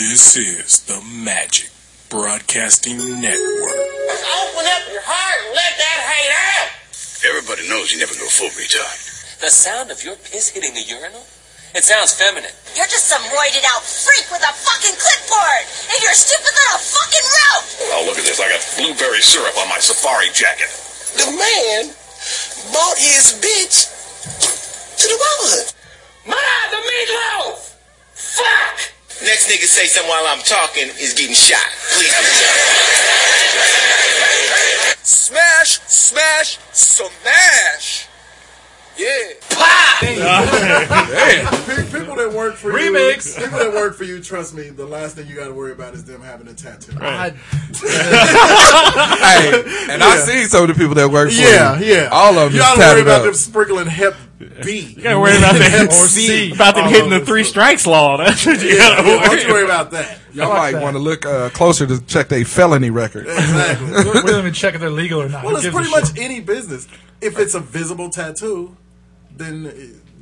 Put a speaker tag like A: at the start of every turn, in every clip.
A: This is the Magic Broadcasting Network.
B: Open up your heart and let that hate out.
C: Everybody knows you never go full retard.
D: The sound of your piss hitting a urinal? It sounds feminine.
B: You're just some roided out freak with a fucking clipboard and your stupid little fucking rope.
C: Oh, look at this. I got blueberry syrup on my safari jacket.
E: the man bought his bitch to the motherhood.
B: Ma, the meatloaf. Fuck.
E: Next nigga say something while I'm talking is getting shot. Please be shot. Smash, smash, smash. Yeah.
F: Pe- People that work for
G: Remix.
F: you, people that work for you, trust me. The last thing you got to worry about is them having a tattoo.
H: Hey, and I seen some of the people that work for
F: Yeah,
H: you.
F: yeah.
H: All of them
F: You got to worry
H: tatted
F: about
H: up.
F: them sprinkling Hep B.
G: You gotta worry about that.
H: Or C.
G: About them
F: All
G: hitting the
F: over
G: three
F: the
G: strikes law. That's what you
F: Yeah,
G: gotta
F: yeah, don't you
G: worry
F: worry about that.
H: Y'all might want to look uh, closer to check their felony record.
F: Exactly.
I: we don't even check if they're legal or not.
F: Well,
I: Who
F: it's
I: gives a
F: pretty much
I: shit?
F: any business. If it's a visible tattoo, then uh,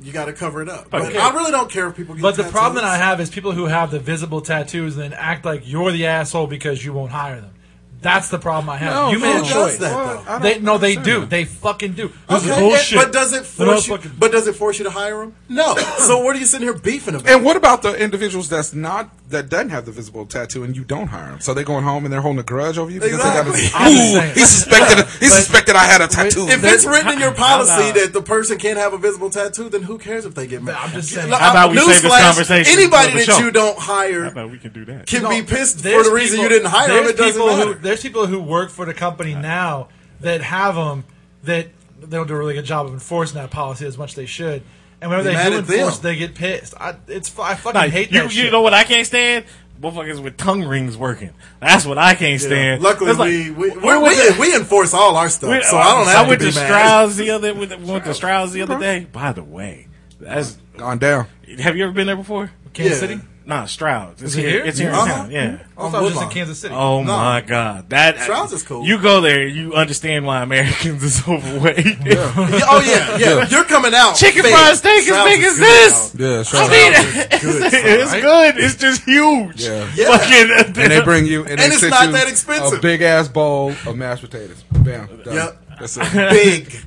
F: you got to cover it up. But
I: Okay.
F: I really don't care if people get
I: But the
F: tattoos.
I: problem that I have is people who have the visible tattoos and then act like you're the asshole because you won't hire them. That's the problem I have.
H: No,
I: you
H: who
I: made a
F: does
I: choice.
F: that, though?
H: I don't
I: They no, they do.
H: understand.
I: They fucking do.
F: Okay,
I: This is
F: and-
I: bullshit.
F: But does it
I: They're
F: force
I: all
F: you?
I: fucking-
F: But does it force you to hire them? No. so what are you sitting here beefing about?
H: And what about the individuals that's not that doesn't have the visible tattoo and you don't hire them? So they're going home and they're holding a grudge over you because
F: Exactly.
H: they got
I: I'm just saying.
H: a, ooh, he suspected he suspected I had a tattoo.
F: If it's written in your policy
I: not-
F: that the person can't have a visible tattoo, then who cares if they get mad?
I: I'm just saying.
F: Look,
G: How about we save this
F: newsflash,
G: conversation
F: Anybody
G: for the
F: that
G: show?
F: you don't hire
G: about. We can do that.
F: can
I: No,
F: be pissed for
I: there's
F: the reason
I: people-
F: you didn't hire them.
I: there's
F: It doesn't
I: people
F: matter.
I: Who, there's people who work for the company now that have them that they don't do a really good job of enforcing that policy as much as they should. And whenever
F: Be
I: they,
F: mad
I: do
F: at them.
I: enforce, they get pissed. I, it's fu- I fucking
G: Like,
I: hate
G: you,
I: that
G: you
I: shit.
G: know what I can't stand? Motherfuckers with tongue rings working. That's what I can't stand.
F: Luckily,
G: It's like-
F: we, we, we,
G: where was
F: we,
G: it?
F: we enforce all our stuff,
G: We-
F: so I don't have
G: I went
F: to
G: to
F: be mad.
G: Stroud's the other went, went to Stroud's the other day. By the way, that's
H: Gone down.
G: have you ever been there before?
I: Kansas
F: Yeah.
I: City?
G: Nah, Stroud's. It's
I: Is it
G: here.
I: here?
G: It's here
F: Uh-huh.
G: in town. Yeah.
I: I
F: On
I: thought it was just in
F: Woodlawn.
I: Kansas City.
G: Oh
F: No.
G: my god, that
F: Stroud's is cool.
G: You go there, you understand why Americans is overweight.
F: Yeah, oh yeah, yeah, You're coming out.
G: Chicken
F: fed.
G: fried steak as
F: Stroud's
G: big
F: is
G: as
F: good,
G: this.
F: dog.
H: Yeah, sure.
G: I mean, it's,
F: Good,
G: it's good. It's just huge.
H: Yeah.
F: Yeah.
G: Fucking,
H: And they bring you and, they
F: And it's
H: send
F: not
H: you
F: that expensive.
H: A big ass bowl of mashed potatoes. Bam. Done.
F: Yep.
H: That's it. Big
F: Big.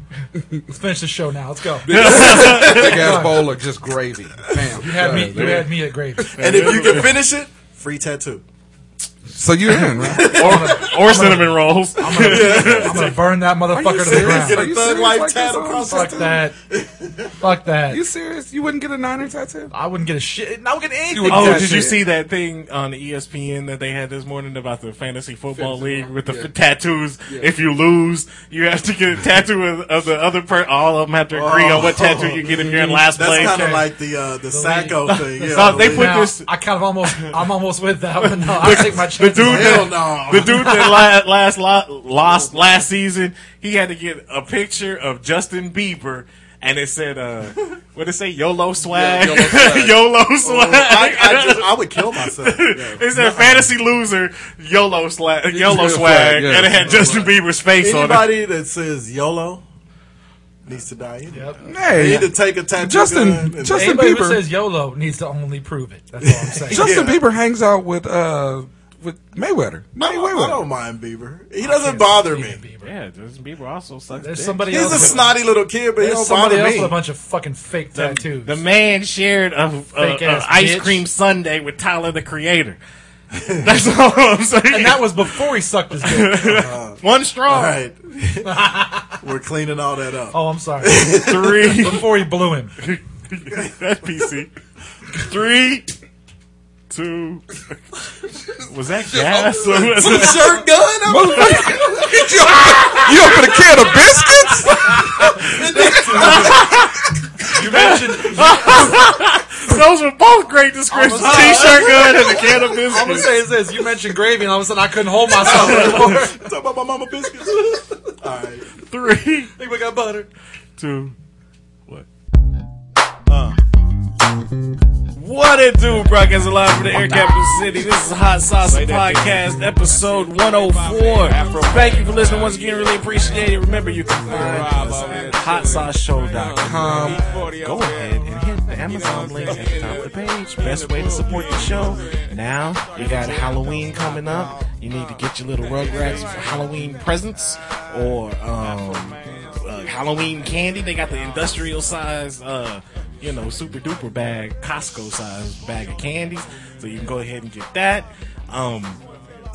I: Let's finish the show now. Let's go.
H: ass bowl of just gravy. Bam.
I: You had me.
H: Done.
I: You had me at gravy.
F: And if you can finish it, free tattoo.
H: So you're in, right?
G: or, or cinnamon rolls.
I: I'm gonna burn that motherfucker to the
H: serious?
F: Get
H: Are
F: a
I: ground.
H: you
F: thug
H: serious
F: life
H: like
F: tat
H: this?
F: across
I: Fuck
F: tattoo.
I: that. Fuck that.
H: you serious? You wouldn't get a niner tattoo?
I: I wouldn't get a shit. I would get anything.
H: would
G: Oh,
H: That's
G: did you
H: it.
G: see that thing on E ESPN that they had this morning about the fantasy football league with the f- tattoos? If you lose, you have to get a tattoo of, of the other person. All of them have to agree on what tattoo you get if you're in
H: Mm-hmm.
G: last
F: That's
G: place.
F: kind of like the uh, the Sacco thing. Yeah,
G: So they
F: the-
G: put
I: Now,
G: this-
I: I kind of almost. I'm almost with that, but no, I take my
G: the
I: chances.
G: dude
F: Hell
G: that,
F: no.
G: the dude that la- last lo- lost last season, he had to get a picture of Justin Bieber. And it said, uh, what did it say? YOLO swag?
H: YOLO swag.
G: YOLO swag.
F: Oh, I, I, just, I would kill myself. Yeah.
G: It said fantasy loser YOLO swag, YOLO
H: Yeah,
G: swag,
H: yeah.
G: and it had Justin Bieber's face on it.
F: Anybody that says YOLO needs to die. Anyway.
I: Yep.
F: They need
H: Hey,
F: to take a tattoo.
H: Justin-
F: gun and-
H: Justin-
I: Anybody who
H: Bieber-
I: says YOLO needs to only prove it. That's all I'm saying.
H: Justin Bieber hangs out with uh with Mayweather.
F: I don't, I
H: Mayweather.
F: don't mind Bieber. He doesn't bother me.
G: Yeah, Justin Bieber also sucks.
I: There's
G: dick.
I: somebody
F: He's
I: else.
F: a
I: with-
F: snotty little kid, but he
I: There's
F: don't
I: somebody
F: bother
I: else with
F: me.
I: a bunch of fucking fake tattoos.
G: The man shared a, a,
I: Fake
G: a
I: ass
G: ice
I: bitch.
G: cream sundae with Tyler the Creator. That's all I'm saying.
I: and that was before he sucked his dick.
G: one straw,
F: All right, we're cleaning all that up.
I: Oh, I'm sorry.
G: three.
I: Before he blew him.
G: That's PC. Three, two. Was that gas? Or was it-
F: Shirt gun. I'm
H: you open, you open a can of biscuits?
I: You mentioned
G: Those were both great descriptions. T-shirt gun and a can of
I: I'm gonna
G: biscuits.
I: say is this. You mentioned gravy, and all of a sudden I couldn't hold myself anymore. I
F: talking about my mama biscuits. All right.
G: Three,
I: think we got butter.
G: two, what? Uh. What it do, Broadcast Live from the Air Capital City. This is Hot Sauce Podcast, episode 104. Thank you for listening once again. Really appreciate it. Remember, you can find us on HotSauceShow.com. Go ahead and hit that Amazon link at the top of the page. Best way to support the show. Now we got Halloween coming up. You need to get your little Rugrats Halloween presents or um, uh, Halloween candy. They got the industrial size, uh, you know, super duper bag, Costco size bag of candies. So you can go ahead and get that. Um,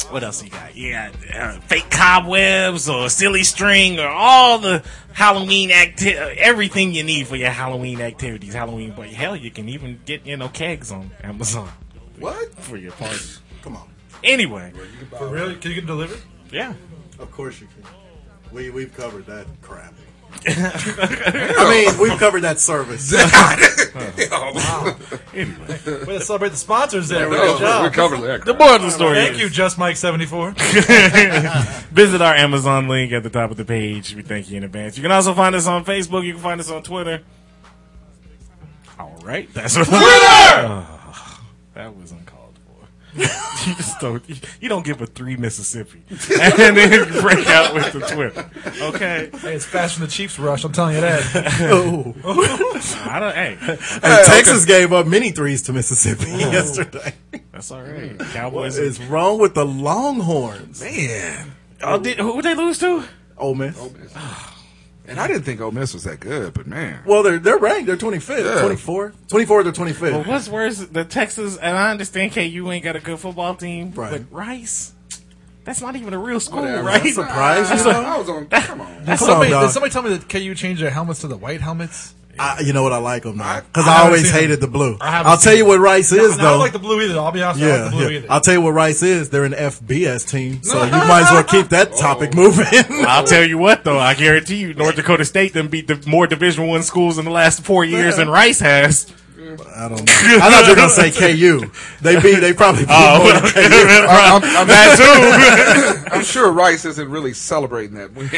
G: what else you got? You got uh, fake cobwebs or silly string or all the Halloween acti- uh, everything you need for your Halloween activities. Halloween, but hell, you can even get you know kegs on Amazon
F: What?
G: for your party.
F: Come on.
G: Anyway,
I: For real? Oh, Can you get delivered?
G: yeah,
F: Of course you can. We we've covered that crap. I mean, we've covered that service.
G: anyway,
I: Way to celebrate the sponsors there.
F: go.
I: Good job.
H: We're covering that.
G: the moral of the story.
I: Thank
G: is-
I: you, Just Mike seventy four.
G: Visit our Amazon link at the top of the page. We thank you in advance. You can also find us on Facebook. You can find us on Twitter. All right, that's what Twitter. that was uncalled for. you just don't. You don't give a three Mississippi and then break out with the Twitter. Okay,
I: Hey, it's faster than the Chiefs rush. I'm telling you that.
F: Oh.
G: I don't. Hey,
F: And Texas gave up many threes to Mississippi yesterday.
G: that's all right. Cowboys.
F: What is wrong with the Longhorns?
H: Man.
G: oh, did, who would they lose to?
F: Ole Miss.
H: And I didn't think Ole Miss was that good, but man.
F: Well, they're they're ranked. They're 25th,
H: Yeah.
F: 24th, 24th or 25th.
G: But what's worse, the Texas, and I understand KU ain't got a good football team,
F: Right.
G: but Rice, that's not even a real school,
H: Whatever.
G: right?
F: I'm surprised.
H: I,
F: you know?
H: I was on. Come on.
F: That's
I: somebody,
F: all,
I: did
F: dog.
I: somebody tell me that KU changed their helmets to the white helmets?
F: I, you know what I like them now because I,
I: I haven't
F: always
I: seen 'em.
F: hated the blue.
I: I haven't
F: I'll tell
I: seen
F: you
I: 'em.
F: what Rice
I: No,
F: is
I: no, I
F: though.
I: don't like the blue either. I'll be honest. I don't like the blue
F: yeah, yeah.
I: either.
F: I'll tell you what Rice is. They're an FBS team, so you might as well keep that
I: Oh.
F: topic moving.
G: I'll tell you what, though, I guarantee you, North Dakota State then beat the more Division One schools in the last four years than Rice has.
F: I don't know. I thought you were gonna say KU. They beat. They probably
I: Oh,
F: beat more than KU.
H: I'm, I'm, I'm,
G: That
H: I'm sure Rice isn't really celebrating that. win.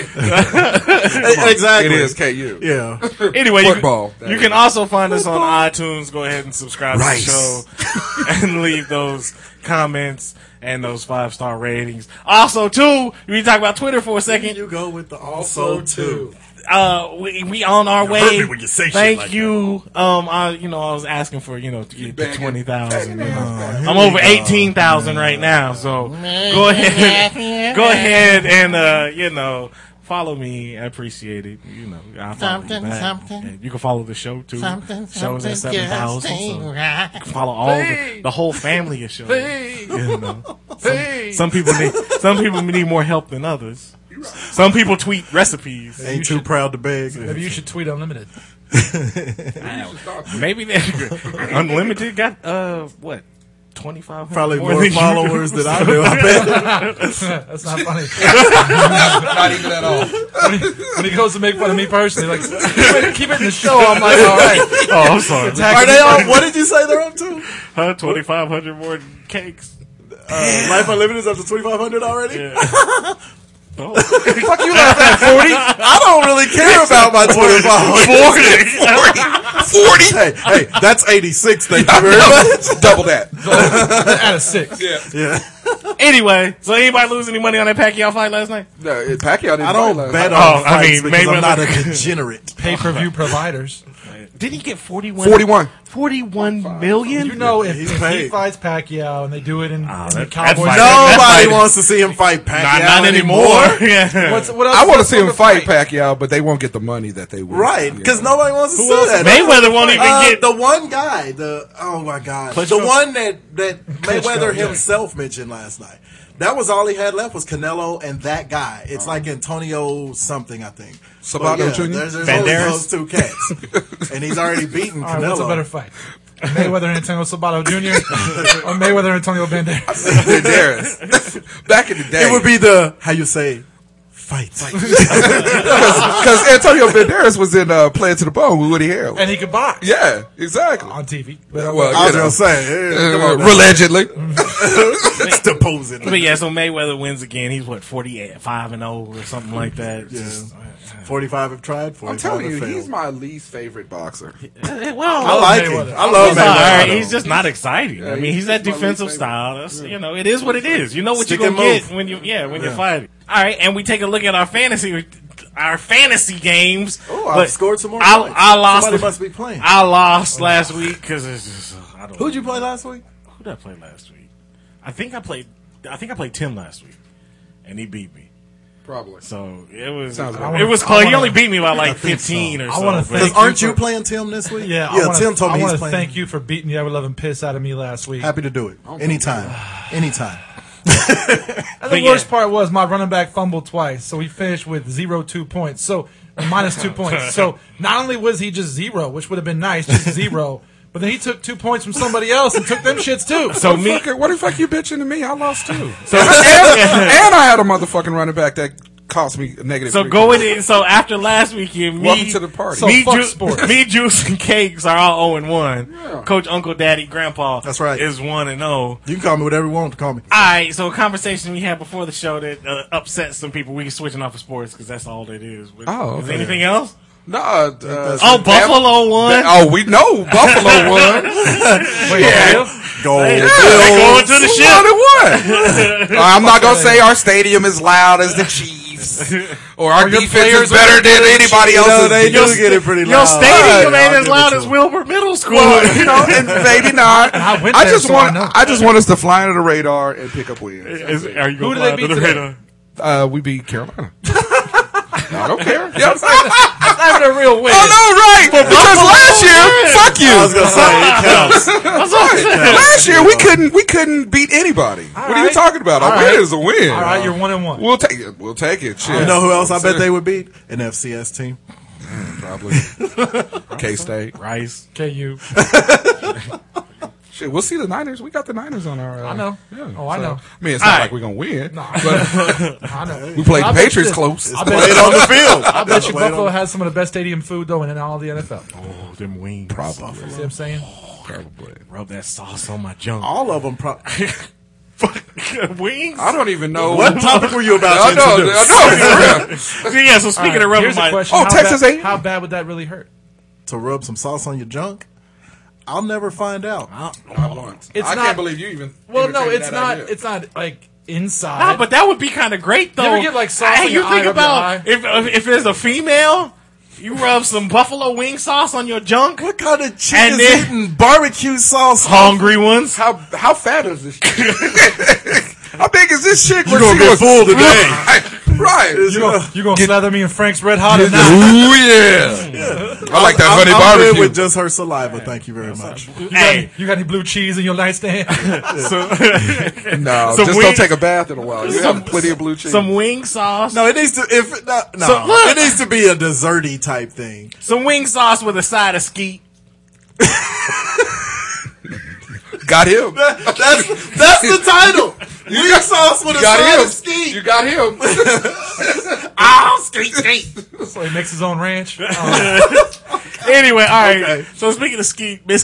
F: exactly.
H: It is KU.
F: Yeah.
G: too. Anyway, you-
H: Football.
G: You, can also find us on iTunes. Go ahead and subscribe
F: Rice.
G: to the show and leave those comments and those five star ratings. Also, too, we talk about Twitter for a second.
F: You go with the also too.
G: uh, we, we on our
F: hurt
G: way.
F: me when you say shit
G: Thank
F: like
G: you. Um, I you know I was asking for you know to get to
H: begging.
G: twenty thousand.
H: Begging ass back.
G: I'm
F: uh,
G: over eighteen thousand right now, so go ahead, go ahead and uh, you know follow me. I appreciate it. You know I follow you
J: Something,
G: back.
J: something.
G: And you can follow the show too.
J: Something,
G: Shows
J: something
G: at seven thousand.
J: just
G: So
J: ain't
G: you
J: right.
G: can follow all the, the whole family of shows. You know. Some, some people need some people need more help than others. Some people tweet recipes.
F: Ain't too proud to beg.
I: Maybe you should tweet unlimited.
G: Maybe they unlimited got uh what twenty five
F: Probably more followers than I do. I bet.
I: That's not funny.
H: Not even at all.
I: when he goes to make fun of me personally, like keep it, keep it in the show. I'm like, all right.
G: Oh, I'm sorry.
F: Are they on? What did you say they're up to?
G: Huh? Twenty five hundred more cakes.
F: Uh, Life Unlimited is up to twenty five hundred already.
G: Oh,
F: Fuck you, left at forty. I don't really care about my twenty five.
H: 40?
F: Hey, hey, that's eighty six. Thank you very much.
H: Double that.
I: Out of six.
F: Yeah,
G: anyway, so anybody lose any money on that Pacquiao fight last night?
H: No, Pacquiao didn't
F: I don't
H: fight last
F: bet
H: night.
F: on
G: Oh, I
F: fights
G: mean,
F: because
G: maybe
F: I'm not a
G: like-
F: degenerate.
I: Pay per view providers.
G: Did he get forty one?
H: 41.
G: 41 million.
I: You know, if,
F: He's
I: if he
F: paid.
I: fights Pacquiao and they do it in, in the
G: that-
I: Cowboys,
G: that's fine.
F: Nobody wants to see him fight Pacquiao
G: not, not anymore. Yeah.
I: What's, what else
H: I want to
I: what's
H: see him
I: the
H: fight Pacquiao, but they won't get the money that they would.
F: Right,
H: Yeah.
F: because nobody wants to see that.
G: Mayweather won't even
F: Uh,
G: get
F: the one guy, the oh my god, the
G: Klitschko?
F: one that that Mayweather
I: yeah.
F: himself mentioned last night. That was all he had left was Canelo and that guy. It's like Antonio something, I think.
H: Sabato
F: But
H: Jr.?
F: There's, there's
G: Banderas?
F: always those two cats, and he's already beaten
I: All right, what's a
F: Canelo.
I: better fight? Mayweather and Antonio Sabato Jr. or Mayweather and Antonio Banderas?
H: Banderas. Back in the day.
F: it would be the how you say fight.
H: Because Antonio Banderas was in uh, Playing to the Bone with Woody Harrelson.
I: And he could box
H: Yeah, exactly.
I: on TV. But
H: Well,
I: I'm
H: you
I: like,
F: I was
H: know,
F: gonna say, yeah, come
H: uh,
F: on, Mm-hmm.
H: allegedly.
F: that's deposing.
G: But yeah, so Mayweather wins again. He's what forty eight, five and zero or something like that. Just-
F: Forty-five have tried.
H: I'm
F: Forty-five
H: telling you,
F: have failed.
H: he's my least favorite boxer.
G: Eh, well,
F: I like him.
I: Mayweather.
F: I love
G: He's, all right.
F: Mayweather.
G: he's just not exciting. I mean,
H: he's
G: he's that
H: my least
G: defensive
H: favorite.
G: style. That's, You know, it is what it is. You know what
F: Stick
G: you're
F: and
G: gonna
F: move.
G: get when you yeah when you're fighting. All right, and we take a look at our fantasy our fantasy games.
F: Oh, I've
G: but
F: scored some more
G: I,
F: points.
G: I lost.
F: Somebody must be playing. Oh.
G: I lost last week because it's just, ugh, I don't.
F: Who'd you play last week?
G: Who did I play last week? I think I played. I think I played Tim last week, and he beat me.
H: Probably.
G: So it was.
H: Sounds
G: it
H: about right.
G: was
I: I
G: close. He
I: wanna-
G: only beat me by like fifteen or
I: I wanna
G: something.
I: thank
F: Because
I: you
F: aren't you
I: for-
F: playing Tim this week?
I: Yeah,
F: yeah.
I: I wanna,
F: Tim told me
I: I
F: he's
I: want to
F: playing.
I: thank you for beating the ever loving piss out of me last week.
F: Happy to do it anytime, anytime.
I: And the
G: But
I: worst
G: yeah.
I: part was my running back fumbled twice, so he finished with zero two points. So minus two points. So not only was he just zero, which would have been nice, just zero, but then he took two points from somebody else and took them shits too.
G: So me,
H: Fucker, what the fuck you bitching to me? I lost too. and, and I had a motherfucking running back that cost me a negative.
G: So
H: three
G: going in, so after last weekend, me,
H: Welcome to the party.
G: Me,
I: So fuck
G: Ju-
I: sports.
G: me, Juice, and Cakes are all zero and one. Coach, Uncle, Daddy, Grandpa,
F: That's right.
G: is one and zero.
F: You can call me whatever you want to call me.
G: All right, so a conversation we had before the show that uh, upset some people. We switching off of sports because that's all that is.
H: Oh,
G: is
H: okay.
G: there anything else?
H: No, uh, uh,
G: Oh, Buffalo won.
H: that- oh, we know Buffalo won.
I: yeah.
F: Go.
G: They going to the
H: Who
G: ship.
H: won it won? Uh, I'm not gonna say our stadium is loud as the Chiefs, or our defense is better than anybody
F: You know,
H: else's.
F: they
H: defense.
F: do get it pretty
G: Your
F: loud.
G: stadium
F: I'll
G: ain't
F: give
G: as
F: it
G: loud
F: to
G: as
F: them.
G: Wilbur Middle School.
H: Well, you know, and maybe not.
I: I went
H: I
I: there,
H: just
I: so
H: want
I: I know.
H: I, just want us to fly under the radar and pick up wins.
G: Is- are you
I: Who do
G: gonna
I: they
G: fly
I: beat
G: under the
I: today?
G: radar?
H: Uh, we beat Carolina. I don't care. You know what I'm saying?
I: having a real win.
H: Oh no, right? Because last year, fuck you.
F: I was gonna say it counts.
G: That's all I'm saying.
H: Last year we couldn't we couldn't beat anybody. what are you
I: right.
H: talking about? A
I: All
H: win
I: right.
H: is a win.
I: All right, you're one and one.
H: We'll take it. We'll take it. Shit.
F: You know who else I bet they would beat? An FCS team.
H: probably K State.
G: Rice.
I: KU.
H: Shit, we'll see the Niners. We got the Niners on our. Uh,
I: I know. Oh, I know.
H: I mean, it's not
G: All
H: like
G: right.
H: we're gonna win.
I: No.
H: But
I: I know.
H: we played
I: I
H: the
I: bet
H: Patriots
I: you-
H: close.
I: I
F: Played
I: bet,
F: on the field.
I: I bet you
F: Played on-
I: Buffalo has some of the best stadium food though in all the NFL. You
G: Oh, them wings.
H: Probably.
I: see what I'm saying?
H: Probably.
G: Rub that sauce on my junk.
F: All of them. Pro-
G: Fuck wings.
H: I don't even know
F: what topic were you
H: I
F: about to
H: know.
F: introduce?
H: I know. For real.
G: yeah, so speaking of rubbing
I: Here's a
G: my
I: question.
H: Oh,
I: how
H: Texas
I: bad,
H: A&M.
I: How bad would that really hurt?
F: To rub some sauce on your junk. I'll never find out.
I: It's
H: I
I: not-
H: can't believe you even.
I: Well, no,
H: entertained
I: it's
H: that
I: not.
H: idea.
I: It's not like inside.
G: Nah, but that would be kind of great though.
I: ever get, like, sauce
G: Hey,
I: on
G: you
I: your
G: think
I: eye, rub your
G: about if uh, if if there's a female, you rub some buffalo wing sauce on your junk.
F: What kind of chick
G: And
F: is
G: then-
F: eating barbecue sauce?
G: Hungry ones.
H: how how fat is this? shit? how big is this shit? You're
F: full today.
H: Right.
F: You gonna-
I: You gonna slather me in Frank's Red Hot or not?
H: Ooh yeah. I like that
F: I'm,
H: honey
F: I'm good
H: barbecue.
F: with just her saliva. Thank you very much.
G: Hey,
I: You got any blue cheese in your nightstand?
G: so,
H: no,
G: some
H: just
G: wing-
H: don't take a bath in a while. You have plenty of blue cheese.
G: some wing sauce.
F: No, it needs to. If no, no
G: So, look.
F: it needs to be a desserty type thing.
G: Some wing sauce with a side of skeet.
H: Got him.
F: That's that's the title. Wing sauce with a
H: Got
F: side
H: him.
F: of skeet.
H: You got him.
I: Oh, so he makes his own ranch. Oh,
G: Anyway, all right.
F: Okay.
G: So speaking of skeet, Miss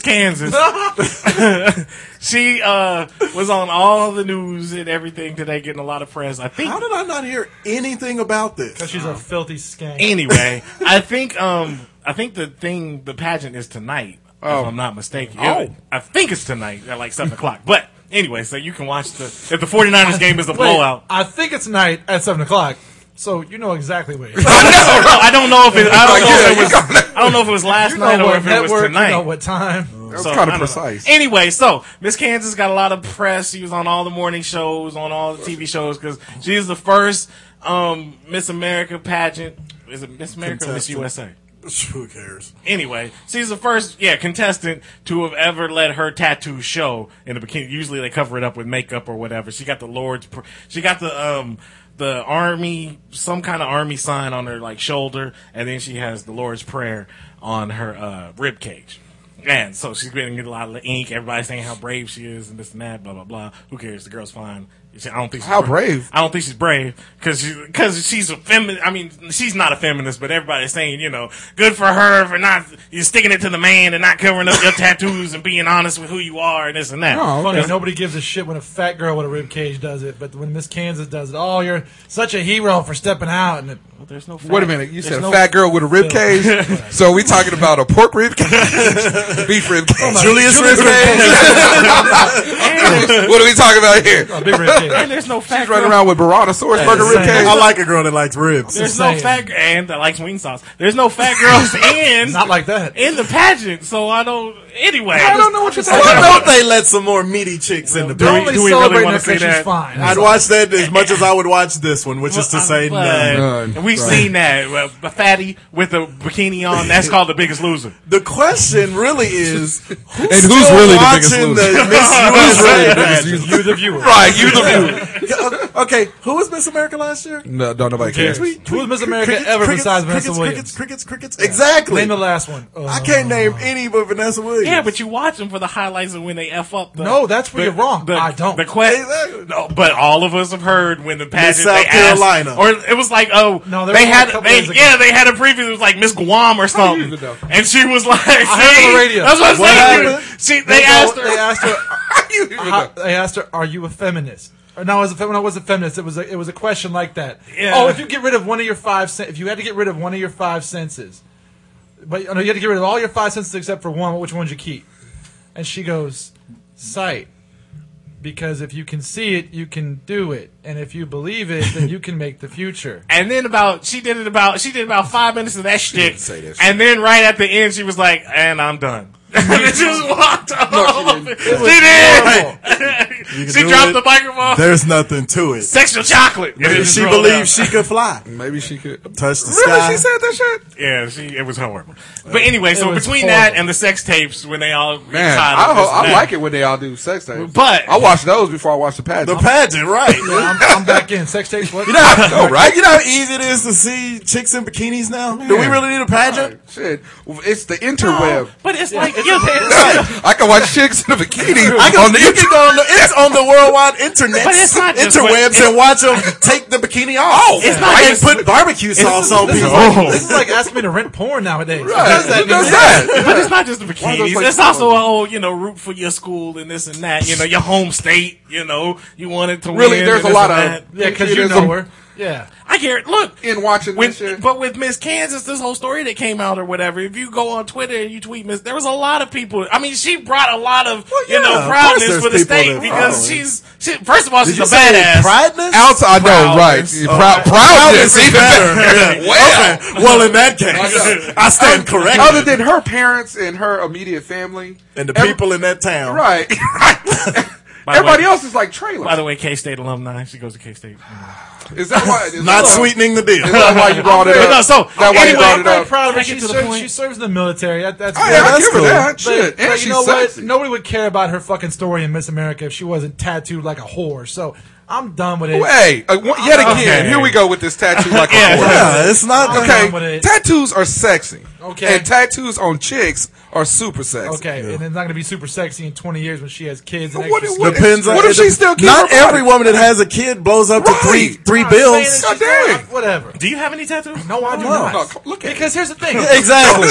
G: Kansas, she uh, was on all the news and everything today, getting a lot of press. I think
F: How did I not hear anything about this?
I: She's a filthy skank.
G: anyway, I think um I think the thing the pageant is tonight. If I'm not mistaken.
H: Oh.
G: I think it's tonight at like seven o'clock. But anyway, so you can watch the if the 49ers game is a
I: Wait,
G: blowout.
I: I think it's night at seven o'clock, so you know exactly where. It is.
G: I don't know. I don't know if it. I don't know if it
H: Yeah,
G: was. I don't know if it was last
I: You
G: night
I: know
G: or
I: what
G: if it was
I: network? You
G: tonight.
I: know what time?
H: That's
G: So,
H: kind
G: I
H: of
G: don't know.
H: precise.
G: Anyway, so Miss Kansas got a lot of press. She was on all the morning shows, on all the TV shows, because she's the first um, Miss America pageant. Is it Miss America or Miss
F: Contestant.
G: USA?
F: Who cares?
G: Anyway, she's the first, yeah, contestant to have ever let her tattoo show in a bikini. Usually they cover it up with makeup or whatever. She got the Lord's, pr- she got the um the army, some kind of army sign on her like shoulder, and then she has the Lord's prayer on her uh, rib cage. And so she's been getting a lot of ink. Everybody's saying how brave she is and this and that, blah blah blah. Who cares? The girl's fine. She- I don't think she's
H: How brave?
G: I don't think she's brave because because she's a feminist. I mean, she's not a feminist, but everybody's saying you know, good for her for not you're sticking it to the man and not covering up your tattoos and being honest with who you are and this and that.
H: Oh,
I: Funny, nobody gives a shit when a fat girl with a rib cage does it, but when Miss Kansas does it, oh, you're such a hero for stepping out. And it,
G: But there's no. Fact.
H: Wait a minute. You said
G: There's
H: a
G: no-
H: fat girl with a rib cage. so we talking about a pork rib cage, beef rib cage.
F: Julius Ribcage.
H: what are we talking about here?
I: a big rib cage.
G: and there's no fat.
H: He's running
G: girl-
H: around with Barattasaurus burger
I: insane.
H: ribcage.
F: I like a girl that likes ribs.
G: There's
I: Saying.
G: no fat and that likes wing sauce. There's no fat girls in
I: Not like that.
G: in the pageant, so I don't. Anyway,
H: I don't know what you're talking
F: Why
H: about.
F: don't they let some more meaty chicks in the
G: Do
F: picture?
G: we-
I: Only
G: do we really
I: celebrating
G: wanna
I: her 'cause
G: say that?
I: she's fine.
F: I'd watch that as much as I would watch this one, which is to say,
G: But
F: none.
H: None.
G: We've
H: Right.
G: seen that Uh, a fatty with a bikini on. That's called the biggest loser.
F: The question really is, who's and
H: who's really the biggest loser?
F: The Miss USA pageant?
I: you the viewer.
H: Right, you the
F: Yeah, okay, who was Miss America last year?
H: view. No, don't nobody cares.
F: Tweet,
I: Who was Miss America
F: crickets,
I: ever
F: crickets,
I: besides Vanessa
F: crickets,
I: Williams?
F: Crickets, crickets, crickets. Exactly.
I: Name the last one. Uh,
F: I can't name any but Vanessa Williams.
G: Yeah, but you watch them for the highlights and when they f up. The,
I: No, that's where you're wrong. I don't.
G: The question.
F: Exactly.
G: No, but all of us have heard when the pageant
F: South
G: they asked-
F: Carolina.
G: or it was like, oh,
I: No, there
G: they
I: was
G: had,
I: a couple
G: they,
I: years ago.
G: yeah, they had a preview. It was like Miss Guam or something,
H: even know?
G: and she was like, I
I: heard on the radio.
G: That's what I'm
F: What
G: saying.
F: happened?
G: She, they asked her.
I: They asked her.
H: You even
I: how-
H: know.
I: they asked her, "Are you a feminist?" Or no, as a fem- when I was a feminist, it was a, it was a question like that.
G: Yeah.
I: Oh, if you get rid of one of your five, sen- if you had to get rid of one of your five senses, but oh, no, you had to get rid of all your five senses except for one. Which one'd you keep? And she goes, "Sight." Because if you can see it, you can do it, and if you believe it, then you can make the future.
G: And then about she did it about she did about five minutes of that shit.
H: didn't say that shit.
G: And then right at the end she was like, and I'm done. and just walked off. she,
I: horrible.
G: did.
F: You can
G: she
F: do
G: dropped
F: it.
G: the microphone.
F: There's nothing to it.
G: Sexual chocolate. And it
F: If
G: just
F: she
G: rolled
F: believes she
G: out.
F: could fly,
H: Maybe she could. Really,
F: touch the sky.
H: she said that shit?
G: Yeah, she it was horrible. But anyway, so
I: was
G: between
I: horrible.
G: that and the sex tapes when they all
H: Man, I, ho- I like it when they all do sex things.
G: But-
H: I watch those before I watch the pageant.
F: The pageant, right?
I: I'm, I'm back in sex tapes. What?
H: I know, right?
F: You know how easy it is to see chicks in bikinis now? Do we
H: Man.
F: really need a pageant?
H: Shit, it's the interweb.
G: But it's like you
H: I can watch chicks in a bikini
F: I can,
H: on the
F: you can
H: internet.
F: go on the, it's on the worldwide internet,
G: But it's not just what-
F: interwebs, and watch them take the bikini off.
G: It's not
F: and
G: just-
F: put barbecue sauce on
I: This is,
F: people.
I: like, this is like asking me to rent porn nowadays.
H: Does that, does that?
G: but it's not just the
H: are those,
G: bikinis.
H: like,
G: it's also a whole, you know, root for your school and this and that. You know, your home state. You know, you wanted to
H: Really,
G: win
H: there's
G: and
H: a
G: this
H: lot
G: and
H: of
G: that.
I: Yeah, because you know her. Yeah.
G: I can't look.
H: in watching this
G: With,
H: shit.
G: but with Miss Kansas, this whole story that came out or whatever, if you go on Twitter and you tweet Miss, there was a lot of people. I mean, she brought a lot of you
F: yeah,
G: know
F: of course
G: proudness
F: there's
G: for the
F: people
G: state
F: that
G: because
F: follow it.
G: she's she, first of all she's
F: Did you
G: a
F: say
G: badass.
F: Prideness?
H: Outside, I know, right?
G: Proudness.
H: Proud, proudness, even better.
F: Yeah.
H: Wow.
F: Okay. Well, in that case, I stand corrected.
H: Other than her parents and her immediate family,
F: and the
H: every-
F: people in that town.
H: right?
G: By the
H: Everybody
G: way-
H: else is like
G: By
H: trailers.
G: the way, K State alumni. She goes to K State.
H: Is that why? Is
F: Not
H: that why-
F: sweetening the deal.
H: Is that why you brought it
G: But
H: up?
G: no, so,
H: that why you
G: anyway,
H: brought
G: I'm
H: it
G: very
H: up?
G: proud-
I: But
G: Back
I: she,
G: into the
I: serves,
G: point.
I: she serves in the military. That, that's
H: Oh,
I: good.
H: yeah, I
F: that's
H: give her
F: cool.
H: that
I: But-
H: shit. And
I: but you
H: she's
I: know
H: sexy.
I: what? Nobody would care about her fucking story in Miss America if she wasn't tattooed like a whore. So I'm done with it.
H: Hey, uh, one- yet again,
G: Okay.
H: here we go with this tattoo like a
G: Yeah.
H: whore.
F: Yeah, it's not
I: Okay. I'm with
H: Okay,
I: it.
H: tattoos are sexy.
I: Okay.
H: and tattoos on chicks are super sexy.
I: Okay, and it's not gonna be super sexy in 20 years when she has kids. And
H: What,
I: extra
H: what,
I: stuff.
F: Depends on
H: what if
F: it-
H: she still keep
F: Not
H: her body?
F: every woman that has a kid blows up
H: Right.
F: to three three
I: I'm saying
F: bills.
I: that she's
H: God
I: going-
H: dang.
I: Whatever.
G: Do you Oh, have any tattoos?
I: No, I do
F: No.
I: not.
H: No, c- look at
I: because here's the thing.
F: Exactly.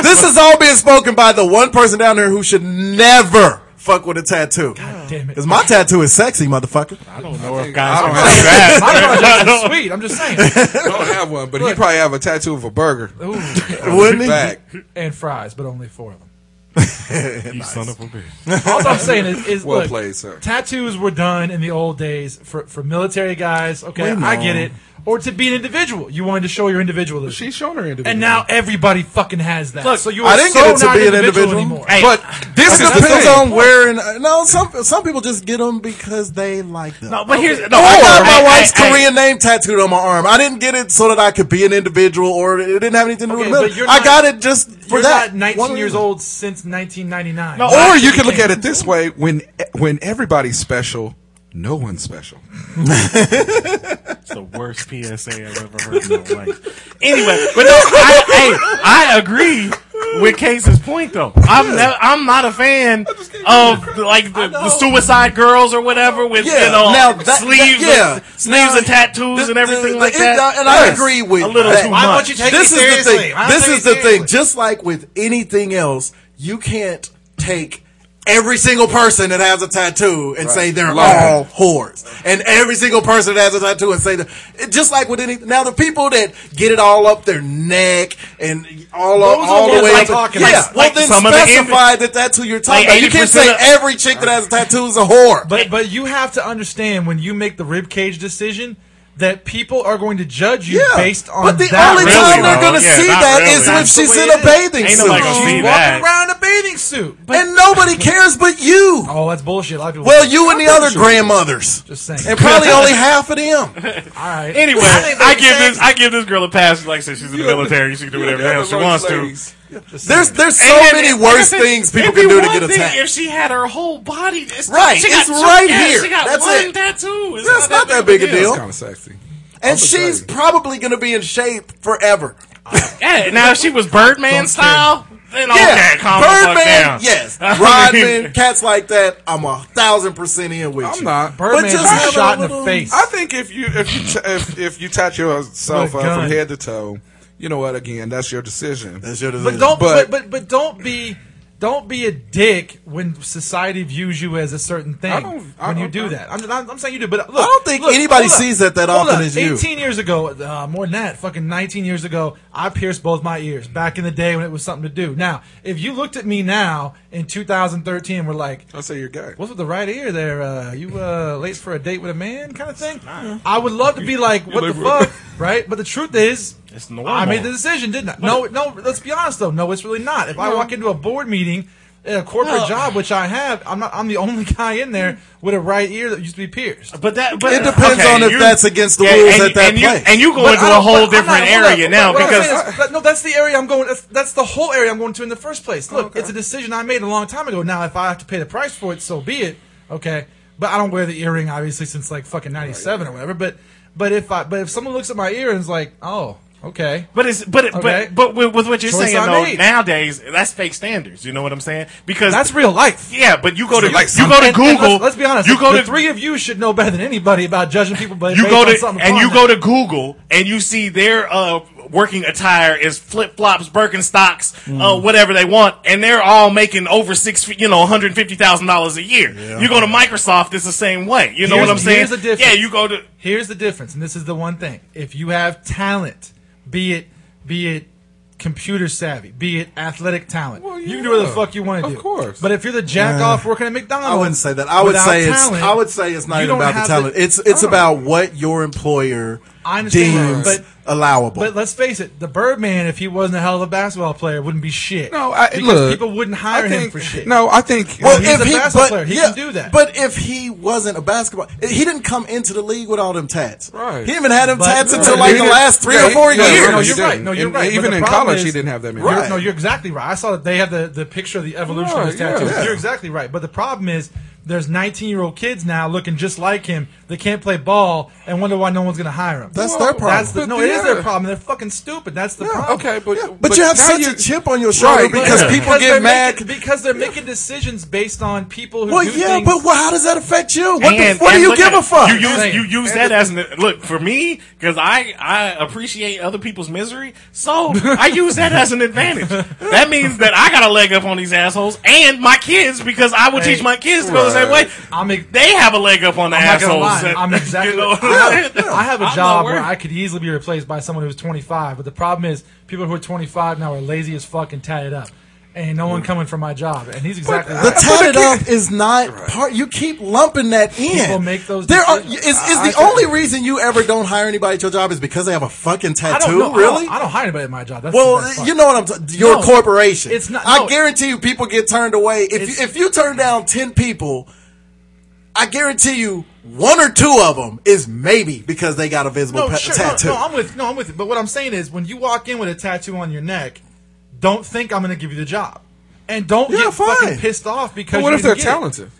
F: this is all being spoken by the one person down here who should never fuck with a tattoo.
I: Damn it.
F: Because my tattoo is sexy, motherfucker.
G: I don't know if guys.
H: don't
G: are
H: have
G: really bad.
I: My project is sweet. I'm just saying.
H: I don't have one, but he probably have a tattoo of a burger.
F: Wouldn't he?
H: Back.
I: And fries, but only four of them.
G: You son of a bitch.
I: All I'm saying is, is
H: Well
I: look,
H: played, sir.
I: tattoos were done in the old days for, for military guys. Okay,
F: We
I: I
F: know.
I: get it. Or to be an individual, you wanted to show your individualism.
H: She's showing her individual.
I: and now everybody fucking has that.
G: Look,
I: so you
F: I
I: are
F: didn't
I: so
F: get it to
I: not
F: be an
I: individual,
F: individual.
I: anymore.
G: Hey,
H: but this is
F: It
H: the
F: depends
H: thing.
F: on where and uh, no. Some some people just get them because they like them.
G: no, but here's no.
F: I got
G: hey,
F: my wife's
G: hey, hey.
F: Korean name tattooed on my arm. I didn't get it so that I could be an individual, or it didn't have anything to do with
I: Okay, but
F: military.
I: you're
F: I
I: not-
F: got it just for
I: You're
F: that.
I: not 19
F: One
I: years
F: reason.
I: old since 1999.
G: No,
H: Or you can look at it this way: when when everybody's special, no one's special.
G: It's the worst PSA I've ever heard in my life. Anyway, but no, I, hey, I agree with Case's point though. I'm ne- I'm not a fan of the, like the, the suicide girls or whatever with
F: Yeah,
G: you know
F: now that-
G: sleeves,
F: that- yeah.
G: and, sleeves
F: Now,
G: and tattoos
F: This-
G: and everything
F: the-
G: like
F: it- uh,
G: that.
F: And I
G: Yes.
F: agree with
G: a little
F: that.
G: too
I: Why
G: much.
I: don't you take
F: this
I: it
F: is
I: seriously?
F: the thing.
I: Why don't
F: This
I: you take
F: is the
I: it seriously?
F: thing. Just like with anything else, you can't take every single person that has a tattoo and say they're
H: Love
F: all whores. And every single person that has a tattoo and say that, it- just like with any, now the people that get it all up their neck and all,
I: Those are
F: all
I: the
F: the way
I: ones
F: up to-
I: I'm talking
F: yeah,
I: about.
F: well
G: Like
F: then
G: some of the
F: specify that that's who you're talking about.
G: Like
F: You can't
G: 80%
F: say
G: of-
F: every chick that has a tattoo is a whore.
I: But but you have to understand when you make the ribcage decision that people are going to judge you
F: yeah.
I: based on
F: but the
I: that.
F: only
G: really,
F: time they're
G: though.
F: going to
G: Yeah,
F: see
G: not
F: that
G: really.
F: is
G: That's
I: the
F: if she's
I: way
F: in
I: it
F: a
I: is.
F: bathing
G: Ain't
F: suit.
G: nobody gonna see
I: She's walking
G: that.
I: around in a bathing suit. But,
F: and nobody cares but you.
I: oh, that's bullshit. A lot of people.
F: Well, you and the other grandmothers.
I: just saying.
F: And probably only half of them.
I: All right.
G: Anyway,
I: I
G: I,
I: think they
G: give
I: said-
G: this I give this girl a pass. Like I said, she's in the military. She can do whatever the hell she wants to.
F: There's there's so
G: And-
F: many
G: and- like I
F: worse
G: said,
F: things people
G: it'd be
F: can do to
G: one
F: get
G: thing
F: attacked.
G: If she had her whole body, it's
F: Right,
G: She got
F: it's
G: two-
F: right
G: yeah,
F: here.
G: She got
F: That's
G: one
F: it.
G: tattoo. It's
F: That's not that big a deal.
H: kind of sexy.
F: And she's probably going to be in shape forever.
G: Yeah, now if she was Birdman style, then okay,
F: Yeah,
G: calm the fuck
F: Birdman,
G: down.
F: yes.
G: I mean-
F: Rodman, cats like that, I'm a thousand percent in with you.
H: I'm not.
I: Birdman
F: just
I: got
F: have a
I: shot in the
F: little-
I: face.
H: I think if you if you ta- if, if you tattoo yourself
I: With
H: up
I: a
H: from
I: gun.
H: head to toe, you know what? Again, that's your decision.
F: That's your
I: But
F: decision.
I: don't but,
H: But-
I: but but don't be don't be a dick when society views you as a certain thing.
H: I don't- I
I: when you do
H: don't-
I: that, I'm, I'm, I'm saying you do. But look,
F: I don't think
I: look,
F: anybody
I: hold up,
F: sees that that
I: hold
F: often
I: up.
F: as you.
I: 18 years ago, uh, more than that, fucking 19 years ago, I pierced both my ears back in the day when it was something to do. Now, if you looked at me now in 2013, we're like,
H: I say you're gay.
I: What's with the right ear there? Uh, you uh, late for a date with a man, kind of thing. I would love to be like, what the fuck, right? But the truth is,
G: It's normal.
I: I made the decision, didn't I? No, no. Let's be honest though. No, it's really not. If I walk into a board meeting, in a corporate job, which I have, I'm not. I'm the only guy in there with a right ear that used to be pierced.
G: But that but,
F: It depends on if that's against the rules at that
G: and you,
F: place.
G: And you go
I: But I
G: into a
I: don't- but
G: whole
I: I'm
G: different
I: not- hold
G: area
I: up.
G: now
I: What I'm
G: because
I: saying is- that- no, that's the area I'm going. That's, that's the whole area I'm going to in the first place. Look, it's a decision I made a long time ago. Now, if I have to pay the price for it, so be it. Okay, but I don't wear the earring obviously since like fucking '97 or whatever. But but if I but if someone looks at my ear and is like, oh, okay,
G: But it's but it
I: Okay.
G: but but with, with what you're
I: Choice
G: saying
I: I
G: though
I: made.
G: nowadays that's fake standards. You know what I'm saying? Because
I: that's real life.
G: yeah. But you go to
H: Like
G: you go
I: And-
G: to
I: and
G: Google.
I: let's, let's be honest.
G: You go
I: the
G: to
I: three of you should know better than anybody about judging people. But
G: you go to and you go to Google and you see their uh, working attire is flip flops, Birkenstocks, uh,
F: Hmm.
G: whatever they want, and they're all making over six, you know, one hundred fifty thousand dollars a year. You go to Microsoft, it's the same way. You know
I: Here's-
G: what I'm saying?
I: here's the difference.
G: Yeah, you go to
I: Here's the difference, and this is the one thing: if you have talent, be it be it computer savvy, be it athletic talent, you can do whatever the
H: yeah.
I: fuck you want to
H: Of
I: do.
H: course.
I: But if you're the jack off working at McDonald's,
F: I wouldn't say that. I would
I: without
F: say it's.
I: talent,
F: I would say it's not
I: you
F: even
I: don't
F: about the
I: have Oh.
F: talent. it's it's about what your employer
I: I understand,
F: deems
I: but-
F: allowable.
I: But let's face it, the Birdman, if he wasn't a hell of a basketball player, wouldn't be shit.
H: No, I,
I: because
H: look.
I: people wouldn't hire
H: I
I: him
H: think-
I: for shit.
H: No, I think.
F: well,
I: he's
F: if
I: a
F: he,
I: basketball
F: but,
I: player. He
F: yeah,
I: can do that.
F: But if he wasn't a basketball, he didn't come into the league with all them tats.
H: Right.
F: He even had them
I: But-
F: tats
I: Right.
F: until like
H: He
F: the
H: didn't-
F: last three
H: yeah,
F: or four
H: he- yeah,
F: years.
I: No,
H: he
I: you're
H: didn't.
I: right. No, you're
H: And-
I: right.
H: and
I: But
H: even
I: the
H: in
I: problem
H: college,
I: is-
H: he didn't have that many.
I: You're-
F: Right.
I: No, you're exactly right. I saw that they have the, the picture of the evolution of his
H: Right, yeah.
I: tattoos.
H: Yeah.
I: You're exactly right. But the problem is, there's 19 year old kids now looking just like him. They can't play ball and wonder why no one's going to hire them.
F: That's their problem.
I: That's the,
H: But
I: no, it is
H: yeah.
I: their problem. They're fucking stupid. That's the problem.
H: okay, but,
F: But, you have
H: now
F: such
H: you-
F: a chip on your shoulder
H: Right, but-
F: because
H: Yeah.
F: people
I: Because they're
F: get mad.
I: making, because they're making decisions based on people who
F: well,
I: do
F: yeah,
I: things.
F: but well, how does that affect you? What,
G: And-
F: the, what do
G: and
F: you
G: look
F: give
G: at
F: a
G: it.
F: fuck?
G: You use
I: Saying.
G: you use that as an look for me because I I appreciate other people's misery, so I use that as an advantage. That means that I got a leg up on these assholes and my kids because I would
I: Hey,
G: teach my kids to go the same way.
H: right.
I: I'm ex-
G: they have a leg up on the
I: I'm not gonna
G: assholes.
I: lie.
G: That-
I: I'm exactly.
G: you know what I'm
I: I,
G: saying?
I: have, I have a
G: I'm not
I: job where
G: worried.
I: I could easily be replaced by someone who's 25, but the problem is people who are 25 now are lazy as fuck and tatted up, and no one
H: Mm.
I: coming for my job. And he's exactly
F: The
I: right.
F: tatted up is not part. You keep lumping that in.
I: People make those
F: There are. Is,
I: decisions.
F: is the only reason you ever don't hire anybody at your job is because they have a fucking
I: I
F: tattoo?
I: don't know. I
F: Really?
I: don't, I don't hire anybody at my job. That's the best
F: well,
I: part.
F: you know what I'm. T- your
I: No,
F: corporation.
I: it's not- no.
F: I guarantee you, people get turned away. If
I: It's-
F: you, if you turn down ten people, I guarantee you, one or two of them is maybe because they got a visible
I: no,
F: pa-
I: sure, no,
F: tattoo.
I: No, I'm with. No, I'm with. you. But what I'm saying is, when you walk in with a tattoo on your neck, don't think I'm going to give you the job, and don't
F: Yeah,
I: get
F: fine.
I: fucking pissed off because.
H: But what
I: you
H: if they're
I: didn't get it.
H: talented?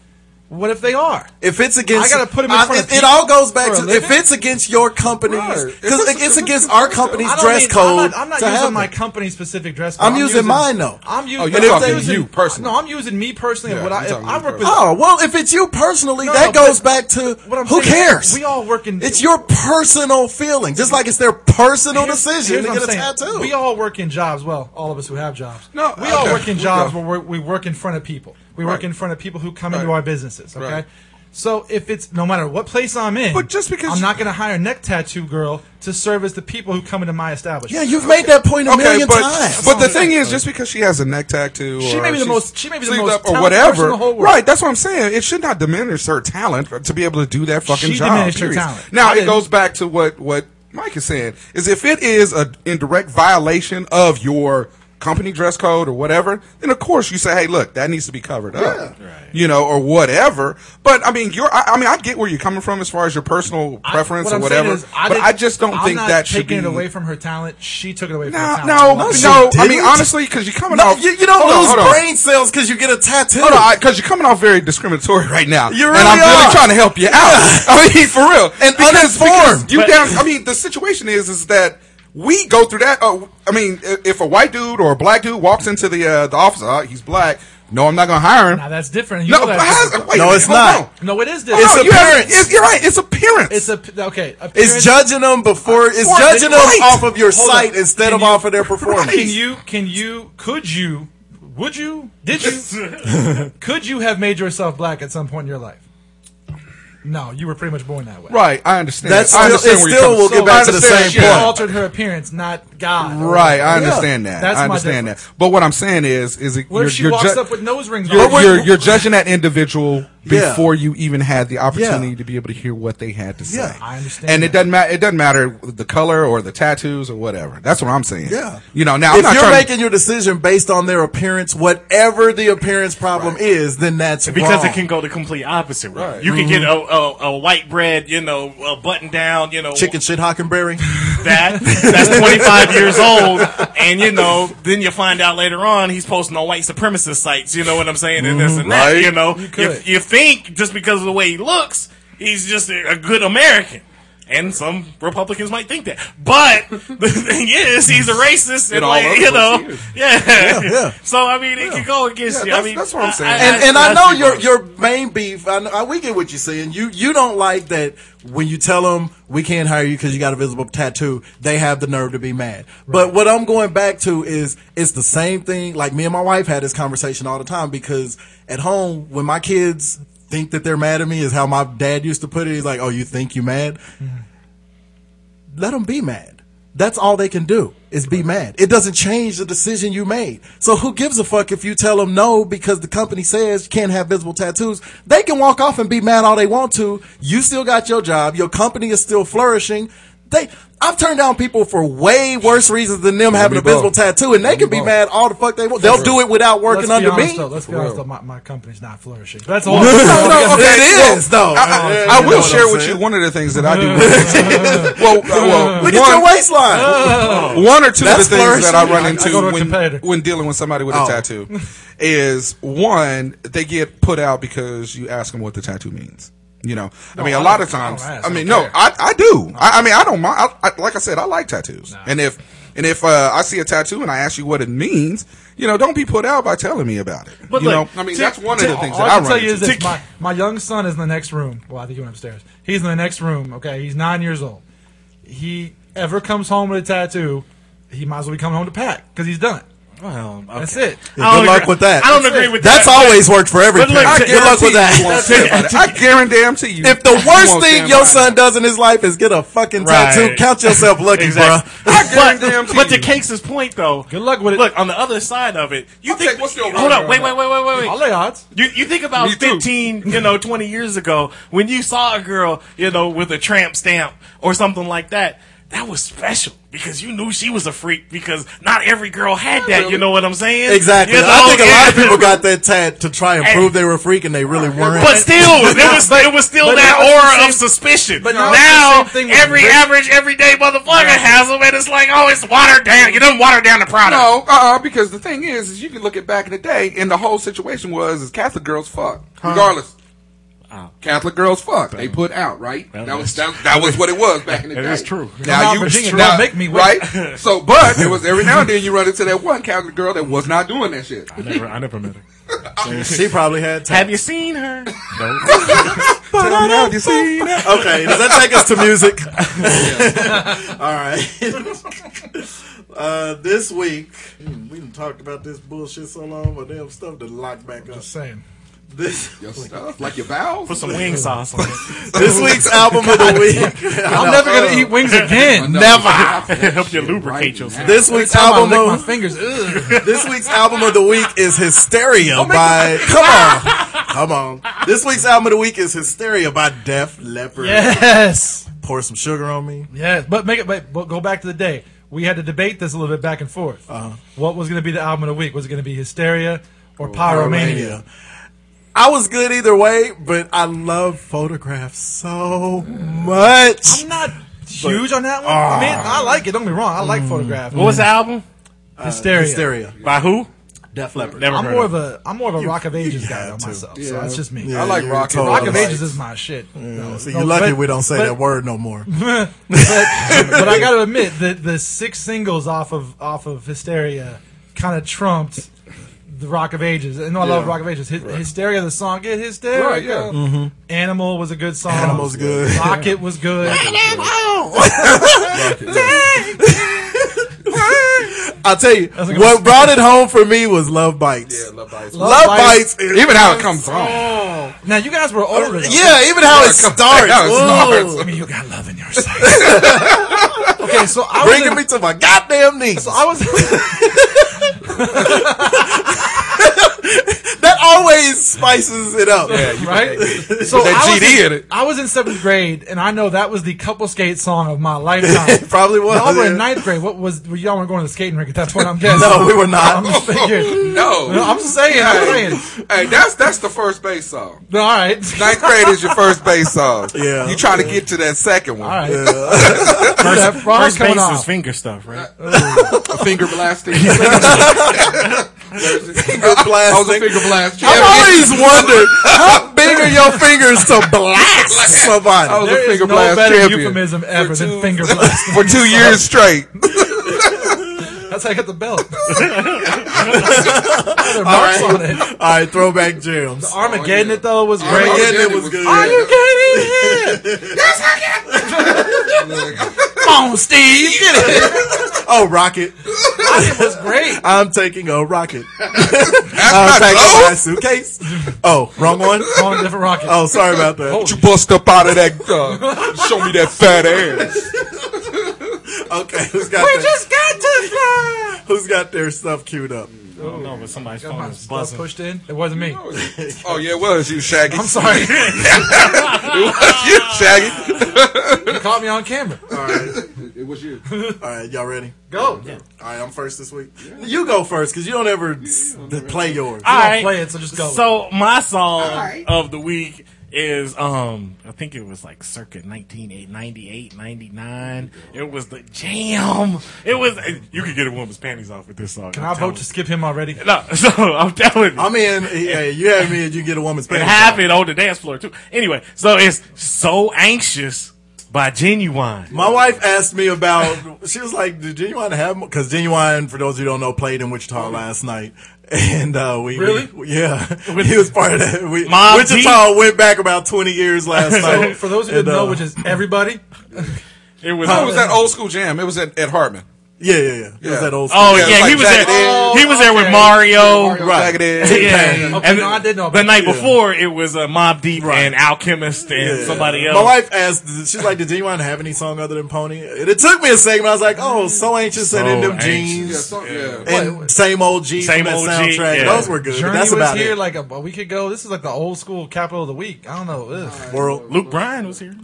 I: What if they are?
F: If it's against,
I: I gotta put 'em in
F: I-
I: front of
F: it- It
I: people
F: all goes back
I: for a
F: to if
I: living.
F: it's against your company's
H: Right.
F: because
H: If it's-
F: it's,
H: if it's
F: against
H: against
F: our
H: your company.
F: company's
I: I don't
F: dress
I: mean-
F: code.
I: I'm not, I'm not
F: to
I: using
F: have
I: my
F: it.
I: company specific dress code.
F: I'm using mine, though.
I: I'm using.
H: Oh, you're
I: I'm
H: talking
I: using-
H: you personally.
I: No, I'm using me personally.
H: Yeah,
I: what I,
H: you're
I: if
H: talking
I: I
H: you
I: work with.
H: personally.
F: Oh well, if it's you personally,
I: No,
F: that
I: but
F: goes back to
I: What I'm
F: who
I: saying is
F: cares.
I: We all work in.
F: it's your personal feeling, just like it's their personal
I: Here's-
F: decision
I: here's
F: to
I: what
F: get a
I: I'm saying.
F: tattoo.
I: We all work in jobs. Well, all of us who have jobs.
H: No,
I: we all
H: okay.
I: work in
H: We
I: jobs
H: go.
I: where we're, we work in front of people. We work
H: Right.
I: in front of people who come into
H: Right.
I: our businesses. Okay.
H: Right.
I: So if it's no matter what place I'm in,
H: But just because
I: I'm
H: you-
I: not going to hire a neck tattoo girl to service the people who come into my
F: Yeah,
I: establishment.
F: you've made that point a million
H: but,
F: times.
H: But the thing is, just because she has a neck tattoo,
I: She
H: or
I: may be the
H: she's
I: most- she may be the
H: sleeved
I: most
H: or
I: talented
H: whatever,
I: person in the whole world.
H: right? That's what I'm saying. It should not diminish her talent to be able to do that fucking
I: She
H: job.
I: diminished her
H: period.
I: talent.
H: Now
I: I
H: it
I: didn't.
H: goes back to what what Mike is saying is if it is a indirect violation of your company dress code or whatever, then of course you say, hey, look, that needs to be covered up, you know, or whatever. But I mean, you're, I, I mean, I get where you're coming from as far as your personal
I: I-
H: preference
I: what
H: or
I: I'm saying
H: whatever.
I: is,
H: but
I: didn't-
H: I just don't
I: I'm
H: think
I: not
H: that
I: taking
H: should be
I: it away from her talent. She took it away from her
H: no,
I: talent.
H: no, no.
F: she
H: I mean,
F: didn't.
H: honestly, because you're coming
F: no,
H: off.
F: you, you don't
H: hold on,
F: lose
H: hold on.
F: brain cells because you get a tattoo.
H: Hold on, because you're coming off very discriminatory right now.
F: You
H: and I'm
F: really
H: really
F: are.
H: trying to help you out. I mean, for real.
F: And uninformed.
H: you down. I mean, the situation is is that we go through that. Uh, I mean, i- if a white dude or a black dude walks into the uh, the office, uh, he's black. No, I'm not gonna hire him.
I: Now that's different. You
H: no,
I: know that's
H: but how-
I: different.
H: wait a
F: No,
H: minute,
F: it's
H: hold
F: not.
H: on.
I: no, it is
H: No,
I: different.
H: you haven't-
F: appearance.
H: it's- you're right. It's appearance.
I: It's a okay.
F: It's
I: appearance-
F: judging them before. It's
H: Right,
F: judging them
H: right.
F: off of your
I: Hold
F: sight
I: on.
F: instead
I: Can
F: of
I: you-
F: off of their performance.
I: Can you? Can you? Could you? Would you? Did you? could you have made yourself black at some point in your life? No, you were pretty much born that way.
H: right. I understand.
F: That's
H: I
F: still-
H: understand
F: it still
H: where you're coming
F: will
H: from.
F: get
H: So
F: back to
H: I
F: the
H: understand-
F: same
I: She
F: point.
H: yeah.
I: altered her appearance, not God.
H: Right, I understand that.
I: That's
H: I
I: my
H: understand that.
I: difference.
H: But what I'm saying is, is it,
I: What
H: you're,
I: if she
H: you're
I: walks
H: ju-
I: up with nose rings on?
H: you're, you're, you're judging that individual
F: Yeah.
H: before you even had the opportunity
F: Yeah.
H: to be able to hear what they had to say.
F: Yeah.
I: I understand
H: And it
I: that.
H: doesn't matter. It doesn't matter the color or the tattoos or whatever. That's what I'm saying.
F: Yeah.
H: You know. Now I'm
F: if
H: not
F: you're
H: trying.
F: making your decision based on their appearance, whatever the appearance problem is, then that's
G: because
F: wrong.
G: it can go the complete opposite way. You can get a,
I: Mm-hmm.
G: a, a white bread, you know, a button down, you know,
F: chicken shit Hockenberry.
G: that that's 25 years old, and you know, then you find out later on he's posting on white supremacist sites. You know what I'm saying? And this and that.
H: Right.
G: You know,
I: You
G: you, you,
I: could.
G: think just because of the way he looks, he's just a, a good American. And some Republicans might think that, but the thing is, he's a racist, and
H: all
G: like
H: over
G: you
H: the
G: know,
H: place
G: yeah.
F: yeah.
G: So I mean, it can go against
H: Yeah,
G: you. I
H: that's-
G: mean,
H: that's what I'm saying.
F: and and I
G: that's
F: know
G: the
F: your
G: problem.
F: your main beef. I, know, I we get what you're saying. You you don't like that when you tell them we can't hire you because you got a visible tattoo. They have the nerve to be mad. But what I'm going back to is it's the same thing. Like me and my wife had this conversation all the time because at home when my kids think that they're mad at me is how my dad used to put it. He's like, "Oh, you think you mad? let them be mad. That's all they can do is be mad. It doesn't change the decision you made. So who gives a fuck if you tell them no because the company says you can't have visible tattoos? They can walk off and be mad all they want to. You still got your job. Your company is still flourishing. They, I've turned down people for way worse reasons than them having
H: me
F: a visible
H: both.
F: tattoo, and they can be
H: both.
F: mad all the fuck they want. They'll do it without working
I: let's be
F: under
I: honest,
F: me.
I: Though, let's be
H: For
I: honest,
H: real.
I: though, my, my company's not flourishing. That's all.
H: no, no, okay.
F: It is,
H: well,
F: though. Uh-uh.
H: I,
F: Yeah,
H: I, I
F: you know
H: will
F: what
H: share
F: I'm
H: with you
F: saying.
H: one of the things that I do. well, uh, well,
F: Look
H: one- Uh-uh.
F: at your waistline.
H: one or two of the
F: Oh. That's
H: things that I run
I: I- I
H: into
I: go to a competitor.
H: when, when dealing with somebody with a
F: Oh.
H: tattoo is one they get put out because you ask them what the tattoo means. You know, I mean, a
I: I
H: lot
I: don't-
H: of
I: I don't
H: times. I,
I: ask, I
H: mean,
I: don't
H: no,
I: care.
H: I, I do. I, I mean, I don't mind. I, I, like I said, I like tattoos, and if and if uh, I see a tattoo and I ask you what it means, you know, don't be put out by telling me about it.
G: But
H: you
G: look,
H: know, I mean,
G: to-
H: that's one
G: to-
H: of the things
I: All
H: that
I: I
H: I
I: can
H: run
I: tell you is
H: into.
I: this: my, my young son is in the next room. Well, I think he went upstairs. He's in the next room. Okay, he's nine years old. He ever comes home with a tattoo, he might as well be coming home to pack because he's done.
G: Well, okay.
I: That's it.
G: I don't
F: Good luck
G: agree-
F: with that.
G: I don't agree with
F: That's
G: that. but-
F: always worked for every
G: But look,
F: parent.
G: to-
F: Good luck with
H: guarantee you
F: that.
H: won't say about it. I guarantee you.
F: If the
H: you
F: worst
H: won't
F: thing
H: stand
F: your
H: by it.
F: son does in his life is get a fucking
G: Right.
F: tattoo, count yourself lucky,
G: Exactly.
F: bruh.
H: I
G: But,
H: guarantee
G: but to
H: you.
G: Cakes' point, though,
I: Good luck with it.
G: Look on the other side of it. You
H: I'll
G: think?
H: take- what's your
G: hold on.
H: word
G: Wait,
H: on
G: wait, wait, wait, wait,
I: I'll
G: wait.
I: lay odds.
G: You, you think about
H: Me too.
G: 15, you know, 20 years ago when you saw a girl, you know, with a tramp stamp or something like that. That was special because you knew she was a freak because not every girl had that. You know what I'm saying?
F: Exactly.
G: You
F: I
G: know,
F: think a lot of
G: yeah.
F: people got that tat to try and
G: Hey.
F: prove they were a freak and they really weren't.
G: But still, it was it was still
I: but
G: that
I: now it's the
G: aura
I: same-
G: of suspicion.
I: but
G: But
I: now
G: now,
I: it's the same thing with
G: every
I: Brit-
G: average everyday motherfucker has them, and it's like, oh, it's watered down. You don't water down the product.
H: No, uh, uh because the thing is, is you can look at back in the day, and the whole situation was is Catholic girls fuck, regardless. Catholic girls fuck. They put out right. That was that, that was what it was back in the
G: That
H: day.
G: is true.
I: Now,
H: Now you
I: Virginia,
H: now,
I: don't make me wait.
H: right. So, but it was every now and then you run into that one Catholic girl that was not doing that shit.
G: never, I never met her.
F: she probably had tat.
G: Have you seen her?
H: Tell them now, you see that?
F: Okay, does that take us to music? All right. Uh, this week, mm, we done talked about this bullshit so long, but damn stuff to lock back up.
I: Just saying.
F: This
H: Your stuff, like your bowels.
G: Put some wing sauce on it.
F: this week's album of the week.
I: I'm never gonna eat wings again.
H: Never.
G: Help you lubricate yourself.
F: This week's
I: Time I
F: album
I: lick my
F: of
I: fingers. Ugh.
F: this week's album of the week is Hysteria by Come on. Come on. This week's album of the week is Hysteria by Def Leppard.
I: Yes.
F: Pour some sugar on me.
I: Yes. But make it. But, but go back to the day. We had to debate this a little bit back and forth.
F: Uh-huh.
I: What was going to be the album of the week? Was it going to be Hysteria or Pyromania?
F: I was good either way, but I love photographs so much.
I: I'm not huge on that one.
F: Ah.
I: I mean, I like it. Don't be wrong. I
F: Mm.
I: like photographs.
G: What was the album?
I: Hysteria.
F: Hysteria.
G: By who?
F: Def Leppard.
G: Never
I: I'm
G: heard
I: more
G: of
I: of a I'm more of a Rock of Ages
F: you
I: guy
F: had
I: than
F: to.
I: myself. So that's just me.
H: I like
F: you're
H: rock and
F: told
H: roll.
I: Rock of
F: otherwise.
I: Ages is my shit. No,
F: So
I: no,
F: you're lucky
I: but-
F: we don't say
I: but-
F: that word no more.
I: but I gotta admit that the six singles off of off of Hysteria kind of trumped the Rock of Ages. And no, I love Rock of Ages. Hy- Hysteria, the song, get Hysteria.
H: Right, yeah.
I: Mm-hmm. Animal was a good song.
F: Animal's good.
I: Rocket was good.
F: I'll tell you,
I: a good
F: what brought it home for me was Love Bites. Love
I: Love Bites.
F: Bites. is-
H: Even how it comes on.
I: Now you guys were older. Though.
F: Yeah, even how it
H: comes-
F: starts.
H: how it
F: Ooh.
H: starts.
I: I mean, you got love in your sight. okay, so I was
F: Bringing me to my goddamn knees.
I: so I was.
F: That always spices it up.
I: right? So
H: that
I: I was in,
H: GD in it.
I: I was in seventh grade, and I know that was the couple skate song of my lifetime.
F: It probably was.
I: Y'all were in
F: yeah.
I: ninth grade. What was were y'all were going to the skating rink at that point? I'm guessing.
F: No, we were not.
I: I'm just thinking.
H: No.
I: No, I'm saying. I'm saying.
H: Hey, that's that's the first base song.
I: No, all right.
H: Ninth grade is your first base song.
F: Yeah.
H: You trying to get to that second one.
I: All right. That frog
G: First
I: coming
G: base
I: off.
G: is finger stuff, right?
H: A finger blasting.
F: Finger
H: I was a
F: blasting.
H: finger blast.
F: I've always wondered how big are your fingers to blast
H: I was
F: somebody.
H: a
I: There is
H: finger
I: no
H: blast
I: better
H: champion.
I: euphemism ever than
H: two-
I: finger blast.
H: for two years straight.
I: That's how I got the belt. There are marks on it.
F: All right, throwback jams.
I: Armageddon, it though was
H: Oh, Armageddon.
I: great.
F: Again, it was good.
I: Are you kidding me? Come on, Steve. Get it.
F: Oh, rocket!
I: It was great.
F: I'm taking a rocket.
H: That's
F: I'm
H: not
F: taking
H: gold.
F: my suitcase. Oh, wrong one.
I: On a different rocket.
F: Oh, sorry about that.
H: You bust up out of that. Uh, show me that fat ass.
F: Okay, who's got
I: We
F: their,
I: just got to fly.
F: who's got their stuff queued up?
G: I don't know, but somebody's phone
I: My
G: is
I: stuff
G: buzzing.
I: pushed in. It wasn't me.
H: Oh yeah, it was you, Shaggy.
I: I'm sorry.
H: It was you, Shaggy.
I: you caught me on camera.
F: All right,
H: It was you.
F: all right, y'all ready?
I: Go.
F: All right, I'm first this week. You go first because you don't ever s- play yours.
G: All
I: don't
G: right.
I: play it, so just go.
G: So my song of the week is um I think it was like circa 1998, 99. It was the jam. It was you could get a woman's panties off with this song.
I: Can I vote to skip him already?
G: No, so I'm telling you.
F: I'm in. Hey, you have me, and you get a woman's
G: it
F: panties.
G: happened on the dance floor too. Anyway, so it's so anxious by Genuine.
F: My wife asked me about. She was like, "Did Genuine have?" Because Genuine, for those who don't know, played in Wichita
G: Mm-hmm.
F: last night, and uh, we
I: Really?
F: we- yeah, he was part of that. We,
G: Mobb
F: Wichita went back about twenty years last
I: So,
F: night.
I: for those who didn't
F: And,
I: know,
F: uh,
I: which is everybody,
G: It was.
H: It was that old school jam. It was at, at Hartman.
F: yeah, yeah, yeah, it was
H: Yeah.
F: that old.
G: Oh
F: school.
G: yeah,
H: Yeah, like
G: he was there.
H: Jagged Edge.
G: he was there with
I: Okay.
G: Mario.
I: Oh,
F: Right.
H: Jagged Edge.
G: Yeah,
F: Okay.
I: Okay, no, I did know
G: The
I: about
G: night
F: that.
G: before, it was uh, Mob Deep
F: Right.
G: and Alchemist and somebody else.
F: My wife asked, she's like, "Did Genuine have any song other than Pony?" And it took me a second. I was like, "Oh, so anxious and in
G: So
F: them
G: Anxious.
H: Yeah,
F: jeans."
H: some- yeah.
F: And same old G
G: Same
F: from that
G: old G,
F: soundtrack.
G: yeah.
F: Those were good. but
I: Journey
F: that's
I: was
F: about
I: here
F: it.
I: like a, a week ago. This is like the old school capital of the week. I don't know. Ugh.
F: World.
G: Luke Bryan was here.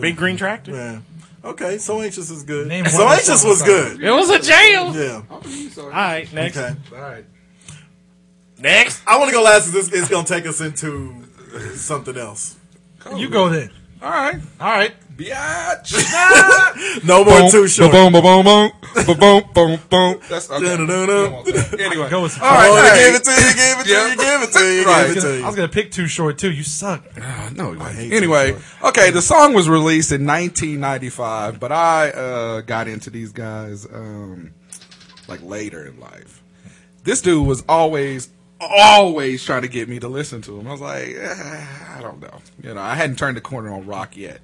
G: Big Green Tractor.
F: Yeah. Okay, so anxious is good.
I: Name
F: so
I: one
F: anxious
I: song
F: was
I: on
F: good.
G: It was a jail.
F: Yeah.
G: All right, next.
F: Okay.
I: All right.
G: Next.
F: I want to go last. 'cause This is going to take us into something else.
I: You go then.
H: All right.
I: All right.
H: Biatch.
F: No more too short.
H: Boom, boom, boom, boom, boom, boom, boom, boom. That's okay.
F: Dun-dun-dun-dun.
H: Anyway.
I: Go with
H: All right.
F: Oh,
H: hey.
F: they gave it to you, gave it to
H: Yeah.
F: you, gave it to you,
H: Right.
F: gave it to
I: I was
F: you.
I: gonna pick too short too. You suck.
H: No, anyway, okay, the song was released in 1995, but I uh, got into these guys um, like later in life. This dude was always, always trying to get "Ah, me to listen to him. I was like, eh, I don't know, you know, I hadn't turned the corner on rock yet.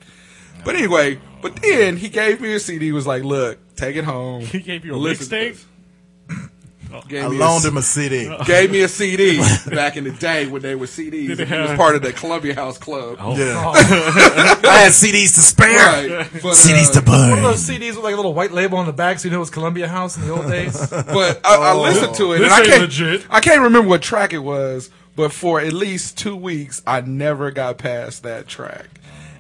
H: But anyway, but then he gave me a CD. Was like, look, take it home.
G: He gave you a
H: Listen to
G: mixtape? Oh.
H: this. Gave
F: I
H: me a
F: loaned
H: c-
F: him a CD.
H: Gave me a CD back in the day when they were CDs. and
G: Did it
H: He was
G: have-
H: part of the Columbia House Club.
F: Oh. Yeah. I had CDs to spare.
H: Right. But, uh,
F: CDs to
I: One of
F: burn.
I: those CDs with like a little white label on the back, so you know it was Columbia House in the old days.
H: but I, I
I: Oh.
H: listened to it.
G: This
H: and I
G: ain't
H: can't,
G: legit.
H: I can't remember what track it was, but for at least two weeks, I never got past that track,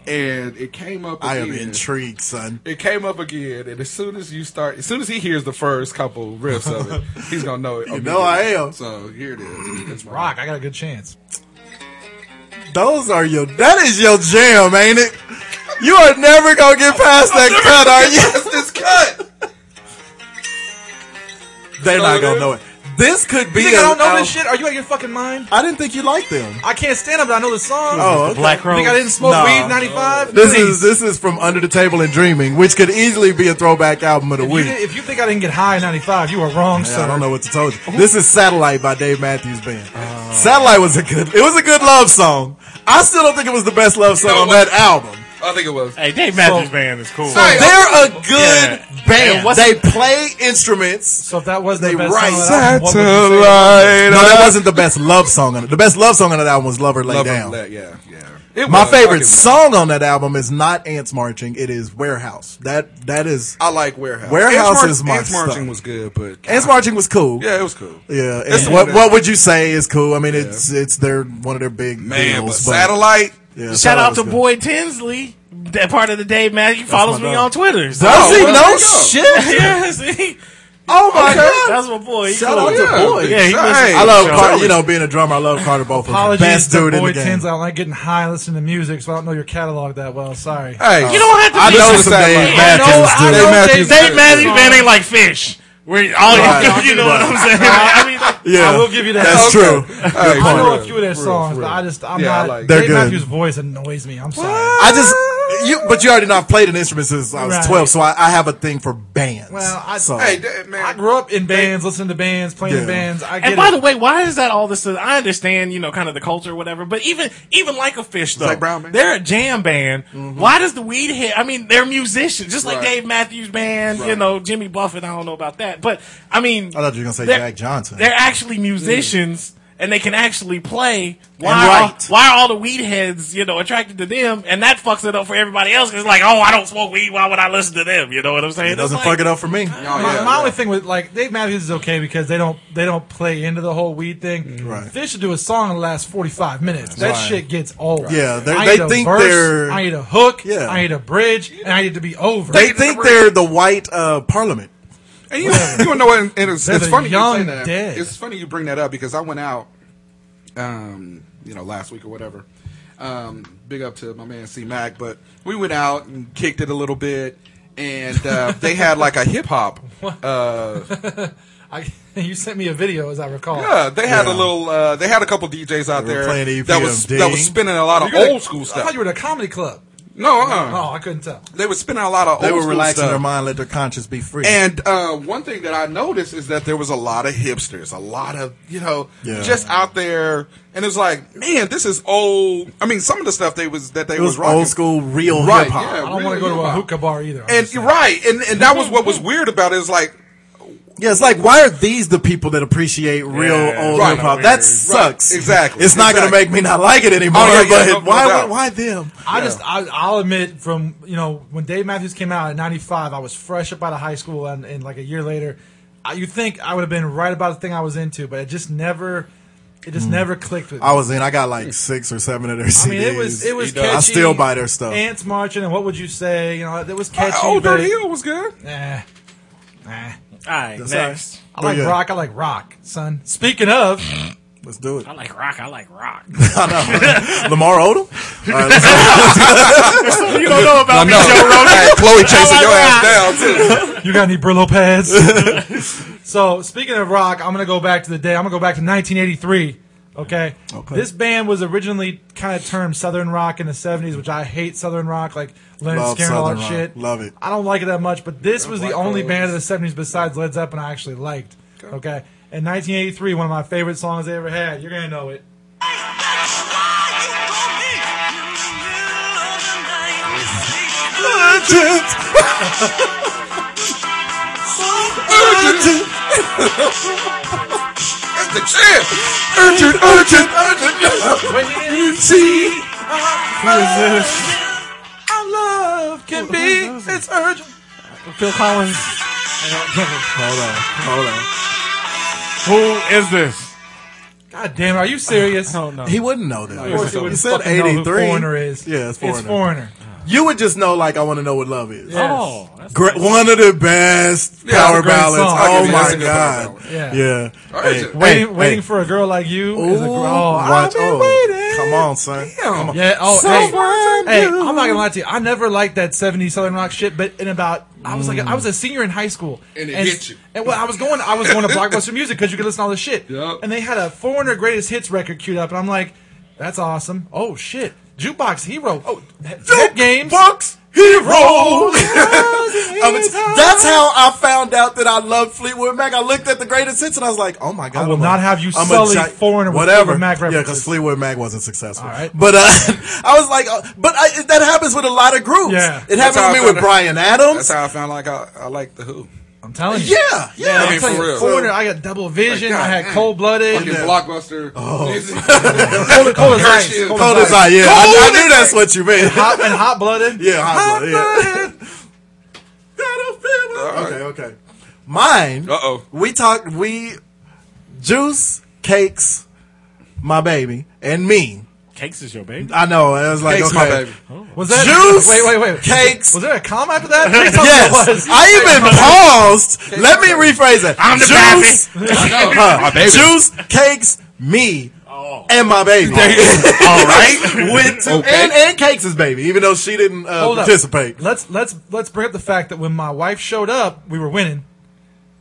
H: and it came up. Again.
F: I am intrigued, son.
H: It came up again, and as soon as you start, as soon as he hears the first couple riffs of it, he's gonna know it.
F: You know I am.
H: So here it is. It's rock.
I: Rock, I got a good chance.
F: Those are your. That is your jam, ain't it? You are never gonna get past that cut, are you?
H: That's this cut.
F: They're not gonna know it. This could be.
I: You think I
F: a-
I: don't know
F: a-
I: this shit? Are you out of your fucking mind?
F: I didn't think you liked them.
I: I can't stand up, but I know the song.
F: Oh,
G: The
F: okay.
G: Black
I: You
G: Rose.
I: think I didn't smoke
F: Nah.
I: weed in 95?
F: This is this is from Under the Table and Dreaming, which could easily be a throwback album of the
I: If you,
F: week.
I: did- if you think I didn't get high in 95, you are wrong,
F: Yeah,
I: sir.
F: I don't know what to tell you. This is Satellite by Dave Matthews Band. Satellite was a good. It was a good love song. I still don't think it was the best love song
H: know
F: on
H: what?
F: that album.
H: I think it was.
G: Hey, Dave Matthews Band is cool.
H: Hey,
F: They're a good
G: Yeah. And
F: band.
G: what's-
F: They play instruments.
I: So if that wasn't
F: They
I: the best
F: write
I: song on that album, what would you say?
H: Satellite.
F: No, that wasn't the best love song on it. The best love song on that album was "Lover Lay
H: Love
F: Down."
H: Let- Yeah, yeah. It
F: My
H: was.
F: favorite
H: Fucking-
F: song on that album is not "Ants Marching." It is "Warehouse." That that is
H: I like Warehouse.
F: Warehouse
H: Ants March-
F: is my
H: Ants Marching
F: stuff.
H: was good, but
F: "Ants Marching" was cool.
H: yeah, it was cool.
F: Yeah,
H: That's
F: and
H: the
F: what
H: one that-
F: what would you say is cool? I mean, it's it's their one of their big
H: Man, but
F: deals, but-
H: Satellite.
F: Yeah,
G: Shout
F: Satellite
G: out
F: was
G: to
F: good.
G: Boyd Tinsley. That part of the Dave Matthews follows
F: my
G: me
F: dog.
G: on Twitter. So.
F: Does he
H: Oh, well,
F: know
H: there
F: shit?
G: yeah, see?
F: Oh my god!
G: That's my boy. He
F: Shout
G: cool.
F: out to
G: yeah.
F: Boyd.
G: Yeah, he
H: Hey.
G: listens to
F: I
G: the
F: love
G: show.
F: Carter. You know, being a drummer, I love Carter Both
I: Apologies
F: Best
I: to
F: dude in
I: Boy
F: the game.
I: Tins, I don't like getting high and listening to music, so I don't know your catalog that well. Sorry.
H: Hey,
G: You don't have to
H: I
G: be
H: know
G: Dave
H: some Dave
G: I know-
F: Matthews,
G: I
F: dude.
G: know
H: Dave Matthews
G: Dave
H: is-
G: Matthews Band ain't like fish. Where all
F: Right.
G: you, you know what I'm saying? I mean, like,
F: Yeah,
I: I will give you that.
F: That's
H: Okay.
F: true.
H: Hey, for
I: I know
H: real,
I: a few of their
H: for real,
I: songs,
H: for
I: but
H: real.
I: I just I'm
H: Yeah, I
I: not.
H: like-
F: They're
I: Dave
F: good.
I: Matthews' voice annoys me. I'm sorry.
F: I just you, but you already know I've played an instrument since I was
I: Right.
F: twelve, so I, I have a thing for bands.
I: Well, I-
F: so,
H: Hey, da- man.
I: I grew up in bands, listening to bands, playing
F: Yeah.
I: in bands. I get
G: and by
I: it.
G: the way, why is that all this? I understand, you know, kind of the culture or whatever, but even even like a fish though,
H: like Brown, man.
G: they're a jam band. Why does the weed hit? I mean, they're musicians, just like
H: Right.
G: Dave Matthews Band, you
H: Right.
G: know, Jimmy Buffett. I don't know about that, but I mean,
F: I thought you were gonna say
G: they're-
F: Jack Johnson.
G: They're actually musicians. And they can actually play. Why,
F: And
G: are-
F: write.
G: why are all the weed heads, you know, attracted to them? And that fucks it up for everybody else. 'cause It's like, oh, I don't smoke weed. Why would I listen to them? You know what I'm saying?
F: it doesn't
G: it's like,
F: fuck it up for me.
H: Oh,
I: My,
H: yeah,
I: my
H: yeah.
I: only thing with like Dave Matthews is okay because they don't they don't play into the whole weed thing.
F: Right.
I: They should do a song in the last forty five minutes. That
F: Right.
I: shit gets old.
F: Yeah, they-
I: I
F: they
I: need a
F: think
I: verse,
F: they're-
I: I need a hook.
F: Yeah.
I: I need a bridge, and I need it to be over.
F: They think they're the white uh, parliament.
H: And you, you don't know what? And it's,
I: They're
H: it's
I: the
H: funny you
I: young
H: say that.
I: dead.
H: It's funny you bring that up because I went out, um, you know, last week or whatever. Um, big up to my man C Mac, but we went out and kicked it a little bit, and uh, they had like a hip hop. Uh,
I: I, you sent me a video, as I recall.
H: yeah, they had
F: Yeah.
H: a little. Uh, they had a couple DJs out
F: They were
H: there
F: playing E
H: that was
F: EPMD.
H: that was spinning a lot of
I: You're at a-
H: old school
I: I thought
H: stuff.
I: you were at a comedy club.
H: No, uh,
I: Oh, I couldn't tell.
H: they were spinning a lot of
F: They
H: old
F: were
H: school
F: relaxing
H: stuff.
F: their mind, let their conscience be free.
H: And uh, one thing that I noticed is that there was a lot of hipsters, a lot of you know,
F: Yeah.
H: just out there, and it's like, man, this is old. I mean, some of the stuff they was that they
F: it was
H: rocking,
F: old school, real
H: right?
F: hip hop.
H: Yeah,
I: I don't want to go to a hookah bar either. I'm
H: And
I: just saying.
H: right, and and that was what was weird about it is like,
F: Yeah, it's like why are these the people that appreciate real
G: Yeah,
F: old
H: right.
F: hip hop?
G: Right.
F: That sucks.
H: Exactly.
F: It's not
H: Exactly.
F: gonna make me not like it anymore.
H: Oh, yeah, yeah, no-
F: but
H: no
F: why, why
H: doubt.
F: why them?
I: I just, I, I'll admit, from you know, when Dave Matthews came out in '95, I was fresh up out of high school, and, and like a year later, I, you think I would have been right about the thing I was into, but it just never, it just never clicked with me.
F: Hmm. I was in. I got like six or seven of their CDs.
I: I mean, it was, it was.
H: You know,
I: Catchy.
F: I still buy their stuff.
I: Ants marching, and what would you say? You know, it was catchy.
H: oh,
I: but
H: Dirt
I: it-
H: Hill was good.
I: Nah, nah.
G: All right,
F: That's
G: next.
F: all right.
I: I
F: But
I: like
F: Oh, yeah,
I: rock. I like rock, son. Speaking of,
F: Let's do it.
G: I like rock. I like rock.
F: Lamar Odom. Uh, All right, let's go.
G: you don't know about me, Joe Rogan.
H: Hey, Chloe chasing
G: like
H: your
G: that.
H: ass down too.
I: You got any Brillo pads? so speaking of rock, I'm gonna go back to the day. I'm gonna go back to 1983. Okay.
F: Okay.
I: This band was originally kind of termed Southern Rock in the 70s, which I hate Southern Rock, like Leonard
F: Love
I: Skinner and all that
F: Southern rock.
I: shit.
F: Love it.
I: I don't like it that much, but this was the
H: Black
I: only
H: Crowes.
I: band of the 70s besides Led Zeppelin I actually liked. Okay. In 1983, one of my favorite songs they ever had. You're gonna know it.
B: That's why you call me in the middle of the night.
F: Urgent! urgent!
H: That's the champ.
F: Urgent! Urgent! Urgent!
I: When you
F: You see,
G: Who is this?
I: how love can be, it's urgent.
G: Phil Collins.
F: Hold on, hold on.
G: Who is this?
I: God damn, are you serious?
G: I don't know.
F: He wouldn't know that.
I: course he
F: he
I: wouldn't
F: said
I: fucking know who
F: 83.
I: Foreigner is.
F: Yeah, it's Foreigner.
I: It's foreigner.
F: You would just know, like, I want to know what love is.
I: Yes.
G: Oh, that's
F: Great, one of the best
H: Yeah,
F: power
I: it's a great
F: ballads.
I: song. I'll
F: Oh
H: give you
F: my
H: that.
F: god!
I: Yeah.
F: yeah.
H: Urgent.
I: Waiting,
F: Hey,
I: waiting
F: hey.
I: for a girl like you is a
F: Ooh,
I: girl. Oh,
F: watch-
I: I've been
F: oh,
I: waiting.
F: Come on, son. Come on.
I: Yeah. Oh,
F: Someone
I: hey, hey,
F: new.
I: I'm not gonna lie to you. I never liked that '70s Southern rock shit, but in about I was like I was a senior in high school,
H: And it hit you.
I: And well, I was going, I was going to Blockbuster Music because you could listen to all this shit.
H: Yup.
I: And they had a Foreigner Greatest Hits record queued up, and I'm like, that's awesome. Oh shit, Jukebox Hero. Oh, Hit Games.
F: Bucks hero. I was- That's how I found out that I love Fleetwood Mac. I looked at the greatest hits and I was like, "Oh my god!"
I: I will
F: I'm
I: not have you
F: I'm
I: sully
F: gi-
I: Foreigner with
F: whatever.
I: Fleetwood Mac
F: yeah,
I: references.
F: because Fleetwood Mac wasn't successful.
I: All right.
F: But uh, I was like, uh, "But I, that happens with a lot of groups.
I: Yeah.
F: it
H: That's
F: happened
H: how
F: with me
H: I
F: with
H: found out.
F: Brian
H: That's
F: Adams.
H: how I found like I, I like the Who.
I: I'm telling you.
F: yeah, yeah.
I: I'm
H: mean,
I: telling
H: for
I: you,
H: real.
I: Foreigner. I got Double Vision.
H: Like,
I: I had
H: God,
I: Cold Blooded.
H: Fucking blockbuster.
F: Oh.
I: Cold, cold as ice.
H: shit.
I: Cold
F: Cold
I: as
F: as
I: ice.
F: I, yeah. I, I knew that's what you meant.
I: Hot and hot blooded.
F: Yeah, hot blood. Yeah.
H: All right.
F: Okay, okay. Mine.
H: Uh-oh.
F: We talked. We juice cakes. My baby and me.
G: Cakes is your baby.
F: I know. It was like
H: Cakes,
F: okay.
H: my baby.
I: Was that
F: Juice,
I: Wait, wait, wait.
F: cakes.
I: Was there a comma after that? Please tell me there
F: Yes,
I: was.
F: I even paused. Let me rephrase it. I'm
G: the
F: juice,
H: My baby. Oh.
F: juice cakes me and my baby.
H: All right.
F: Went to-
H: Okay.
F: and, and cakes is baby, even though she didn't uh,
I: Hold up.
F: participate.
I: Let's let's let's bring up the fact that when my wife showed up, we were winning.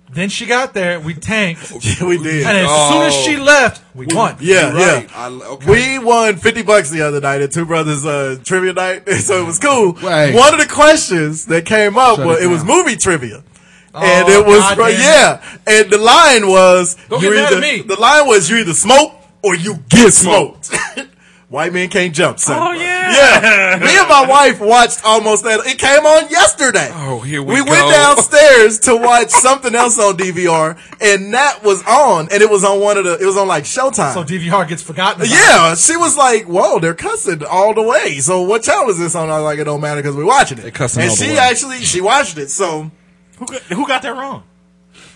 I: Then she got there, we tanked, and
F: Yeah, we did.
I: as soon as
F: Oh.
I: she left, we won.
F: Yeah,
H: Right.
F: yeah.
H: I- okay.
F: We won fifty bucks the other night at Two Brothers uh, Trivia Night, so it was cool.
H: Right.
F: One of the questions that came up was
H: it
F: it, was
H: down.
F: movie trivia. and it
I: Oh,
F: was
I: God
F: right-
I: damn.
F: yeah, and the line was
I: Don't
F: you
I: get mad
F: either,
I: at me.
F: the line was you either smoke or you get smoked. White men can't jump, son.
G: Oh, yeah.
F: yeah. Me and my wife watched almost that. It came on yesterday.
H: Oh, here we
F: We went
H: go.
F: downstairs to watch something else on DVR, and that was on, and it was on one of the. It was on like Showtime.
I: So DVR gets forgotten. about.
F: Yeah, she was like, "Whoa, they're cussing all the way." So what channel is this on? I was like, "It don't matter because we're watching it."
H: They cussing
F: and
H: all the
F: she
H: way.
F: actually she watched it. So
G: Who got, who got that wrong?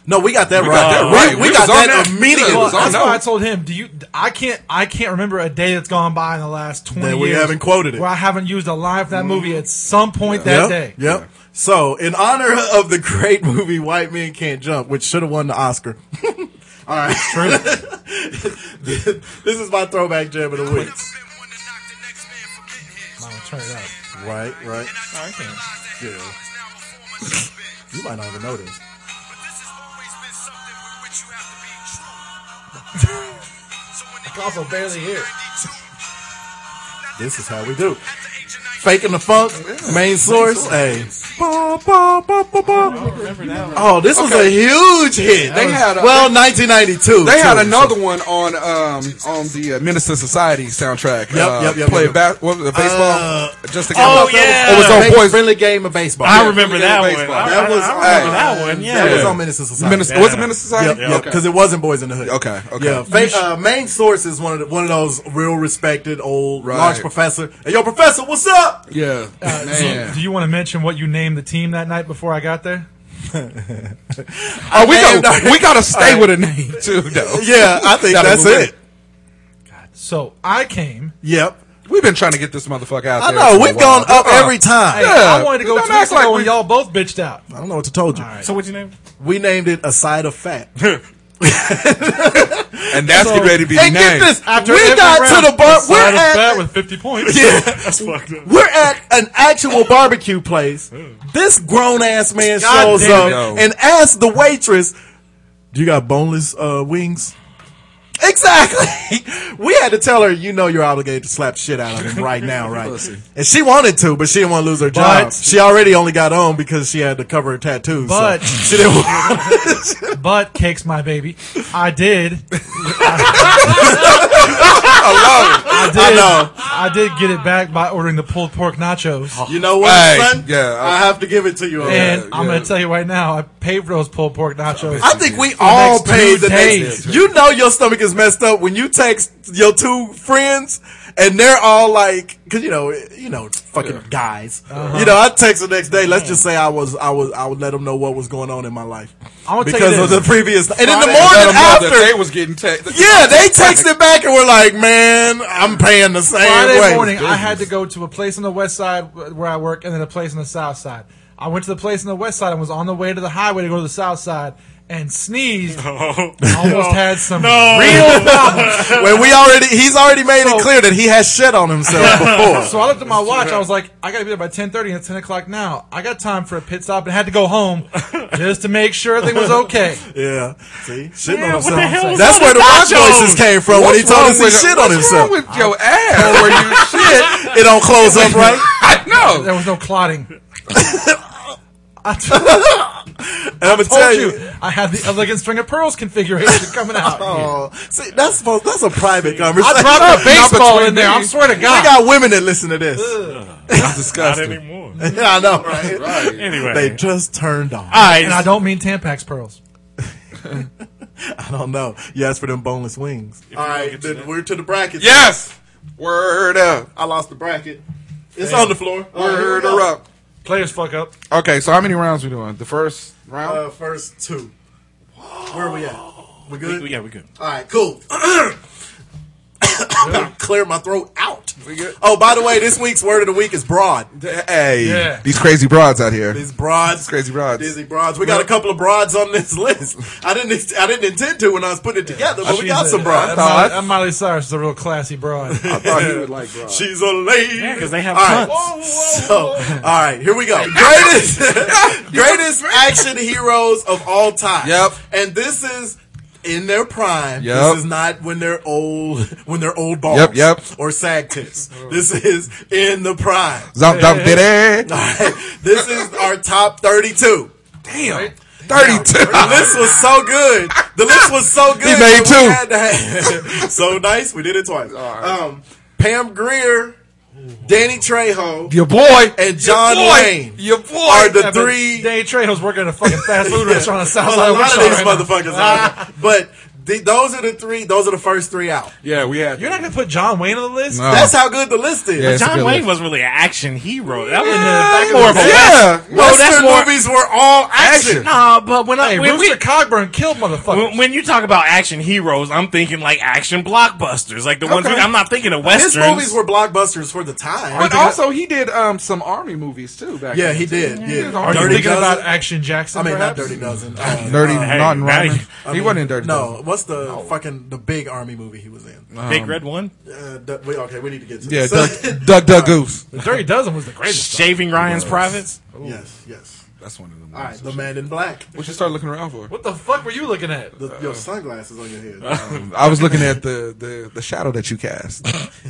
F: no, we got that
H: We
F: right.
H: got that right.
F: We, we
H: We
F: got
H: was on
F: that
H: that.
F: immediately.
H: Yeah, it
I: Well,
H: was on
I: that's
H: no.
I: why I told him. Do you? I can't. I can't remember a day that's gone by in the last twenty
F: That we
I: years
F: haven't quoted it.
I: where I haven't used a line from that movie at some point
F: Yep,
I: that day.
F: Yep. So in honor of the great movie White Men Can't Jump, which should have won the Oscar. all right, this is my throwback jam of the week.
I: Mom, turn it up.
F: Right, right.
I: No, I can't.
F: Yeah. You might not even know this.
I: can also barely hear.
F: This is how we do. Faking the funk, main source. Hey. Ba, ba, ba, ba, ba. Oh, this was a huge hit.
H: They had a-
F: well, 1992.
H: They had
F: too.
H: another one on um on the uh, Minister Society soundtrack.
F: Yep,
H: uh,
F: yep, yep,
H: Play
F: yep.
H: ba- what was it, baseball.
F: Uh,
H: just to
G: oh,
H: get-
G: yeah.
H: It was on
F: Make-
H: Boys.
F: friendly game of baseball.
G: I
F: Yeah.
G: remember
H: Yeah,
G: that one.
H: baseball.
G: I,
F: That
G: I-
F: was-
G: I remember
H: hey.
G: that one. Yeah.
F: That was on Menace to Society.
H: Minister, Was it
G: Yeah.
H: Minister Society?
F: Yep, yep, because it wasn't Boys in the Hood.
H: Okay, okay.
F: Yeah, fa- uh, main source is one of the, one of those real respected old
H: Right.
F: large professor. Hey, yo, professor, what's up?
H: Yeah.
F: Uh,
H: Man.
I: Do you want to mention what you named the team that night before I got there?
H: Oh, we
F: named
H: got
F: our-
H: we got to stay with a name too, though.
F: Yeah, I think
H: Gotta
F: that's
H: move in.
F: it.
I: So I came.
F: Yep.
H: We've been trying to get this motherfucker out.
F: I
H: there
F: know
H: for a
F: we've
H: while.
F: gone up
H: Uh-uh.
F: every time.
I: Hey, I
H: Yeah.
I: wanted to go
H: Don't
I: two weeks
H: act like
I: ago
H: we-
I: when y'all both bitched out.
F: I don't know what to told you.
G: So what's your name?
F: We named it Aside of Fat.
H: and that's getting ready to be the
F: And get
H: name.
F: this, we got to the bar. We're
I: Side of bat
F: at,
I: with fifty points.
F: yeah,
G: Fucked up.
F: we're at an actual barbecue place. This grown ass man
I: God
F: shows
I: damn
F: up
H: it. Yo.
F: and asks the waitress, "Do you got boneless uh, wings?" Exactly. We had to tell her, you know, you're obligated to slap shit out of him right now, right? And she wanted to, but she didn't want to lose her job.
I: But-
F: she already only got on because she had to cover her tattoos. so
I: But-
F: she didn't want
I: But cakes my baby. I did.
H: I
I: I did. I, did get it back by ordering the pulled pork nachos.
F: You know what,
H: Hey,
F: son?
H: yeah, I-
F: I, have to give it to you. on that.
I: and I'm going to tell you right now, I paid for those pulled pork nachos.
F: I think we all
I: next two
F: paid the
I: days.
F: next. You know your stomach is messed up when you text your two friends, and they're all like, because you know, you know, fucking guys. You know, I text the next day. Let's just say I was, I was, I would let them know what was going on in my life
I: I wanna tell you
F: because of
I: this.
F: the previous. And in the
H: Friday,
F: morning
H: let 'em know that
F: after,
H: they was getting te-
F: yeah, they texted back and were like, "Man, I'm paying the same
I: Friday
F: way."
I: morning, I had to go to a place on the west side wh- where I work and then a place on the south side. I went to the place on the west side and was on the way to the highway to go to the south side and sneezed. Almost had some real problems.
F: when we already, he's already made
I: So-
F: it clear that he has shit on himself before.
I: So I looked at my watch. I was like, I got to be there by 10.30 and it's 10 o'clock now. I got time for a pit stop and had to go home just to make sure everything was okay.
F: Yeah. See? Shitting
G: Yeah,
F: on
G: what the
F: himself.
G: hell was
F: That's
G: on
F: where the
G: the
F: rock
G: nachos?
F: voices came from when he told us he shit on himself.
H: What's wrong with your ass? Where you shit?
F: it don't close up right.
H: I know.
I: There was no clotting.
F: And I'm gonna tell
I: Told
F: you.
I: you, I had the elegant string of pearls configuration coming out.
F: Oh, see, that's supposed, that's a private conversation.
I: I dropped a baseball
H: between
I: in there. I
H: these.
I: swear to
F: We
I: God.
F: got women that listen to this.
H: It's
G: Not
H: disgusting.
G: anymore.
F: I know, right?
G: Anyway.
F: They just turned on.
G: all right.
I: And I don't mean Tampax pearls.
F: I don't know. You asked for them boneless wings. All right, then we're to the bracket.
H: Yes. Word up.
F: I lost the bracket. It's on the floor.
H: Word her up.
I: Players fuck up.
H: Okay, so how many rounds we doing? The first round.
F: Uh, first two. Where we at? We good?
G: yeah, we good.
F: All right, cool. Clear my throat out. Oh, by the way, this week's word of the week is broad.
H: hey,
I: Yeah.
H: these crazy broads out here.
F: These broads,
H: crazy broads.
F: Dizzy broads. We got a couple of broads on this list. I didn't, I didn't intend to when I was putting it together, but we got some
I: That
F: broads.
I: Miley,
H: thought-
I: that Miley Cyrus is a real classy broad.
H: I thought he would like broads.
F: She's a lady.
G: Yeah, 'cause they have
F: all right.
G: cunts. Whoa,
F: So, all right, here we go. Greatest, greatest action heroes of all time.
H: Yep.
F: And this is in their prime.
H: Yep.
F: This is not when they're old, when they're old balls.
H: Yep, yep.
F: Or sag tips. This is in the prime.
H: Zomp dump did it.
F: All right, this is our top thirty-two.
H: Damn. Thirty-two.
F: The list was so good. The list was so good.
H: Ah. He made
F: that we had to have- so nice. We did it twice. Um, Pam Greer, Danny Trejo,
H: Your boy
F: and John
H: Your boy.
F: Wayne
H: Your boy.
F: are the
I: Yeah, but
F: three.
I: Danny Trejo's working at a fucking fast food restaurant on South
F: well, a
I: Side
F: lot of
I: Wichita
F: these
I: right now.
F: motherfuckers. are. But the, those are the three. Those are the first three out.
H: yeah, we had.
I: You're not gonna put John Wayne on the list?
H: No.
F: That's how good the list is.
H: Yes. It's a
G: John
H: good
G: Wayne
H: list.
G: was really an action hero. That was
F: Yeah,
G: back more of a
H: yeah.
G: No, that's
F: Western
G: more-
F: movies were all action.
H: Action.
G: Nah, but when I
I: Hey,
G: when,
I: Rooster
G: we,
I: Cogburn killed motherfuckers.
G: when, when you talk about action heroes, I'm thinking like action blockbusters, like the ones
H: Okay.
G: we, I'm not thinking of
F: His
G: westerns.
F: movies were blockbusters for the time.
H: But also, he did um some army movies too. Back
F: Yeah,
H: then,
F: he
H: too.
F: did. Yeah.
I: Are you
F: Dirty
I: thinking
F: Dozen?
I: about Action Jackson?
F: I mean,
I: perhaps?
F: not Dirty Dozen. Uh,
H: Dirty,
G: Hey,
H: not in
G: now
H: Rhyme.
G: you-
H: he wasn't in Dirty.
F: No,
H: Dozen.
F: what's the fucking the big army movie he was in?
G: Big Red One,
F: Uh, d- we, okay, we need to get to
H: Yeah,
F: this. So-
H: Doug, Doug, Doug Goose.
I: Dirty Dozen was the greatest.
G: Shaving Ryan's Privates.
F: yes, yes.
H: That's one of them.
F: All right, the man in black.
H: What you start looking around for?
I: What the fuck were you looking at?
F: The, your sunglasses on your head. Uh,
H: I was looking at the the, the shadow that you cast.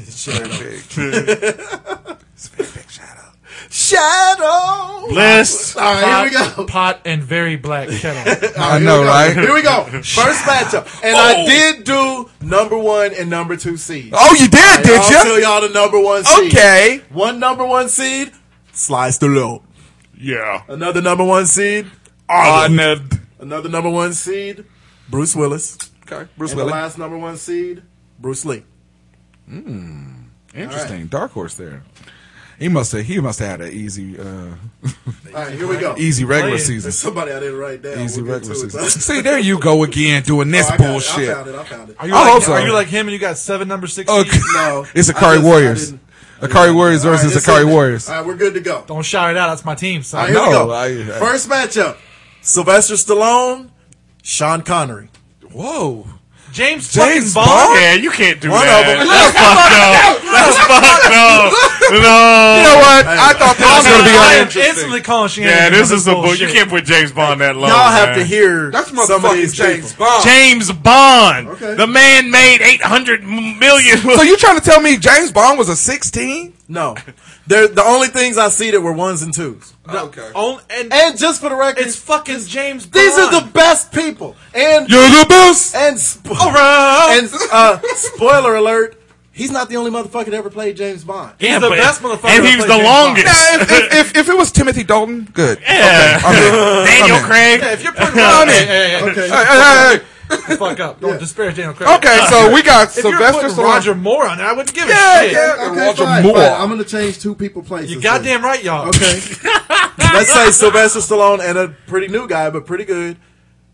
F: shut up.
H: Big. it's a very big shadow.
F: Shadow.
G: Bliss.
F: All right, here we go.
I: Pot and very black kettle.
F: All right,
H: I
F: here
H: know,
F: we go.
H: right?
F: Here we go. First matchup, and I did do number one and number two seed.
H: Oh, you did, did
F: I'll tell
H: you?
F: y'all the number one seed.
H: Okay.
F: One number one seed, Slice Stallone.
G: Yeah.
F: Another number one seed,
H: Oh, Arnold.
F: another number one seed, Bruce Willis.
H: Okay, Bruce
F: And the
H: Willis.
F: last number one seed, Bruce Lee.
H: Interesting. Dark horse there. He must have. He must have had an easy, uh,
F: All right, here we go.
H: easy regular
I: Playing.
H: season.
F: There's somebody I didn't write down.
H: Easy
F: We'll get
H: regular
F: to it,
H: season.
F: though.
H: See, there you go again doing this
F: Oh, I got it.
H: bullshit.
F: I found it. Oh, I found it.
I: Are you,
H: I
I: like,
H: hope so.
I: are you like him and you got seven number sixteen?
H: Okay.
F: No.
H: It's
F: I
H: Akari
F: just- I
H: Warriors.
F: didn't-
H: Akari Warriors
F: All right,
H: versus
F: it's
H: Akari
F: in there.
H: Warriors.
F: All right, we're good to go. All
I: Don't shout it out. That's my team.
F: right,
I: Son.
F: here we
H: No,
F: go.
H: I- I-
F: First matchup Sylvester Stallone, Sean Connery.
H: Whoa.
I: James,
H: James
I: fucking Bond.
G: Yeah, you can't do
F: One
G: that.
F: of 'em.
G: That's fucked up. That's fucked up. No.
H: You know what? I thought that was going to
I: I
H: be
I: am
H: uninteresting.
I: instantly calling Shannon.
G: Yeah, this
I: on
G: is a book. You
I: bullshit.
G: can't put James Bond that low.
F: Y'all have
G: man.
F: to hear
H: That's
F: some of
H: motherfucking
F: these
H: James
F: James.
H: Bond.
G: James Bond.
F: Okay.
G: The man made 800 million.
H: so you trying to tell me James Bond was a 16?
F: No. They're, the only things I see that were ones and twos.
H: Okay.
I: Own, and
F: And just for the record,
I: it's fucking James.
F: these
I: Bond.
F: are the best people. And
H: You're the best.
F: and sp- and uh, spoiler alert, He's not the only motherfucker that ever played James Bond.
G: Yeah,
I: the
G: but-
I: best motherfucker
G: and he
I: that
G: was the
I: played James Bond.
G: longest.
H: Nah, if, if, if, if it was Timothy Dalton, good.
G: Yeah.
H: Okay, I'm in.
G: Daniel
H: I'm in.
G: Craig.
I: If you're putting
H: I'm
I: Hey,
H: in.
I: hey, hey,
F: Okay.
H: Hey, hey, hey,
I: hey, fuck up. Don't disparage Daniel Craig.
H: hey. Okay, so we got
I: If you're
H: Sylvester
I: putting
H: Stallone.
I: Roger Moore on there, I wouldn't give a
H: Yeah,
I: shit.
H: yeah.
F: Okay,
H: Roger
F: fine,
H: Moore.
F: fine. I'm gonna change two people places.
I: You
F: then.
I: goddamn right, y'all.
F: Okay. Let's say Sylvester Stallone and a pretty new guy, but pretty good,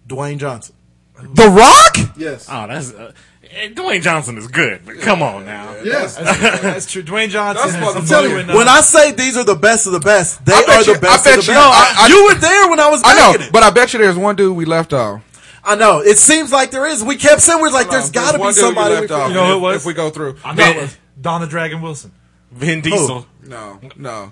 F: Dwayne Johnson.
H: The Rock?
F: Yes.
G: Oh, that's uh, eh, Dwayne Johnson is good, but come on now.
F: yes.
I: That's true. Dwayne Johnson.
H: That's what I'm
I: has
H: telling
I: some
H: you.
I: blue in,
F: When
I: uh,
F: I say these are the best of the best, they
H: I bet
F: are the
H: you- I
F: best
H: bet
F: of the
H: you-
F: best.
H: I- I-
F: you were there when I was
H: I
F: making
H: know,
F: it.
H: but I bet you there's one dude we left off.
F: I know. It seems like there is. We kept saying we're like, there's
H: There's
F: got to be
H: one dude we
F: somebody.
H: left
F: we-
H: off.
I: You know who it
H: If-
I: was?
H: If we go through.
I: I know it was Donna Dragon Wilson.
G: Vin Diesel.
H: No, no,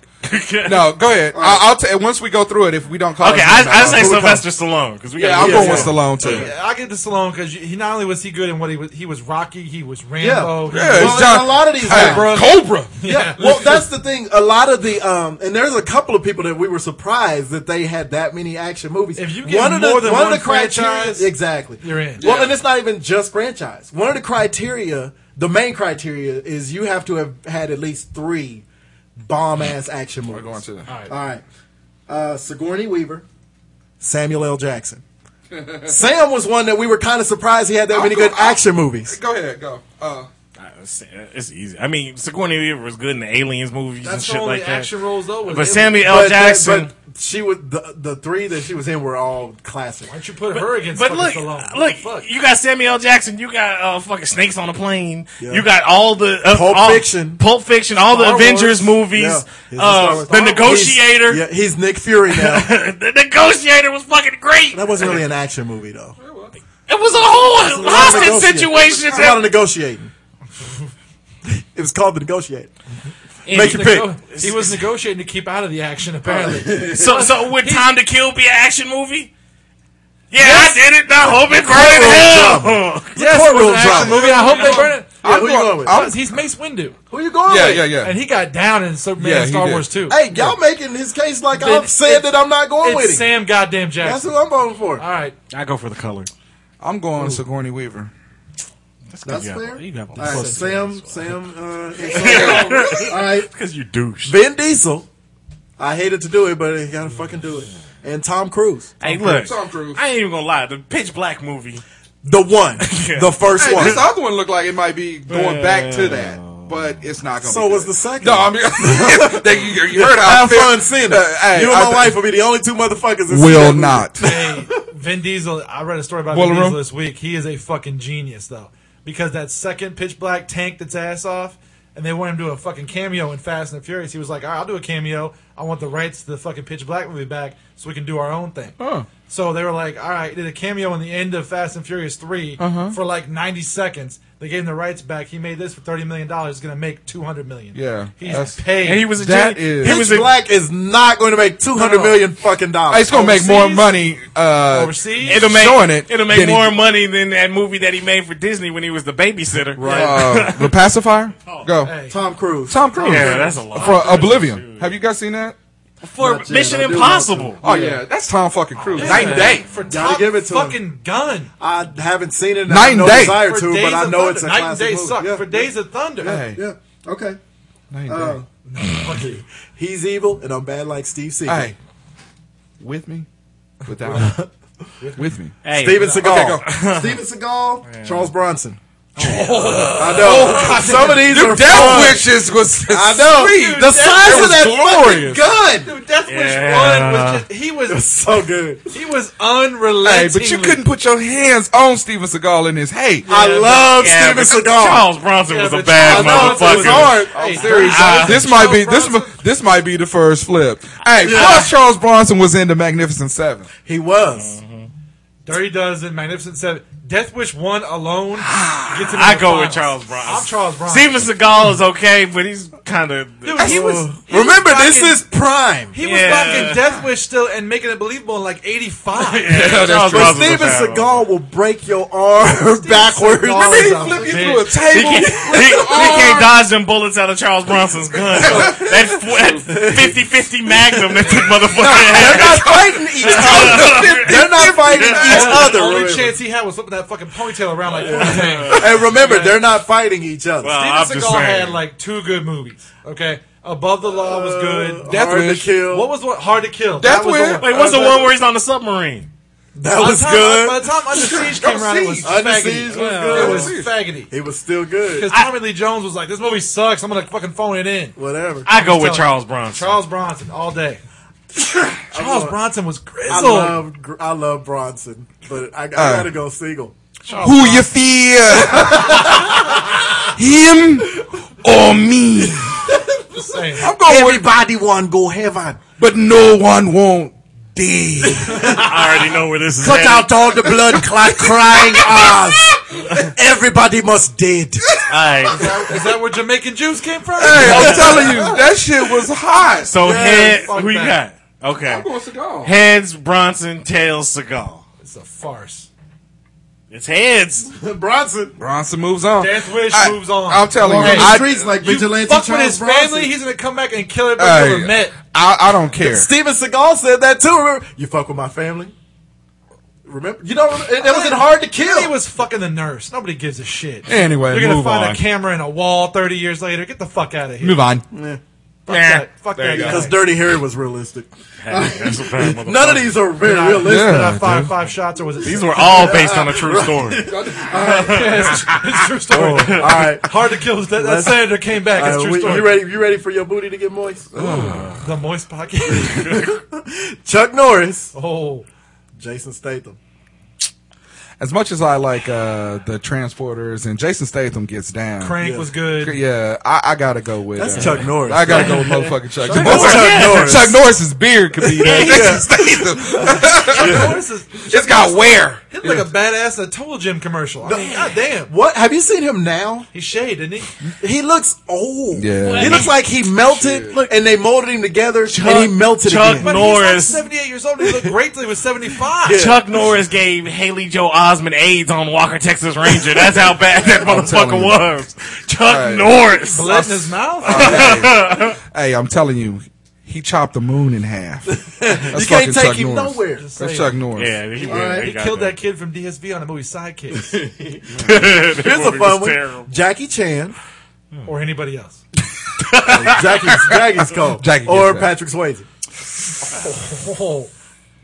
H: no. Go ahead. I, I'll tell. Once we go through it, if we don't call.
G: Okay,
H: his
G: I,
H: name
G: I
H: out.
G: say
H: Who we
G: Sylvester Stallone because we
H: call- Yeah,
G: got
H: I'm
F: Yeah,
H: going
F: yeah.
H: with Stallone too. Yeah,
I: Yeah, I get to Stallone because he not only was he good in what he was, he was Rocky, he was Rambo. he
H: Yeah,
I: was-
H: it's
F: Well,
H: John-
F: a lot of these
H: Hey,
F: guys.
H: Cobra.
F: Yeah. Well, that's the thing. A lot of the um, and there's a couple of people that we were surprised that they had that many action movies.
I: If you get more than one franchise,
F: exactly,
I: you're in.
F: Well, and it's not even just franchise. One of the criteria, the main criteria, is you have to have had at least three bomb ass action movies.
H: going to that.
F: All right. Uh, Sigourney Weaver, Samuel L. Jackson. Sam was one that we were kind of surprised he had that
H: I'm
F: many
H: go-
F: good action movies.
H: Go ahead. Go. Uh,
G: Uh, It's, it's easy. I mean, Sigourney Weaver was good in the Aliens movies and
I: That's the
G: shit
I: only
G: like that.
I: action roles though. was
G: but
I: him.
G: Samuel
F: But
G: L.
F: that-
G: Jackson.
F: but she was the, the three that she was in were all classic.
I: why don't you put her against
G: But
I: fucking
G: look,
I: Stallone? What the
G: look,
I: fuck?
G: you got Samuel L. Jackson, you got uh, fucking Snakes on a Plane,
F: Yeah.
G: you got all the uh,
F: Pulp
G: all-
F: Fiction.
G: Pulp Fiction, all
I: Star
G: the Avengers
I: Wars.
F: Yeah.
G: movies,
F: He's a Star
G: uh,
F: Wars.
G: The
F: He's-
G: Negotiator.
F: yeah, he's Nick Fury now.
G: the Negotiator was fucking great.
F: that wasn't really an action movie though.
G: It was a
F: A lot
G: whole
F: of
G: hostage
F: negotiating.
G: situation.
F: It's a lot of negotiating. it was called the negotiator. Make your pick.
I: Nego- He was negotiating to keep out of the action. Apparently,
G: So, so would Time to Kill be an action movie? Yeah, I did it. I hope it burned hell.
F: Yes,
I: It was an action movie. I hope they burn it.
F: Yeah, who you going with?
I: Because he's Mace Windu,
F: Who you going
H: yeah,
F: with?
H: yeah, yeah.
I: and he got down in Superman
H: Yeah,
I: and
H: he
I: Star
H: did.
I: Wars too.
F: Hey, y'all making his case like
I: Then
F: I'm saying
I: it-
F: that I'm not going with
I: It's
F: him.
I: Sam Goddamn
F: That's
I: Jackson.
F: who I'm voting for.
I: All right,
G: I go for the color.
H: I'm going Sigourney Weaver.
F: That's fair.
G: You have
F: All right, Sam, Sam, uh, and Sam. all right,
G: because you douche.
F: Ben Diesel. I hated to do it, but I gotta fucking do it. And Tom Cruise,
G: Hey, look,
H: Tom Cruise.
G: I ain't even gonna lie. The Pitch Black movie.
F: the one, the first
H: Hey,
F: one.
H: this other one looked like it might be going back to that, but it's not going.
F: So was the second.
H: No, I mean, they- you, you heard how I
F: Have
H: feel.
F: fun seeing it.
H: Uh, hey,
F: you and
H: I
F: my
H: th-
F: wife will be the only two motherfuckers. that see that
H: will
F: movie.
H: not.
I: hey, Vin Diesel. I read a story about
H: Boiler
I: Vin
H: Room?
I: Diesel this week. He is a fucking genius, though, because that second Pitch Black tanked its ass off, and they wanted him to do a fucking cameo in Fast and the Furious. He was like, "All right, I'll do a cameo. I want the rights to the fucking Pitch Black movie back, so we can do our own thing." So they were like, "All right," he did a cameo in the end of Fast and Furious 3 for like ninety seconds. They gave him the rights back. He made this for thirty million dollars. He's gonna make two hundred million.
H: Yeah,
I: he's
H: that's-
I: paid.
G: And he was a
H: That
G: genius.
H: is-
G: He
F: Pitch
G: was a,
F: Black is not going to make two hundred
I: No.
F: million fucking dollars.
H: It's going to make more
I: Overseas?
H: money. Uh,
I: overseas.
G: It'll make
H: showing it, then
G: It'll make
H: he-
G: more money than that movie that he made for Disney when he was the babysitter. Right.
H: uh, the pacifier. Go.
I: Hey.
F: Tom Cruise.
H: Tom Cruise.
G: Yeah, that's a lot.
H: For Oblivion. Have you guys seen that?
G: for
F: Not yet,
G: Mission
F: I do
G: Impossible.
H: Oh yeah, that's Tom fucking Cruise.
I: Night
H: Night
I: and
H: day.
I: for
F: Gotta
I: top
F: give it to him.
I: fucking gun.
F: I haven't seen it. and I
H: Night
F: have no
H: and Day.
F: desire
I: for
F: to,
I: Days
F: but I
I: of
F: know
I: Thunder.
F: it's a
I: Night and
F: classic
I: Day
F: movie.
I: sucked
F: Yeah,
I: for Days of Thunder.
H: Hey.
F: Yeah. Okay.
H: Night
F: Uh,
H: and day.
F: He's evil, and I'm bad like Steve Seagal.
H: Hey, with me, without me, with me.
G: Hey,
F: Steven Seagal.
H: Okay,
F: Steven Seagal. Charles Bronson.
I: Oh,
F: I know. Some of these are fun.
H: Dude, that witches was.
F: I know.
H: Sweet.
F: the size of
H: was glorious.
F: that fucking gun.
I: Dude, Death Wish
G: Yeah.
I: One was just he was
F: So good.
I: he was
H: Hey,
I: unrelenting.
H: but you couldn't put your hands on Steven Seagal in his hate.
F: I love
G: Yeah, but
F: Steven Seagal.
G: Charles Bronson
I: Yeah,
G: was a
I: but
G: bad
I: Charles Bronson
G: motherfucker.
F: was hard.
H: Oh, seriously.
G: Ah.
H: this might be
I: Charles
H: this mi- this might be the first flip. Hey, plus Charles Bronson was in the Magnificent Seven.
F: He was.
I: Dirty Dozen, Magnificent Seven, Death Wish One alone. gets him in
G: I
I: the
G: go
I: finals.
G: with Charles Bronson.
I: I'm Charles Bronson.
G: Steven Seagal is okay, but he's kind of.
I: Dude, he was.
F: Remember, this
I: fucking-
F: is prime.
I: He was
G: Yeah.
I: rocking Death Wish still and making it believable in like 85.
H: that's
G: Charles
H: true.
F: But
G: Bronson was
F: Steven
G: bad.
F: Seagal will break your arm backwards.
H: Remember he
I: Awesome.
H: flipped you
G: Bitch.
H: through a table?
G: He, he, he can't dodge them bullets out of Charles Bronson's gun. So that 50 50 magnum that this motherfucker
F: They're
G: had.
F: not fighting each other. They're not fighting each
I: That's
F: other.
I: The only
F: remember.
I: chance he had was flipping that fucking ponytail around like Steven
F: And remember, they're not fighting each other.
G: Well, Uh, I'm just
I: Seagal
G: saying.
I: had like two good movies. Okay, Above the Law was good. Death
F: Uh, Hard to
I: Wish.
F: Kill.
I: What was what? Hard to Kill.
H: Death
I: That was
H: Wish.
I: the one.
G: Wait, what's the one where he's on the submarine?
F: that
I: By the
F: was
I: time- By
F: good.
I: the time Under Siege came around, it was
H: Siege.
F: Under
I: faggoty.
F: Siege was
I: It
F: good.
I: was
H: Siege.
I: faggoty.
F: It was still good.
I: Because Tommy Lee Jones was like, "This movie sucks. I'm gonna fucking phone it in."
F: Whatever.
G: I go Oh, with
I: Tell-
G: Charles Bronson.
I: Charles Bronson all day. Charles Bronson was
F: I
I: grizzled.
F: love gr- I love Bronson, but I, I gotta go Siegel.
H: Who you fear? Him or me?
I: Just saying.
H: I'm going with,
F: Everybody want go heaven.
H: but no one won't dead.
G: I already know where this is
F: Cut
G: headed.
F: out all the blood clot crying eyes. Everybody must dead.
G: All right.
I: Is that where Jamaican Jews came from?
H: Hey, I'm telling you, that shit was hot.
G: So head,
I: fuck
G: who you got?
I: that.
G: Okay.
H: going Seagal.
G: Heads, Bronson, tails, Seagal.
I: It's a farce.
G: It's heads.
F: Bronson.
H: Bronson moves on.
I: Death Wish
H: I-
I: moves on.
H: I'm telling you,
I: Hey,
H: I,
F: streets like
I: You
F: vigilante
I: fuck with
F: Charles
I: his
F: Bronson.
I: family, he's gonna come back and kill everybody
H: Hey.
I: you ever met.
H: I, I don't care.
F: Steven Seagal said that too. Remember, you fuck with my family. Remember, you know, it, it was in hard to kill.
I: He was fucking the nurse. Nobody gives a shit.
H: Anyway,
I: You're gonna
H: move
I: find
H: on.
I: a camera in a wall 30 years later. Get the fuck out of here.
H: Move on.
I: Fuck that. Fuck
G: There
I: that
G: you go.
F: because
I: guy.
F: Dirty Harry was realistic.
G: Hey, that's a bad motherfucker.
F: None of these are very realistic.
H: Yeah.
I: Did I fire five shots or was it?
G: These were all based on a true story.
I: it's, it's true story.
F: All right.
I: Hard to kill. That,
F: Oh.
I: that
F: Let's-
I: senator came back.
F: All
I: It's
F: right,
I: true
F: we-
I: story.
F: you ready? You ready for your booty to get moist?
I: The moist podcast.
F: Chuck Norris,
I: oh,
F: Jason Statham.
H: As much as I like uh, the transporters and Jason Statham gets down.
I: Crank was good.
H: Yeah, I, I gotta go with
F: That's
H: uh,
F: Chuck Norris.
H: I gotta go with motherfucking Chuck. Chuck,
F: Norris. Chuck Norris.
H: Chuck Norris's beard could be there. Jason Statham.
I: Norris is
H: It's got wear.
I: he looked like a badass in a Total Gym commercial. I mean, God damn.
F: What have you seen him now?
I: He's shade, isn't he?
F: He looks old.
H: Yeah.
F: He looks like he melted, and they molded him together, and he melted
G: Chuck
F: again.
I: But
G: Norris.
I: he's like 78 years old. He looked great till he was 75.
G: Chuck Norris gave Haley Joe Osmond AIDS on Walker, Texas Ranger. That's how bad that motherfucker
H: telling you.
G: was. Chuck
H: All right.
G: Norris.
I: Blood in his mouth.
H: Hey, I'm telling you, he chopped the moon in half. That's
F: you
H: fucking
F: can't take
H: Chuck
F: him
H: Norris.
F: nowhere.
H: That's Chuck Norris.
G: Yeah, he,
F: right.
I: He killed that kid from DSV on the movie Sidekicks,
F: Here's a fun one:
G: Terrible.
F: Jackie Chan,
I: or anybody else.
F: Jackie, Jackie's Cole,
H: Jackie
F: or
H: gets that.
F: Patrick Swayze.
I: Oh,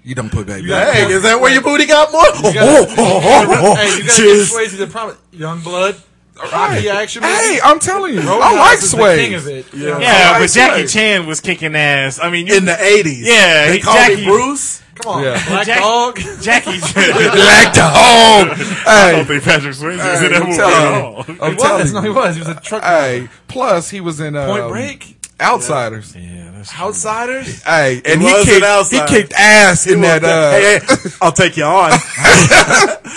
H: You done put baby.
F: Hey, is that where your booty got more? Oh,
I: gotta-
F: oh, oh, oh, oh.
I: hey, you gotta
F: Cheers.
I: give Swayze the promise. Young Blood,
H: Hey,
I: Rocky action. movie.
H: Hey, I'm telling you, I
I: Roadhouse
H: like
I: is the
H: Sway.
I: King of it. You know?
G: Yeah,
H: All
G: but
H: right,
G: Jackie
H: right.
G: Chan was kicking ass. I mean, you,
F: in the eighties.
G: Yeah,
F: they
G: he-
F: called
G: Jackie-
F: him Bruce.
I: Come on,
H: Yeah.
I: Black
G: Jack-
I: Dog.
G: Jackie Chan.
H: Black dog.
G: I
H: Hey,
G: don't think Patrick Swayze was
H: hey,
G: in that
H: I'm
G: movie at all.
H: telling you. I'm
I: he was.
H: telling
I: No, he
H: you.
I: was. He was a truck.
H: Hey, plus he was in um,
I: Point Break.
H: Outsiders.
I: Outsiders.
H: Hey, and he,
F: was an
H: kicked, he
F: outsider.
H: kicked ass in that. Uh,
F: hey, hey, I'll take you on.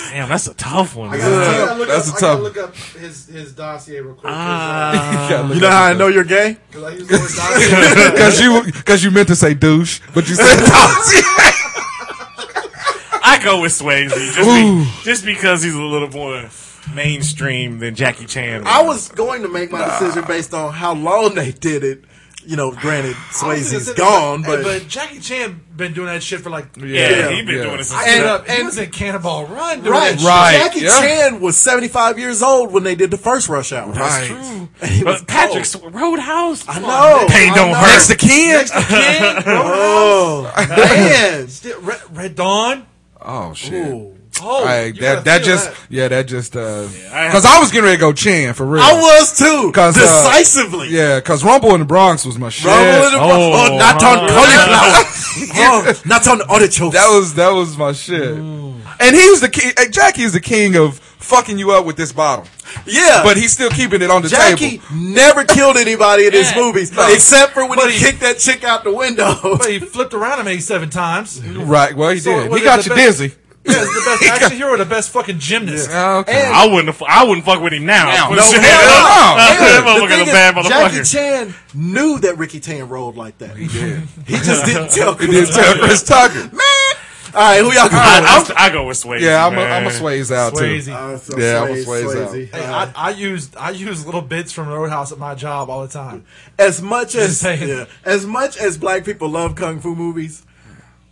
G: Damn, that's a tough one. man.
H: That's a tough.
J: Look up his, his dossier real quick.
F: Ah. You know how I know you're gay?
H: Because you, because you meant to say douche, but you said
G: I go with Swayze just, be, just because he's a little more mainstream than Jackie Chan.
F: I was going to make my decision based on how long they did it. You know, granted, Swayze's gone,
I: Hey,
F: but,
I: but Jackie Chan been doing that shit for like.
G: yeah, uh,
H: Yeah,
G: he been
H: yeah.
G: doing it since.
I: And,
F: And-
I: up. he was in Cannonball Run. Doing
F: right,
I: that shit.
H: Right,
F: Jackie
H: yeah.
F: Chan was seventy five years old when they did the first Rush Hour.
H: Right.
F: And he was
G: but Patrick
F: cold.
G: Sw- Roadhouse.
F: I know.
G: Pain
F: I
G: don't
F: know.
G: hurt.
H: Mexican.
I: Kid,
F: Oh man,
I: Ro- Red, Red Dawn.
H: Oh shit.
F: Ooh.
I: Oh,
H: Hey,
I: you
H: that
I: gotta
H: that
I: feel
H: just
I: that.
H: yeah, that just uh,
G: I-
H: because I was getting ready to go Chan for real.
F: I was too
H: 'Cause, uh,
F: decisively.
H: yeah, because Rumble in the Bronx was my shit.
F: Rumble in the
G: Oh,
F: oh, not on
G: huh.
F: cauliflower. oh, not on artichoke.
H: That was that was my shit.
F: Mm.
H: And he was the king. Hey, Jackie is the king of fucking you up with this bottle,
F: yeah.
H: but he's still keeping it on the
F: Jackie
H: table.
F: never killed anybody in his
G: Yeah.
F: movies
H: No.
F: except for when
I: But
F: he,
I: he-
F: kicked that chick out the window.
I: But he flipped around him eighty-seven times.
H: Right? Well, he
I: So
H: did.
I: was
H: He
I: it the
H: got you
I: best-
H: dizzy.
I: Yeah, he's the best action hero, or the best fucking gymnast.
H: Okay.
G: I wouldn't. have- I wouldn't fuck with him now.
D: Now.
G: But
D: No,
H: hell
G: shit,
H: no.
G: that
F: And the
G: motherfucker's
F: thing
G: a
F: is,
G: bad
F: Jackie
G: motherfucker.
F: Chan knew that Ricky Tan rolled like that. He did. He just didn't tell.
H: It is
F: Chris Tucker.
H: Chris Tucker.
F: All right, who y'all
G: I,
F: got?
G: I'll- I go with Swayze.
H: Yeah, I'm a,
G: man.
H: I'm a Swayze out
I: Swayze.
H: too.
F: Uh, so
H: Yeah, I'm a
F: Swayze-
H: Swayze
F: Swayze.
I: Hey, I, I used I use little bits from Roadhouse at my job all the time.
F: as much as
I: saying.
F: yeah, as much as black people love kung fu movies,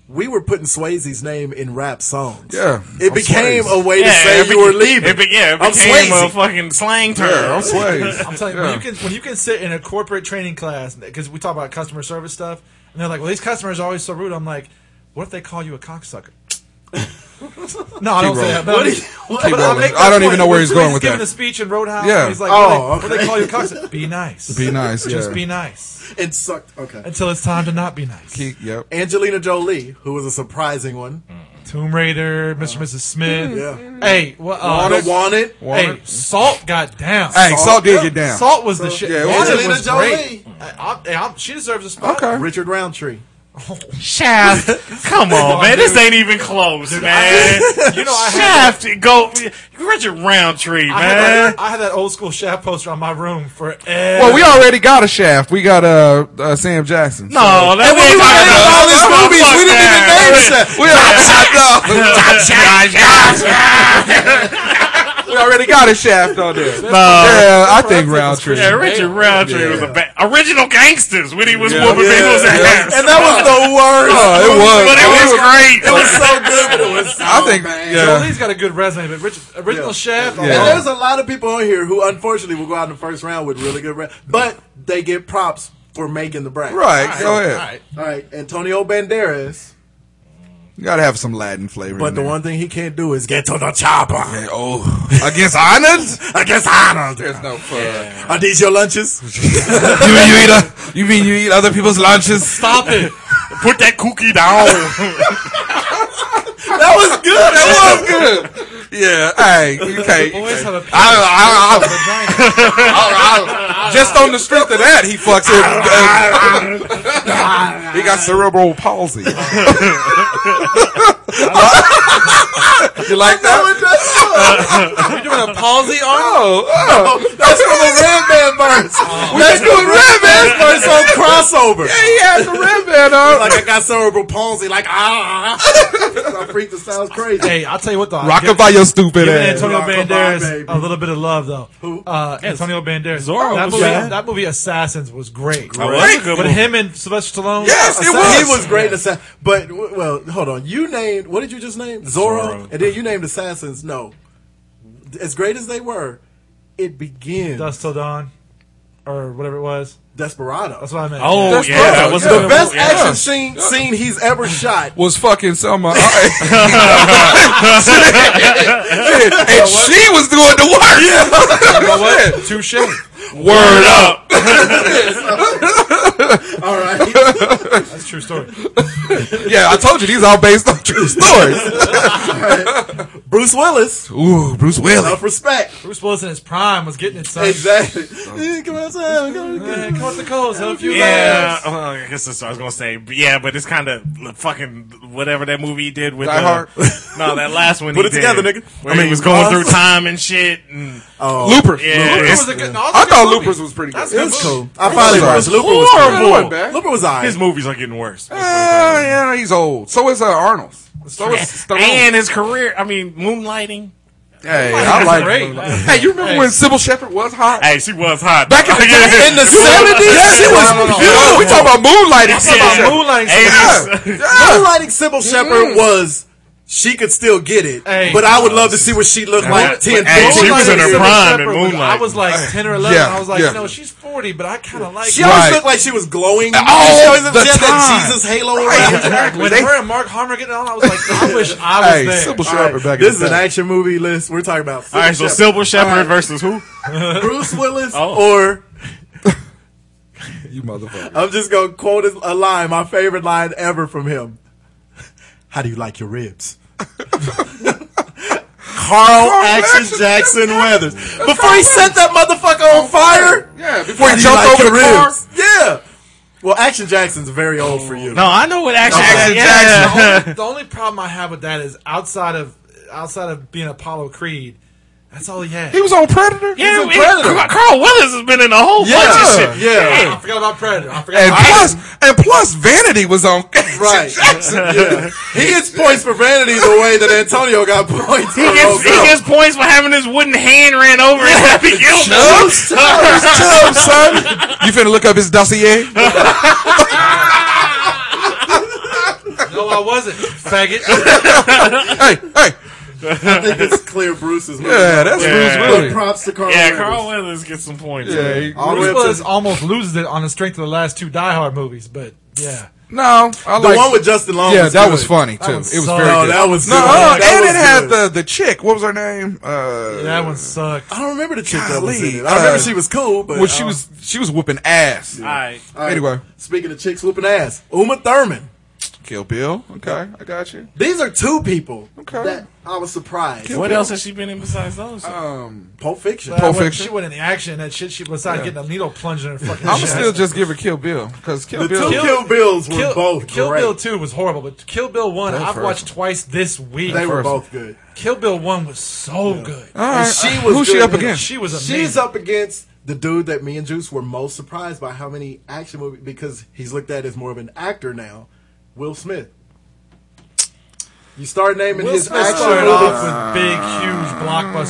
F: we were putting Swayze's name in rap songs.
H: Yeah,
F: it
H: I'm
F: became
H: Swayze.
F: a way to say
G: it
F: you were
G: beca-
F: leaving.
G: It, be- yeah, it
F: I'm
G: became
F: Swayze.
G: a fucking slang term.
H: Yeah, I'm Swayze.
I: I'm telling you,
H: Yeah.
I: when you can when you can sit in a corporate training class because we talk about customer service stuff, and they're like, "Well, these customers are always so rude." I'm like, "What if they call you a cocksucker?" no, I don't say that. But
F: What
I: I'm-
F: do you- what-
I: but I,
H: rolling.
I: make that
H: I don't even
I: point.
H: know where
I: When
H: he's
I: somebody's
H: going with
I: giving
H: that.
I: a speech in Roadhouse.
H: Yeah.
I: and he's like,
F: Oh,
I: "What do they- what do they call you a cocksucker? Be nice.
H: Be nice,
I: Just
H: yeah.
I: be nice
F: it sucked. Okay.
I: until it's time to not be nice."
H: He- yep.
F: Angelina Jolie, who was a surprising one.
I: Mm. Tomb Raider, Mr. Mrs. Smith.
F: Yeah.
I: Hey, what? Uh,
F: Wanted. Wanted.
I: Hey, Salt got down.
H: Hey, Salt did get down.
I: Salt was the shit.
H: yeah, it was-
I: Wanted
F: Angelina
I: was
F: Jolie.
I: great. I, I, I, she deserves a spot.
H: Okay.
F: Richard Roundtree.
G: Shaft. Come on, man. This ain't even close, man.
I: You know, I had,
G: Shaft, go. Richard Roundtree,
I: I, had
G: man.
I: that, I had that old school Shaft poster on my room forever.
H: Well, we already got a shaft. We got uh, uh Sam Jackson.
G: No, that
H: And when we were
G: ain't
H: in
G: talking about-
H: all these
G: Fuck
H: movies, we didn't even
G: that.
H: name Shaft. We already, we already got a shaft on there. yeah, I think Roundtree.
G: Yeah, Richard Roundtree was a ba- original gangsters when he was
H: Yeah.
G: whooping
H: Yeah,
G: people's
H: yeah.
G: ass.
F: And that was the worst.
H: Oh, it was. Oh,
G: but it was great. It was
F: so good, but it was so
H: I think.
F: bad.
H: Yeah.
I: Jolie's got a good resume, but Rich, original Shaft.
H: Yeah.
F: And there's a lot of people on here who unfortunately will go out in the first round with really good rap, but they get props for making the bracket.
H: Right. go ahead.
I: All right.
F: All right, Antonio Banderas.
H: You gotta have some Latin flavor.
F: But
H: in
F: the
H: there.
F: one thing he can't do is get to the chopper.
H: Hey, oh, against honors.
F: Against Arnold.
H: There's no fun.
F: Are these your lunches?
H: You mean you eat? A, you mean you eat other people's lunches?
I: Stop it.
G: Put that cookie down.
H: That was good. That was good. Yeah. Hey, you can't.
I: Boys have a
H: I, I, I,
I: vagina.
H: I- I- just on the strength of that, he fucks it. he got cerebral palsy. you like that?
I: You're doing a palsy arm?
H: Oh, oh.
F: That's from a Red Man verse.
H: we just doing red
F: That's
H: man.
F: verse on crossover.
H: He has the red man on.
F: Like I got cerebral palsy. Like ah, I freaked. It sounds crazy.
I: Hey, I'll tell you what, though.
H: Rock
I: give,
H: it by your stupid
I: giving
H: ass.
I: Antonio
F: Rock a bye,
I: Banderas
F: baby.
I: a little bit of love, though.
F: Who?
I: Uh, Antonio Banderas.
G: Zorro
I: that,
G: was
I: movie,
G: good.
I: that movie, Assassins, was great.
G: was a good
I: But
G: movie.
I: him and Sylvester Stallone.
H: Yes, it was.
F: He was great. in Assa- but w- well, hold on. You named what did you just name? Zorro,
G: Zorro.
F: and then you named Assassins. No, as great as they were, it begins
I: Dust Till Dawn, or whatever it was.
F: Desperado.
I: That's what I meant.
G: Oh
H: That's
G: yeah, that
H: perfect.
G: was
H: Yeah.
G: a
F: the
G: good
F: best
G: movie. Yeah.
F: action scene scene he's ever shot.
H: was fucking Selma. All right. Shit. and she was doing the work.
I: You know what? Touche.
H: Word up.
F: All right.
I: That's a true story.
H: Yeah, I told you these are based on true stories.
F: Bruce Willis,
H: Ooh, Bruce Willis.
F: enough respect.
I: Bruce Willis in his prime was getting it. Son.
F: Exactly. Yeah, Come outside. Come
I: Hey,
F: on.
I: come up the coals, help you.
G: Yeah, uh, I guess that's what I was gonna say. But yeah, but it's kind of fucking whatever that movie he did with
H: Die Hard?
G: Uh, no, that last one.
F: Put
G: he
F: it together,
G: did,
F: nigga.
G: Where
F: I
G: I mean,
F: mean,
G: he was going
F: us.
G: through time and shit. And
H: Looper.
G: yeah,
H: Looper.
I: That
G: it's,
I: was a good, no, that was a
H: I
I: good
H: thought
I: movie.
H: Looper was pretty good.
I: That's a
F: It
I: good
F: was
I: movie.
F: cool. I finally watched Looper was
G: horrible.
F: horrible.
H: bad.
F: Looper was alright.
G: his movies are getting worse.
H: Ah, yeah, he's old. So is uh, Arnold. So is Stallone.
G: and his career. I mean, moonlighting.
H: hey, I like.
I: great.
H: Hey, you remember when Sybil Shepherd was hot?
G: Hey, she was hot.
H: Back in the,
G: Yeah.
H: in the 70s? Yeah, she was.
F: No, no, no.
H: beautiful. We talking about moonlighting.
G: Yeah.
H: Sybil
I: Moonlight.
H: Shepherd.
G: Eighties.
F: Moonlighting Sybil Shepherd was. She could still get it,
I: Hey.
F: but I would love to see what she looked like 10,
G: Hey,
F: 15
G: she was in her
F: years ago.
G: prime in
I: Shepherd was-
G: Moonlight.
I: I was like 10 or 11.
H: Yeah,
I: I was like,
H: yeah.
I: no, she's 40, but I kind of like
F: She
I: her.
F: always
H: Right.
F: looked like she was glowing.
H: All
F: she always
H: the
F: she had that
H: time.
F: Jesus halo
H: Right.
F: around.
H: Exactly.
I: When
H: They-
I: her and Mark Harmon getting on, I was like, I wish I was
H: Hey,
I: there.
H: Sybil
F: All right,
H: Shepherd back in
F: this is
H: the
F: an
H: day.
F: action movie list. We're talking about
G: All right, so
F: Sybil
G: Silver Shepherd versus who?
F: Shepherd, Bruce Willis
G: Oh.
F: or
H: You motherfucker.
F: I'm just gonna quote his- a line, my favorite line ever from him. How do you like your ribs? Carl Action
H: Action
F: Jackson Weathers. Before he set that motherfucker on fire,
H: Yeah, before
F: how
H: he
F: do you
H: jumped
F: like
H: over the
F: your
H: car.
F: ribs? Yeah. Well, Action Jackson's very old for you.
G: No, I know what action.
I: Oh,
H: Action
G: yeah.
H: Jackson.
I: the, only, the only problem I have with that is outside of outside of being Apollo Creed, that's all he had.
H: He was on Predator.
G: Yeah,
F: He's a
G: it-
F: predator.
G: Car- Carl Weathers has been in a whole bunch
F: yeah,
G: of shit.
F: yeah.
I: I forgot about Predator. I forgot.
H: And
I: About
H: plus, and plus, Vanity was on.
F: Right. yeah. He gets points for vanity the way that Antonio got points.
G: He
F: for
G: gets, he
F: Roselle.
G: gets points for having his wooden hand ran over and Happy Gilmore.
H: Chubbs, Chubbs, son. You finna look up his dossier?
I: no, I wasn't. Faggot.
H: Hey, hey.
F: I think it's clear Bruce's movie.
H: Yeah, that's
G: Yeah.
H: Bruce
F: But
H: Willis.
F: props to Carl.
G: Yeah,
F: Weathers.
G: Carl Weathers gets some points.
H: Yeah, he-
F: All the way
I: Bruce
F: up to
I: Willis almost loses it on the strength of the last two Die Hard movies, but yeah.
H: No, I
F: the
H: like
F: one with Justin Long.
H: Yeah,
F: was
H: that
F: good.
H: was funny too.
I: That
H: It
I: one
H: was
I: sucked.
H: very
F: No,
H: good.
F: that was
H: No,
F: good.
H: uh,
F: That
H: and
F: was
H: it had
F: good.
H: the the chick. What was her name? Uh,
I: Yeah, That one sucked.
F: I don't remember the chick that was
H: Golly,
F: in it. I remember
H: uh,
F: she was cool, but
H: Well, she
F: uh,
H: was she was whooping ass.
G: All right.
F: all right.
H: Anyway,
F: Speaking of chicks whooping ass, Uma Thurman.
H: Kill Bill. Okay, I got you.
F: These are two people
H: Okay.
F: that I was surprised.
G: What else has she been in besides those?
F: Pulp Fiction.
H: Pulp
I: That one-
H: Fiction.
I: She went in the action. That shit. She besides getting a needle plunged in her fucking.
H: I'm
I: chest.
H: still just give her Kill Bill because Kill
F: the
H: Bill.
F: two Kill, Bills were
I: Kill,
F: both
I: Kill
F: great.
I: Bill Two was horrible, but Kill Bill One I've
H: first
I: watched twice this week.
F: they were both
H: first.
F: good.
I: Kill Bill One was so good.
H: All right,
F: she
H: uh,
F: was
H: who's she
F: good
H: up
F: in it.
H: against?
I: She was amazing.
F: She's up against the dude that me and Juice were most surprised by how many action movies because he's looked at as more of an actor now. Will Smith. You start naming
I: Will
F: his
I: Smith
F: action
I: started
F: movies,
I: off with big, huge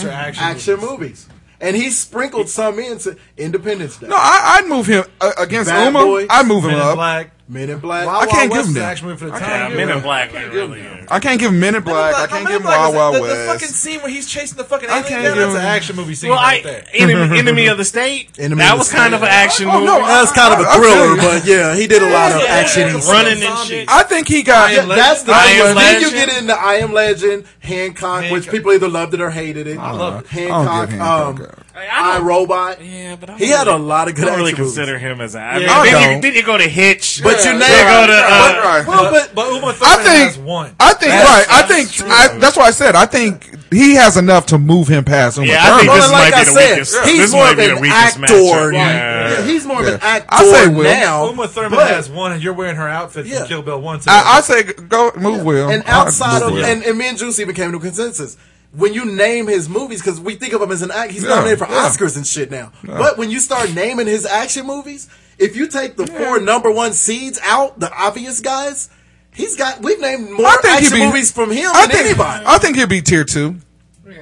I: blockbuster action.
F: action movies, and he sprinkled some into Independence Day,
H: No, I, I'd move him uh, against
F: Bad
H: Uma.
F: Boys,
H: I'd move him
I: Men in
H: up.
I: Black.
F: Men in Black.
I: Wild
H: I can't
I: Wild
H: give
I: West
H: him
I: is an
H: that.
I: action movie for the
H: I
I: time.
H: can't
G: yeah, Men in Black. Really.
H: I can't give him Men in Black. I
I: no, Men
H: can't give
I: in
H: him
I: Black
H: Wild
I: is
H: Wild
I: the,
H: West.
I: The, the fucking scene where he's chasing the fucking
H: I
I: alien.
H: can't
I: down,
H: give
I: That's an
H: him-
I: action movie scene
G: Well,
I: right
G: I,
I: there.
G: enemy, enemy of the state.
F: Enemy of
G: that
F: the
G: was
F: State.
G: kind of an action
H: Oh,
G: movie.
H: no,
F: That's kind of
H: I-
F: a
H: I feel
F: thriller,
H: you.
F: but yeah, he did a lot of
I: Yeah,
F: action.
I: yeah,
G: running and
I: Zombie.
G: shit.
H: I think he got.
I: I am Legend.
F: That's the
G: I
F: thing.
G: Am
F: Then you
G: Legend.
F: get into I Am Legend, Hancock, which
I: Hancock.
F: people either loved it or hated it. I
I: loved it.
F: Hancock,
H: I don't give Hancock
F: um,
H: a-
F: I, Robot.
G: Yeah, but I
F: He
G: don't
F: had a lot of good
G: I don't really
F: action movies.
G: consider him as an. I mean,
I: Yeah,
H: I
G: then,
H: don't.
G: you, then you go to Hitch.
F: But you
G: Then
F: named-
G: go to. Uh,
H: Right, right.
F: Well, but,
I: But Uma Thurman
H: I think
I: has one.
H: I think
G: That's-
H: right. I
G: that's
H: think
G: true.
H: I, that's why I said I think he has enough to move him past. Uma
G: Yeah, I think
H: Thurman.
G: this
F: Well, like
G: might
F: I
G: be the
F: said,
G: weakest.
F: he's
G: this
F: more
G: might
F: of
G: be
F: an
G: the weakest
F: actor.
G: matchup.
F: now.
G: Yeah.
F: Yeah, he's more of an
H: Yeah.
F: actor
H: I say Will.
F: now.
I: Uma Thurman
F: but-
I: has one, and you're wearing her outfit
F: Yeah.
I: from Kill Bill One. Today.
H: I, I say go move Will.
F: And
H: I'd
F: outside
H: move
F: of
H: Will.
F: and, and me and Juice even came to a consensus. When you name his movies, because we think of him as an act, he's
H: Yeah,
F: nominated for
H: yeah.
F: Oscars and shit now. But when you start naming his action movies, if you take the four number one seeds out, the obvious guys, he's got. We've named more
H: I think he'd
F: action
H: be-
F: movies from him
H: I
F: than
H: think
F: anybody.
H: I think he'll be tier two.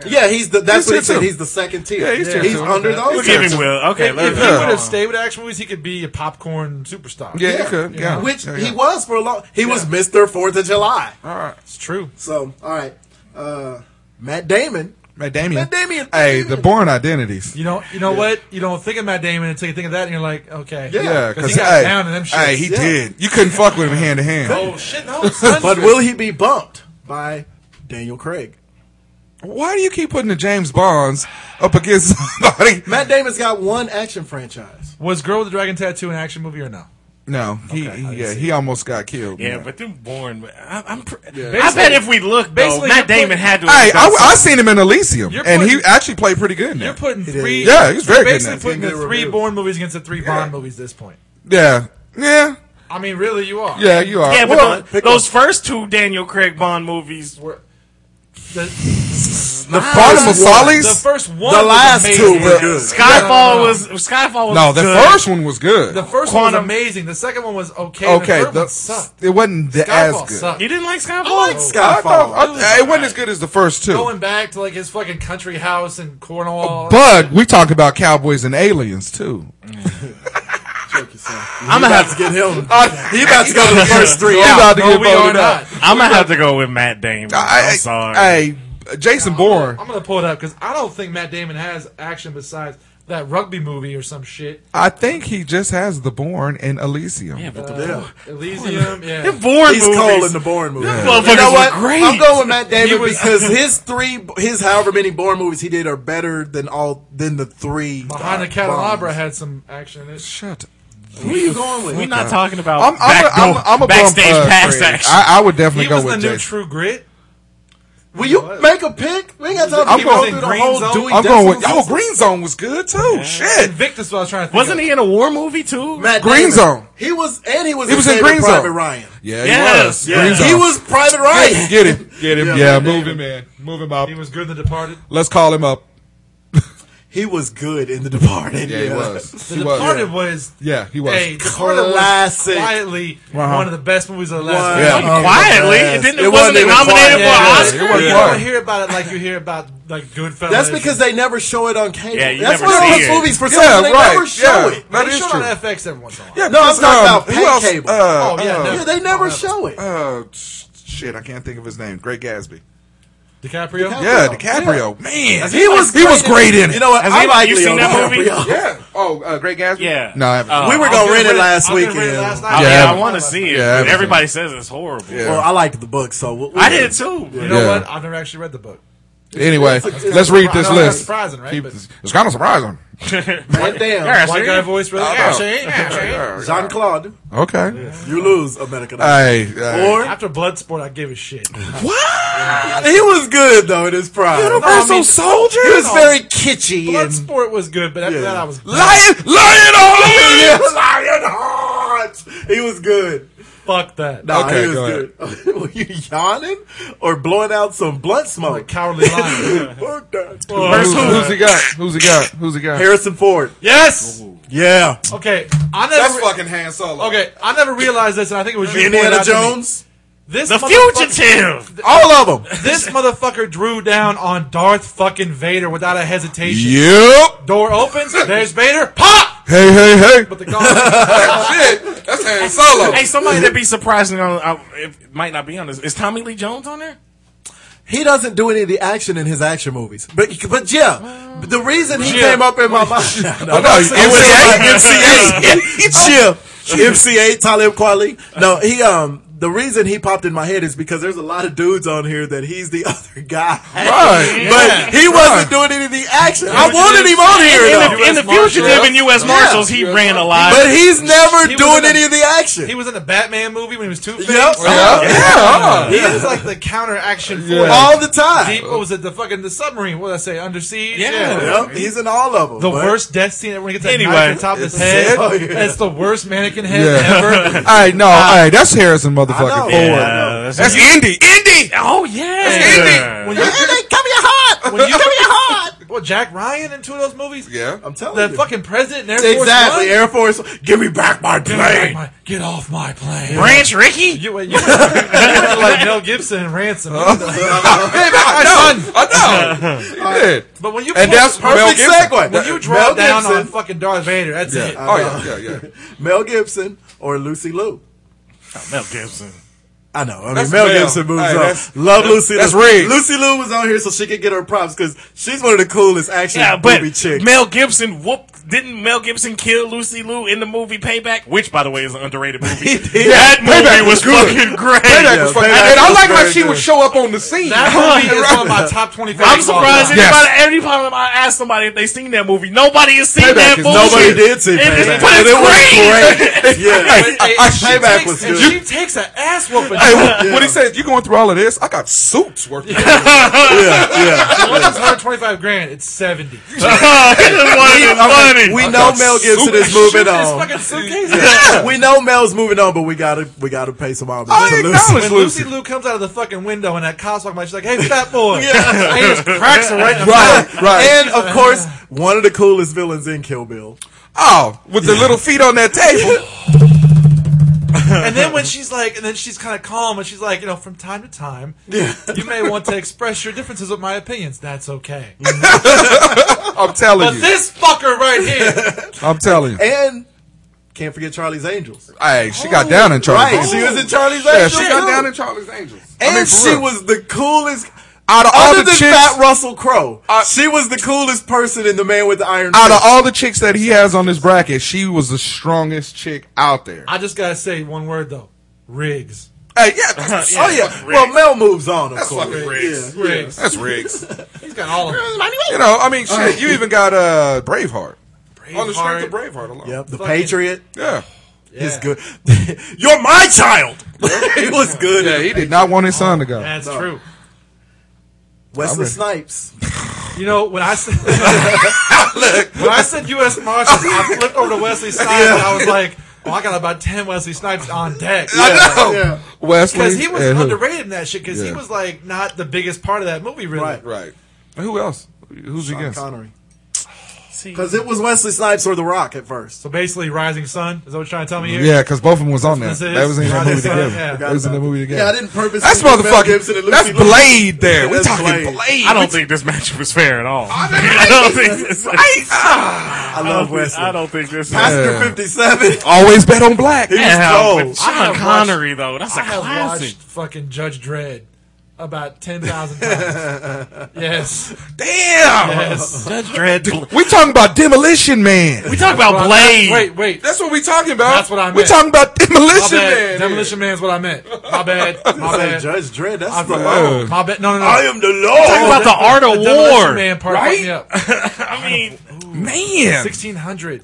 F: yeah, he's the. That's
H: He's
F: what
H: tier
F: he said.
H: two.
F: He's the second tier.
H: Yeah, he's tier two.
F: under
H: Okay.
F: those.
G: We'll
F: guys.
G: give him Will. Okay,
I: if, if
G: let's
I: he
G: go.
I: would have stayed with action movies, he could be a popcorn superstar.
H: Yeah, you could. Yeah,
F: Which
H: yeah,
F: he
H: yeah.
F: was for a long. He was Mister Fourth of July.
H: All right,
I: it's true.
F: So all right, uh, Matt Damon.
H: Matt Damien.
F: Matt Damon.
H: Hey, the Born Identities.
I: You know, you know what? You don't think of Matt Damon until you think of that, and you're like, okay,
H: Yeah,
I: because
H: because
I: he got
H: hey,
I: down in them shit.
H: hey, he did. You couldn't fuck with him hand to hand.
I: oh shit, no, son.
F: But will he be bumped by Daniel Craig?
H: Why do you keep putting the James Bonds up against somebody?
F: Matt Damon's got one action franchise.
I: was Girl with the Dragon Tattoo an action movie or no?
H: No, he yeah, he almost got killed.
G: Yeah,
H: man.
G: but them born. I, I'm. Pr- I
I: Basically-
G: bet if we look, though,
I: basically
G: Matt
I: you're
G: Damon
I: putting-
G: had to. have
H: Hey,
G: done
H: I, I
G: something.
H: seen him in Elysium,
I: You're
H: and he
I: putting-
H: actually played pretty good. Now.
I: You're putting
F: is.
I: three.
H: Yeah, he was very
I: you're
H: good in
I: Basically,
H: that.
F: Getting
I: putting the
F: good
I: three
F: reviews.
I: Bourne movies against the three Bond movies. This point,
H: yeah, yeah,
I: I mean, really, you are.
H: yeah. You are.
G: Yeah, but
H: Well,
G: the- those first two Daniel Craig Bond movies were.
I: The,
H: the Bottom of Follies.
I: the first one,
F: The
I: was
F: last two
I: amazing.
F: were good.
G: Skyfall was Skyfall was
H: no, the
G: good.
H: first one was good.
I: The first
G: Quantum-
I: one was amazing. The second one was okay.
H: okay,
I: the third
H: the-
I: one sucked.
H: it wasn't the, as
I: Skyfall
H: good.
I: sucked.
G: You didn't like Skyfall?
H: I thought,
F: Skyfall.
H: I- it wasn't as good as the first two.
I: Going back to like his fucking country house in Cornwall.
H: But we talked about cowboys and aliens too.
F: I'm gonna have to get him. Uh, He about to go to the first three.
H: We
F: out. Oh,
H: about to
I: no,
H: get
I: we are
H: voted
I: not.
H: out.
G: I'm gonna have to go with Matt Damon. I, am sorry.
H: Hey, Jason Bourne.
I: I'm gonna pull it up because I don't think Matt Damon has action besides that rugby movie or some shit.
H: I think he just has the Bourne and Elysium.
G: yeah, but the
F: Yeah.
I: Elysium,
G: the
I: yeah.
G: Bourne
F: He's
G: movies.
F: cold in the Bourne movie.
G: motherfuckers
F: You know
G: were
F: what?
G: great.
F: I'm going with Matt Damon
I: was-
F: because his three, his however many Bourne movies he did are better than all than the three.
I: Behind the
F: Bonds.
I: Candelabra had some action in it.
H: Shut. up.
F: Who are you going with?
G: We're not talking about
H: I'm, I'm,
G: back,
H: a, I'm, a- I'm a bump,
G: backstage
H: uh,
G: pass
H: Craig.
G: action.
H: I, I would definitely
I: He
H: go
I: was in the
H: with
I: new
H: Jason.
I: True Grit.
F: Will you make a pick? We ain't got time
H: I'm
F: to
H: going-
F: go through the
I: Green
F: whole
I: Zone?
F: Dewey
H: I'm going with.
F: Decimal
H: Oh, Green Zone was good too. Shit.
I: Invictus. is What I was trying to think
G: Wasn't
I: of.
G: he in a war movie too?
F: Matt
H: Green
F: Damon.
H: Zone.
F: He was, and he was.
H: He
F: in
H: was in
F: Saving
H: Green
F: Private
H: Zone.
F: Ryan.
H: Yeah,
G: Yes,
H: he was.
G: yes.
H: Green Zone.
F: He was Private Ryan.
H: Get him. Get him. Yeah, move him in. Move him up.
I: He was good in The Departed.
H: Let's call him up.
F: He was good in The Departed.
H: Yeah, he was.
I: The
H: He
I: Departed was.
H: was. Yeah, he was.
I: Hey, Departed was
F: Classic.
I: quietly one of the best movies of the last.
F: Wow.
I: decade.
F: Yeah. Oh,
G: quietly,
F: yes.
G: it didn't. It,
F: It
G: wasn't,
F: wasn't even
G: nominated
F: quiet.
G: for an
F: Yeah.
G: Oscar.
H: It was
I: You
H: hard.
I: don't hear about it like you hear about like Goodfellas.
F: That's because they never show it on cable.
G: Yeah, you
F: That's
G: never
F: one
G: see
F: of those
G: it.
F: movies for
H: Yeah,
F: some reason they
H: right,
F: never show
H: yeah.
F: it.
H: That
I: they
H: is
I: showed
H: true.
I: on FX every once in a while.
H: Yeah,
F: No, I'm
H: because,
F: talking
H: uh,
F: about
H: who
F: pay
H: else?
F: cable.
H: Uh,
I: Oh, yeah,
H: uh,
I: no.
F: Yeah, they never show it.
H: uh, sh- shit, I can't think of his name. Great Gatsby.
I: DiCaprio.
H: Yeah, DiCaprio. Man,
F: He was
H: he was great in it.
F: You know what?
G: Has
F: I
G: anybody-
F: like
G: you seen
F: Leo
G: that movie?
F: DiCaprio.
H: yeah. Oh, uh, Great Gatsby.
G: Yeah.
H: No, I haven't.
G: Uh,
F: We were
I: I'll
F: gonna
I: get
F: rent it
I: rid-
F: last
I: I'll get rid
F: weekend.
I: of last
G: I,
I: night.
G: mean,
H: Yeah.
G: I want to see it.
H: Yeah,
G: but
H: I
G: everybody says it's horrible.
H: Yeah.
F: Well, I like the book, so we'll,
G: I did too.
I: You
G: but
I: know
H: Yeah.
I: what? I've never actually read the book.
H: anyway, let's read
I: I
H: this
I: know that's
H: list.
I: surprising, right?
H: Keep
I: But-
H: this- It's kind of surprising.
F: One damn,
G: Yeah,
I: White
G: see?
I: guy voice, really?
H: Yeah,
F: Jean Claude,
H: Okay.
F: you lose, American Idol.
H: Hey, hey.
F: Or
I: After Bloodsport, I gave a shit.
F: he was good though in his prime.
H: Universal Soldier.
F: he was very kitschy and
I: Bloodsport was good, but after
F: Yeah.
I: that, I was
H: lion, lion
F: Yeah,
H: on
F: Lionheart. He was good.
I: fuck that.
F: Nah,
H: Okay,
F: he was
H: go
F: good. Were you yawning or blowing out some blunt
I: A
F: smoke?
I: cowardly lion.
F: Fuck that.
H: Who's, who's he got? Who's he got? Who's he got?
F: Harrison Ford. Oh,
I: yes.
F: Yeah.
I: Okay, I never.
H: That's fucking Han Solo.
I: okay, I never realized this, and I think it was you. pointed
F: Indiana
I: out to me.
F: Jones.
I: This
G: the
I: motherfucker-
G: fugitive.
F: All of them.
I: This motherfucker drew down on Darth fucking Vader without a hesitation.
H: Yep.
I: Door opens. There's Vader. Pop.
H: Hey, hey, hey.
I: But the guard.
H: Shit, that's Han Solo.
G: Hey, somebody that be surprising on I, it might not be on this. Is Tommy Lee Jones on there?
F: He doesn't do any of the action in his action movies, but but yeah, but the reason he
I: Yeah.
F: came up in my mind. No,
H: Oh, no,
F: MCA, MCA, yeah, MCA, Talib Kweli. No, he um. The reason he popped in my head is because there's a lot of dudes on here that he's the other guy,
H: Right.
F: but he wasn't doing any of the action. I wanted him on
G: In
F: here,
G: the,
F: though.
G: in the fugitive in U.S. Marshals, he ran a lot.
F: but he's never
I: He was
F: doing
I: in the-
F: any of the action.
I: he was in the Batman movie when he was two.
F: Yep.
H: Yeah. yeah.
I: He was like the counter action force.
F: all the time.
I: Deep, what was it? The fucking the submarine. What did I say? Under siege.
G: Yeah.
F: Yep, he's in all of them.
I: The
F: but-
I: worst death scene ever. When he gets that
G: Anyway.
I: knife on top of his head.
F: Oh, yeah.
I: It's the worst mannequin head
H: Yeah.
I: ever.
H: All right, no, all right, that's Harrison motherfucking
F: I know.
H: Ford.
G: yeah, that's-
H: That's Indy. Indy.
G: oh yeah.
I: When you,
F: come your heart.
I: when you,
F: heart.
I: well, Jack Ryan in two of those movies.
H: Yeah.
F: I'm telling
I: The
F: you.
I: fucking president. And Air Force
F: exactly.
I: One.
F: Air Force. Give me back my
I: Get off
F: plane.
I: my- Get off my plane.
G: Branch Ricky.
I: You, you, you were like Mel Gibson and Ransom.
H: I know. I know. He did.
I: But when you
H: And
I: put-
H: that's Mel
F: Perfect
H: Gibson.
F: segue.
I: when you draw
F: Mel
I: down
F: Gibson.
I: on fucking Darth Vader, that's it.
H: Oh yeah, yeah, yeah.
F: Mel Gibson or Lucy Liu.
G: Mel Gibson.
F: I know. I mean,
H: That's
F: Mel
H: Mel.
F: Gibson moves
H: Hey,
F: on.
H: that's-
F: Love Lucy.
H: that's
F: Liu.
H: rigged.
F: Lucy Liu was on here so she could get her props because she's one of the coolest action
G: Yeah, but
F: movie chicks.
G: Mel Gibson whooped. Didn't Mel Gibson kill Lucy Liu in the movie Payback? Which, by the way, is an underrated movie. That
H: Payback
G: movie was,
H: was good.
G: fucking great.
H: Payback was fucking.
F: Payback
H: And I
F: was
H: like how
F: very
H: she would
F: good.
H: show up on the scene.
I: That movie is one of my top twenty.
G: I'm surprised
H: Yes.
G: anybody. Every time I ask somebody if they seen that movie, nobody has seen
H: Payback
G: that
H: is-
G: movie.
F: Nobody Oh, did see
G: It is-
F: Payback,
G: but it's
F: was great. yeah.
H: I- I- she
F: Payback
H: takes-
F: was
I: And
F: good.
I: she takes an ass whooping.
H: Hey, what- what he said? You going through all of this? I got suits working.
I: One is 125 grand. It's 70.
G: funny.
F: We
H: I
F: know
H: got
F: Mel Gibson is moving
H: Oh.
F: on.
I: This fucking suitcase.
F: We know Mel's moving on, but we gotta we gotta pay some
H: I
F: homage to Lucy.
H: acknowledge
I: When Lucy
H: Lucy.
I: Lou comes out of the fucking window and that cop's walking by, she's like, "Hey, fat boy!" And he just cracks her right in the
H: Right, right.
F: And of course, one of the coolest villains in Kill Bill.
H: oh, with the little feet on that table.
I: And then when she's like, and then she's kind of calm, and she's like, you know, from time to time, you may want to express your differences with my opinions. That's okay.
H: I'm telling
I: But
H: you.
I: this fucker right here,
H: I'm telling you.
F: And can't forget Charlie's Angels.
H: Hey, she got down in Charlie's
F: Right,
H: Angels.
F: she was in Charlie's
H: Yeah,
F: Angels.
H: she got
F: too.
H: down in Charlie's Angels. I
F: and
H: mean, for
F: she
H: real.
F: was the coolest.
H: out of all
F: Other
H: the
F: than
H: chicks.
F: Fat Russell Crowe,
H: I-
F: she was the coolest person in The Man with the Iron
H: out of
F: Fist.
H: all the chicks that he has on this bracket, she was the strongest chick out there.
I: I just gotta say one word though, Riggs.
H: Hey,
I: Uh-huh,
H: yeah,
F: Oh yeah. Well, Mel moves on, of course.
H: fucking
F: Yeah.
H: Riggs.
I: Riggs.
H: that's Riggs.
I: He's got all of them.
H: You know, I mean,
I: Uh-huh.
H: shit. You even got uh, Braveheart on the strength
I: Braveheart.
H: of Braveheart alone.
F: Yep. The
I: Fucking-
F: Patriot
H: Yeah,
F: is good. You're my child. he was good.
H: yeah. He did not want his son to go.
I: That's true.
F: Wesley
H: I'm ready.
F: Snipes.
I: You know, when I said when I said U.S. Marshals, I flipped over to Wesley Snipes and I was like, "Oh, I got about ten Wesley Snipes on deck."
H: I know.
J: Yeah.
H: Wesley.
I: Because he was
H: and who?
I: underrated in that shit. Because he
H: Yeah.
I: was like not the biggest part of that movie, really.
F: Right.
H: Right. Who else? Who's your guess?
F: Connery. Because it was Wesley Snipes or The Rock at first.
I: So basically, Rising Sun is that what you're trying to tell me here?
H: Yeah, because both of them was on that.
I: This is-
H: That was in that
I: Right,
H: movie
I: this is-
H: together.
I: yeah.
H: That was in the movie together.
F: Yeah, I didn't purposely.
H: That's
F: put Mel Gibson
H: motherfucking.
F: and
H: That's
F: Lucy Liu.
H: Blade. There, we're
F: That's
H: talking
F: Blade.
H: Blade.
G: I don't think this matchup was fair at all. I, don't think this.
H: ah.
F: I
G: I don't
F: love
G: think,
F: Wesley.
G: I don't think this. is
F: Oscar fifty-seven.
H: Always bet on black.
G: Hell,
F: cold.
G: but
I: I have
G: Sean Connery though. That's a
I: I have
G: classic.
I: watched fucking Judge Dredd about ten thousand times. yes,
H: Damn.
I: yes.
G: Judge Dredd.
H: We talking about Demolition Man.
G: We talk about
I: Well,
G: Blade.
I: Wait, wait.
H: That's what we talking about.
I: That's what I
H: We
I: meant.
H: talking about
I: My
H: Demolition Man.
I: bad. Demolition Man's what I meant. My bad. My
F: Say
I: bad.
F: Judge Dredd. Oh, That's
I: I'm
F: the
I: wrong.
F: law.
H: Lord.
I: My bad. No, no, no.
F: I am the law.
G: Talk about the art of
I: The Demolition
G: war.
I: Man part
H: Right?
I: fucked me up.
G: I mean,
H: Man.
I: Sixteen hundred.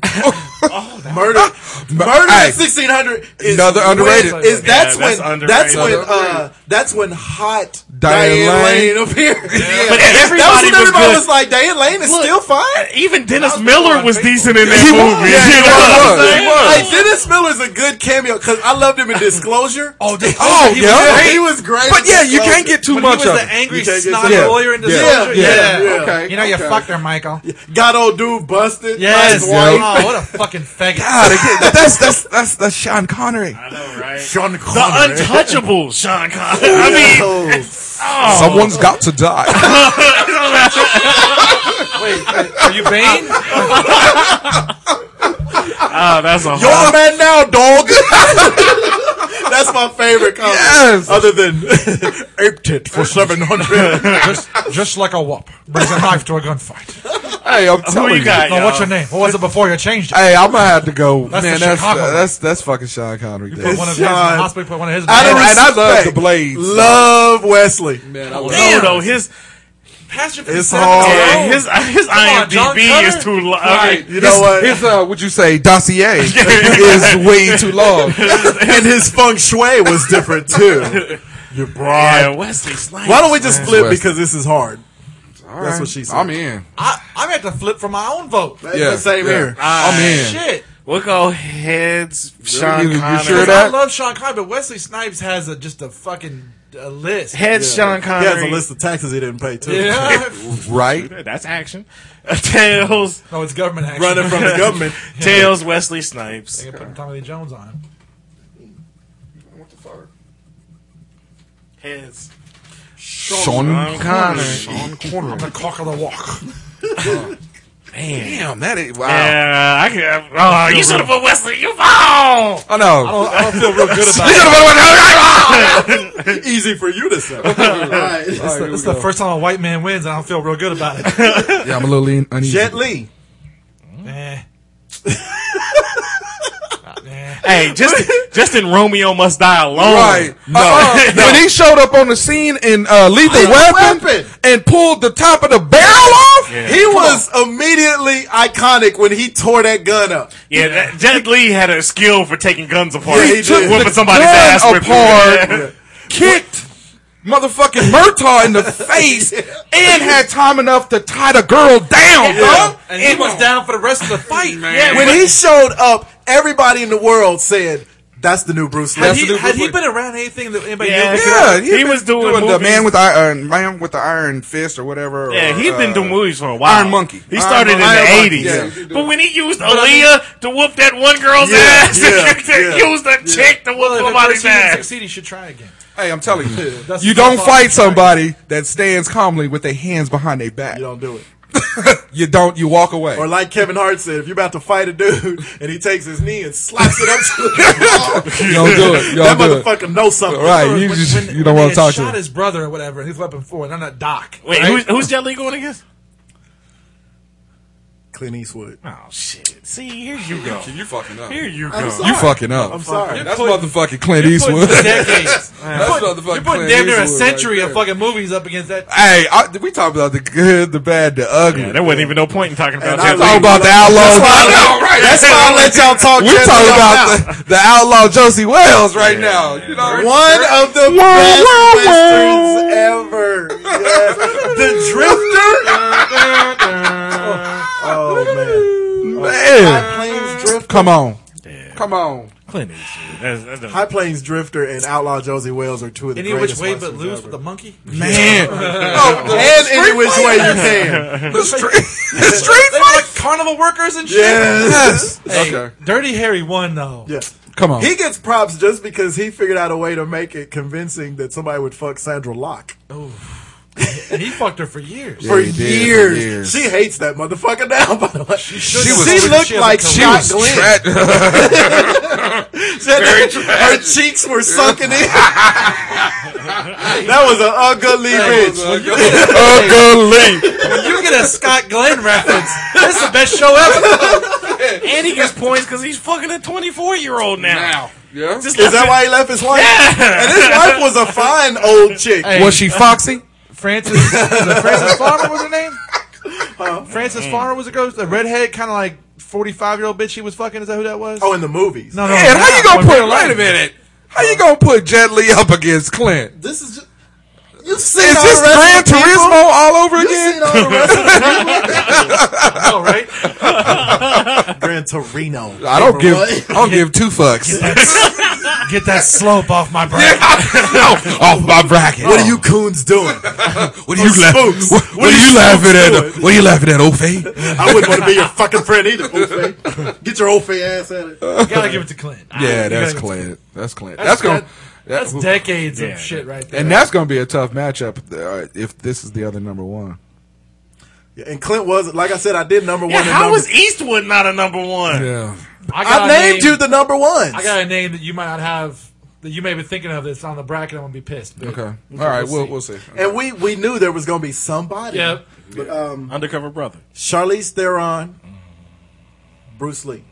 F: Murder. Ah! Murder
H: Hey.
F: at sixteen hundred.
H: Another underrated.
F: Is that's
G: Yeah, that's
F: when that's,
G: underrated.
F: when uh, that's when hot Diane,
H: Diane Lane.
F: Lane. appeared.
G: But
F: That was
G: everybody
F: when
G: was
F: everybody
G: good.
F: was like Diane Lane is still fine.
G: even Dennis Miller was decent in that
H: He was.
G: movie.
H: Yeah,
G: you
H: he
G: know what I'm
H: was. He
G: saying?
H: was.
G: Like,
F: Hey, Dennis Miller's a good cameo because I loved him in Disclosure.
I: Oh,
H: Oh,
I: he was
H: yeah.
F: he was great.
H: But
F: in
H: yeah, you
F: Disclosure.
H: can't get too
I: But
H: much
I: he was
H: of
I: the
H: it.
I: angry
F: You can't get
I: snot
H: some- Yeah.
I: lawyer in
H: Yeah.
I: Disclosure.
F: Yeah.
I: Yeah.
F: Yeah.
I: You know, you
H: okay.
I: fucked her, Michael.
F: Got old dude busted.
I: Yes.
F: Nice wife.
I: Oh, what a fucking faggot.
H: God, again, that- ah, that's that's that's that's Sean Connery.
F: Sean
G: The
F: Connery.
G: untouchable Sean Connery. I mean,
F: Oh,
H: Someone's got to die.
I: Wait, are you Bane?
G: ah, that's a
H: You're
G: whole.
H: a man now, dog.
F: that's my favorite comic.
H: Yes.
F: Other than aped it for seven hundred.
I: just, just like a wop brings a knife to a gunfight.
H: hey, I'm telling
G: Who you got?
I: Now, what's
G: y'all?
I: your name? What was it before you changed it?
H: Hey, I'm gonna have to go.
I: That's
H: man,
I: the
H: that's,
I: Chicago.
H: that's that's fucking Sean Connery.
I: You
H: dude.
I: put one of his,
F: Sean.
I: in the hospital, you put one of his.
F: I
H: And,
F: don't
I: Hey,
H: and I love
F: respect.
H: the blades.
F: Love Wesley.
G: No, no, his
I: Passion for
F: It's
I: the
F: hard.
I: Savage.
G: yeah, his his
I: on, John
G: IMDb
I: Connor.
G: is too low. I mean,
F: You know what?
H: His uh, would you say dossier is way too long.
F: and his feng shui was different too. Your
G: yeah,
F: bride.
G: Wesley Snipes.
F: Why don't we just split
H: West.
F: because this is hard? That's what she said.
H: I'm in.
I: I, I'm going to have to flip for my own vote.
H: Yeah,
F: same
H: yeah.
F: here.
H: I'm in.
I: Shit.
G: We'll go heads. Sean
H: You- you
G: Connery.
H: sure that-
I: I love Sean Connery, but Wesley Snipes has a, just a fucking uh list.
G: Heads Sean
F: He
G: Connery.
F: has a list of taxes he didn't pay too.
I: Yeah.
H: Right?
G: That's action. Tails.
I: no, it's government action.
F: Running from the government.
G: Tails. Wesley Snipes.
I: They put Tommy Lee Jones on him.
G: Heads.
H: Sean
G: Connery.
H: Sean
I: The
H: Connery.
I: cock of the walk.
G: Man.
H: Damn, that is wow.
G: Yeah, I can. Oh, you should have put Wesley. You oh.
H: I know.
I: I don't, I don't feel real good about it.
H: You
F: Easy for you to say. Alright.
I: It's the, it's the first time a white man wins, and I don't feel real good about it.
H: should've- Yeah, I'm a little in, uneasy.
F: Jet Li.
I: eh. Eh.
G: Hey, just just in Romeo Must Die alone.
H: Right. Uh, No. When he showed up on the scene in uh, Lethal
F: Lethal
H: Weapon,
F: Weapon.
H: and pulled the top of the barrel off,
G: Yeah.
F: He was immediately iconic when he tore that gun up.
G: Yeah, that, Jet Li had a skill for taking guns apart.
F: He took
G: whooping
H: the
G: somebody's
H: gun
G: ass with
H: apart. kicked motherfucking Murtaugh in the face, and had time enough to tie the girl down,
I: Huh?
H: bro.
I: And he was down for the rest of the fight.
G: Yeah,
F: When
G: but-
F: he showed up, everybody in the world said, "That's the new Bruce
I: Had,
F: Lee."
H: That's the
I: he,
H: new
I: had he
H: Bruce
I: been around anything that anybody
G: Yeah.
I: knew?
H: Yeah,
G: He was doing
H: the
G: movies.
H: man with the iron uh, man with the iron fist or whatever.
G: Yeah,
H: or,
G: he'd been
H: uh,
G: doing movies for a while.
H: Iron Monkey.
G: He
H: Iron
G: started
H: Monkey. Iron Monkey,
G: in the
H: yeah.
G: 80s. But when he used Aaliyah
I: I
G: to whoop that one girl's
F: Yeah,
G: ass,
F: yeah,
G: and he
F: yeah,
G: used a chick to whoop
I: Well, if at
G: somebody's
I: first he didn't
G: ass.
I: succeed, he should try again.
H: Hey, I'm telling you,
I: That's
H: you
I: the
H: don't
I: thought
H: fight
I: I'm sorry.
H: somebody that stands calmly with their hands behind their back.
F: You don't do it.
H: You don't. You walk away.
F: Or like Kevin Hart said, if you're about to fight a dude and he takes his knee and slaps it up to the
H: you don't do it. You
F: that
H: don't do it.
F: motherfucker knows something.
H: Right.
I: Or
H: You
I: when-
H: just
I: when-
H: you don't
I: when they
H: want to talk
I: had
H: to.
I: shot
H: him.
I: his brother or whatever, and he's weapon four, and I'm not Doc.
G: Wait,
H: Right?
G: who's, who's Jet Li going against?
F: Clint Eastwood.
G: Oh, shit. See, here you go.
H: You fucking up.
G: Here you
F: I'm
G: go.
F: sorry.
H: You fucking up.
F: I'm sorry.
H: That's motherfucking Clint Eastwood.
I: Put decades.
H: That's motherfucking
I: You're putting
H: Clint
I: damn near a
H: Eastwood right
I: century
H: there.
I: of fucking movies up against that.
H: Hey, I, we talked about the good, the bad, the ugly.
G: Yeah, there wasn't even no point in talking about
F: And I
H: talk
G: Jet Li.
F: love-
H: about the outlaw.
F: That's why I
H: I know, right?
F: That's why I let y'all talk.
H: we
F: Jet Li
H: talking
F: out
H: about
F: now.
H: the, the outlaw Josie Wells right now. You know,
F: one of the
H: Wah,
F: best
H: wah, wah.
F: westerns ever. Drifter. Yes. The Drifter. oh man. High
H: Man,
F: Plains Drifter.
H: come on, come on.
G: Clint Eastwood. That's, that's the-
F: High Plains Drifter and Outlaw Josie Wales are two of the
I: Any which
F: greatest
I: way but
F: westerns
I: lose
F: ever.
I: with the monkey?
H: Man, oh, the
F: And
H: street
F: any which
H: fight-
F: way you can.
H: the street, the street
I: They were
H: fight.
I: like carnival workers and shit.
F: Yes.
I: Hey,
H: Okay.
I: Dirty Harry won though.
F: Yeah.
H: Come on,
F: He gets props just because he figured out a way to make it convincing that somebody would fuck Sandra Locke.
I: And he fucked her for years.
F: for,
H: he did,
F: years.
H: for years.
F: She hates that motherfucker now, by the way. She,
H: was-
F: looked
I: she has a
F: like
I: career.
H: she
F: Shot
H: was
F: Glenn.
H: tra-
F: She had- her cheeks were sunken in. that was an ugly bitch.
I: When you, get,
H: ugly.
I: when you get a Scott Glenn reference, that's the best show ever.
G: and he gets points because he's fucking a 24 year old now.
H: Yeah.
G: Just
F: Is that
G: listen-
F: why he left his wife? And his wife was a fine old chick.
H: Was she foxy?
I: Francis, was it Francis Farmer was her name. Francis Farmer was a girl, the redhead, kind of like forty-five year old bitch. She was fucking. Is that who that was?
F: Oh, in the movies.
I: no, no.
H: Man, how you gonna
I: now,
H: put? Wait a minute. How you gonna put Jet Li up against Clint?
F: This is just. You've seen
H: Is
F: all
H: this
F: the
H: Gran
F: rest of the
H: Turismo
F: people?
H: all over
F: You've
H: again?
F: seen all the rest of the
I: no, right?
F: people? Gran Torino.
H: I don't give.
F: Everybody.
H: I don't give two fucks.
I: Get that slope off my brain.
H: no, off my bracket.
F: What are you coons doing?
H: What are you, laugh-
F: spooks?
H: what, what
F: What
H: are
F: are
H: you laughing
F: spooks
H: at? What are you laughing at, Ofe?
F: I wouldn't want to be your fucking friend either, Ofe. Get your Ofe ass at it.
I: You gotta give it to Clint.
H: Yeah,
I: You
H: that's
I: gotta-
H: Clint. That's Clint. That's, gonna.
I: That's
H: that-
I: decades
G: Yeah.
I: of shit right there.
H: and that's gonna be a tough matchup uh, if this is the other number one.
F: Yeah, And Clint was, like I said, I did number one.
G: Yeah,
F: and
G: how
F: number,
G: is Eastwood not a number one?
H: Yeah,
I: I, got
F: I
I: a
F: named
I: name-
F: you the number ones.
I: I got a name that you might not have. That you may be thinking of. That's on the bracket. I'm gonna be pissed. but-
H: Okay. All right. We'll
I: see.
H: we'll see.
F: and we, we knew there was going to be somebody.
I: Yep.
G: Undercover brother.
F: Charlize Theron, Bruce Lee.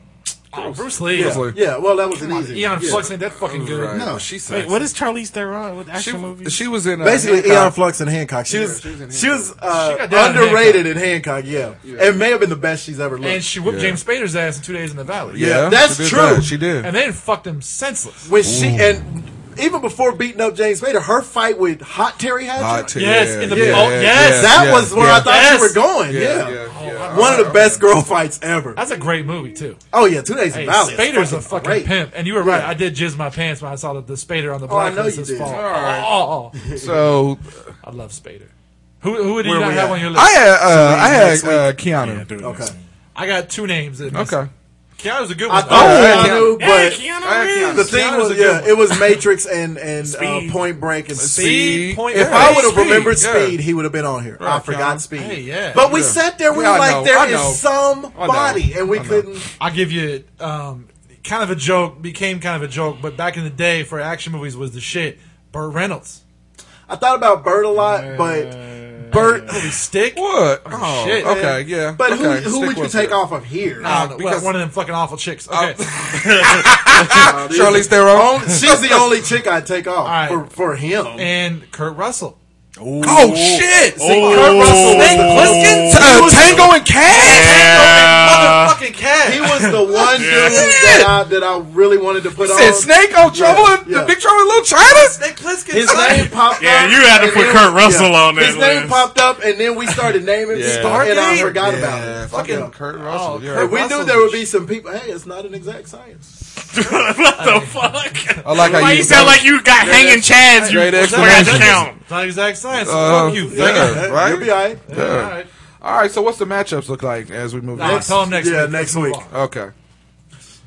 I: Oh, Bruce Lee.
H: Bruce Lee.
F: Yeah, well, that was an easy.
I: Eon
F: yeah.
I: Flux ain't that fucking good.
H: Right.
F: No.
H: she
G: Wait,
H: said
G: what is Charlize Theron with action
H: she,
G: movies?
H: she was in uh,
F: Basically,
H: Hancock.
F: Eon Flux and Hancock. She was she was uh,
I: She got down in
F: underrated in Hancock. Yeah. it may have been the best she's ever looked.
I: And she whooped
H: Yeah.
I: James Spader's ass in two days in the valley.
F: Yeah, that's
H: she did
F: true.
H: that. She did.
I: And then fucked him senseless.
F: when she and even before beating up James Spader, her fight with Hot Terry Hatcher.
H: Hot tip.
I: Yes, in the- oh, yes.
F: that
H: yeah,
F: was where
H: yeah.
F: I thought
I: Yes.
F: you were going. Yeah. One of the best girl fights ever.
I: That's a great movie too.
F: Oh yeah, Two Days
I: Hey,
F: in Valley. is
I: Spader's a fucking
F: great.
I: pimp, and you were right.
F: Yeah.
I: I did jizz my pants when I saw the, the Spader on the
F: Oh, I
I: black
F: know you
I: this
F: did.
I: fall.
F: All
I: Oh, oh, oh.
H: So
I: I love Spader. Who who did you
F: Where
I: not
F: we
I: have
F: at?
I: on your list?
H: I
I: I,
H: had uh, I had
F: next week.
H: uh, Keanu.
G: Dude,
F: Okay.
I: got two names. That missed.
H: Okay.
I: Keanu's a good
F: I
I: one.
F: thought
H: yeah.
F: I knew,
G: Yeah,
F: but
G: Keanu Reeves.
F: the thing
I: Keanu's a
F: was,
I: good
F: yeah,
I: one.
F: it was Matrix and and uh,
G: Speed.
F: Point Break and
I: Speed,
H: Speed.
I: Point
F: If
I: Break.
F: I would have
H: Speed,
F: remembered
H: yeah.
F: Speed, he would have been on here. I forgot
H: Keanu.
F: Speed.
I: Hey, yeah.
F: But we sat there, we
H: Yeah,
F: were
H: I
F: like,
H: know, I
F: there
H: know.
F: is somebody, and we couldn't.
I: I'll give you um, kind of a joke. Became kind of a joke, but back in the day for action movies was the shit. Burt Reynolds.
F: I thought about Bert a lot, but Bert.
I: Movie stick.
H: What? Oh,
I: shit.
H: okay, yeah.
F: But who,
H: okay.
F: who
H: stick
F: would you
H: with
F: take
H: it.
F: off of here?
I: I don't know.
H: because- Oh.
I: Well, one of them fucking awful chicks. Okay.
H: Charlize Theron.
F: She's the only chick I'd take off
I: right.
F: for, for him.
I: and Kurt Russell.
H: Oh shit!
F: See, Kurt Russell was the-
I: Oh.
H: T- uh, Tango and Cash.
G: Yeah.
I: Fucking cat.
F: He was the one dude that I that I really wanted to put
H: Said
F: on.
H: Snake on Trouble
F: Yeah,
H: and
F: yeah.
H: the Big Trouble in Little China.
I: Snake Plissken.
F: His name popped
G: Yeah,
F: up.
G: you had to
F: and
G: put
F: then-
G: Kurt Russell on that
F: His name
G: list.
F: popped up, and then we started naming
H: Yeah.
F: people, and I
I: Stargate?
F: forgot about it.
H: fucking
F: Yeah.
H: Oh, Kurt Russell. yeah.
F: And we knew there would be some people. Hey, it's not an exact science.
G: what the fuck?
H: I like how
G: Why
H: you
G: you sound like you got hanging chads? You
H: Great
G: forgot to
H: explanation.
G: count.
I: It's not exact science. so
H: Uh,
I: fuck you.
H: yeah.
I: Thank you.
H: Yeah, right?
F: You'll be all right.
I: All right.
H: All right, so what's the matchups look like as we move?
I: Nah,
H: on?
I: tell him next
F: yeah,
I: week.
F: next week.
H: Okay.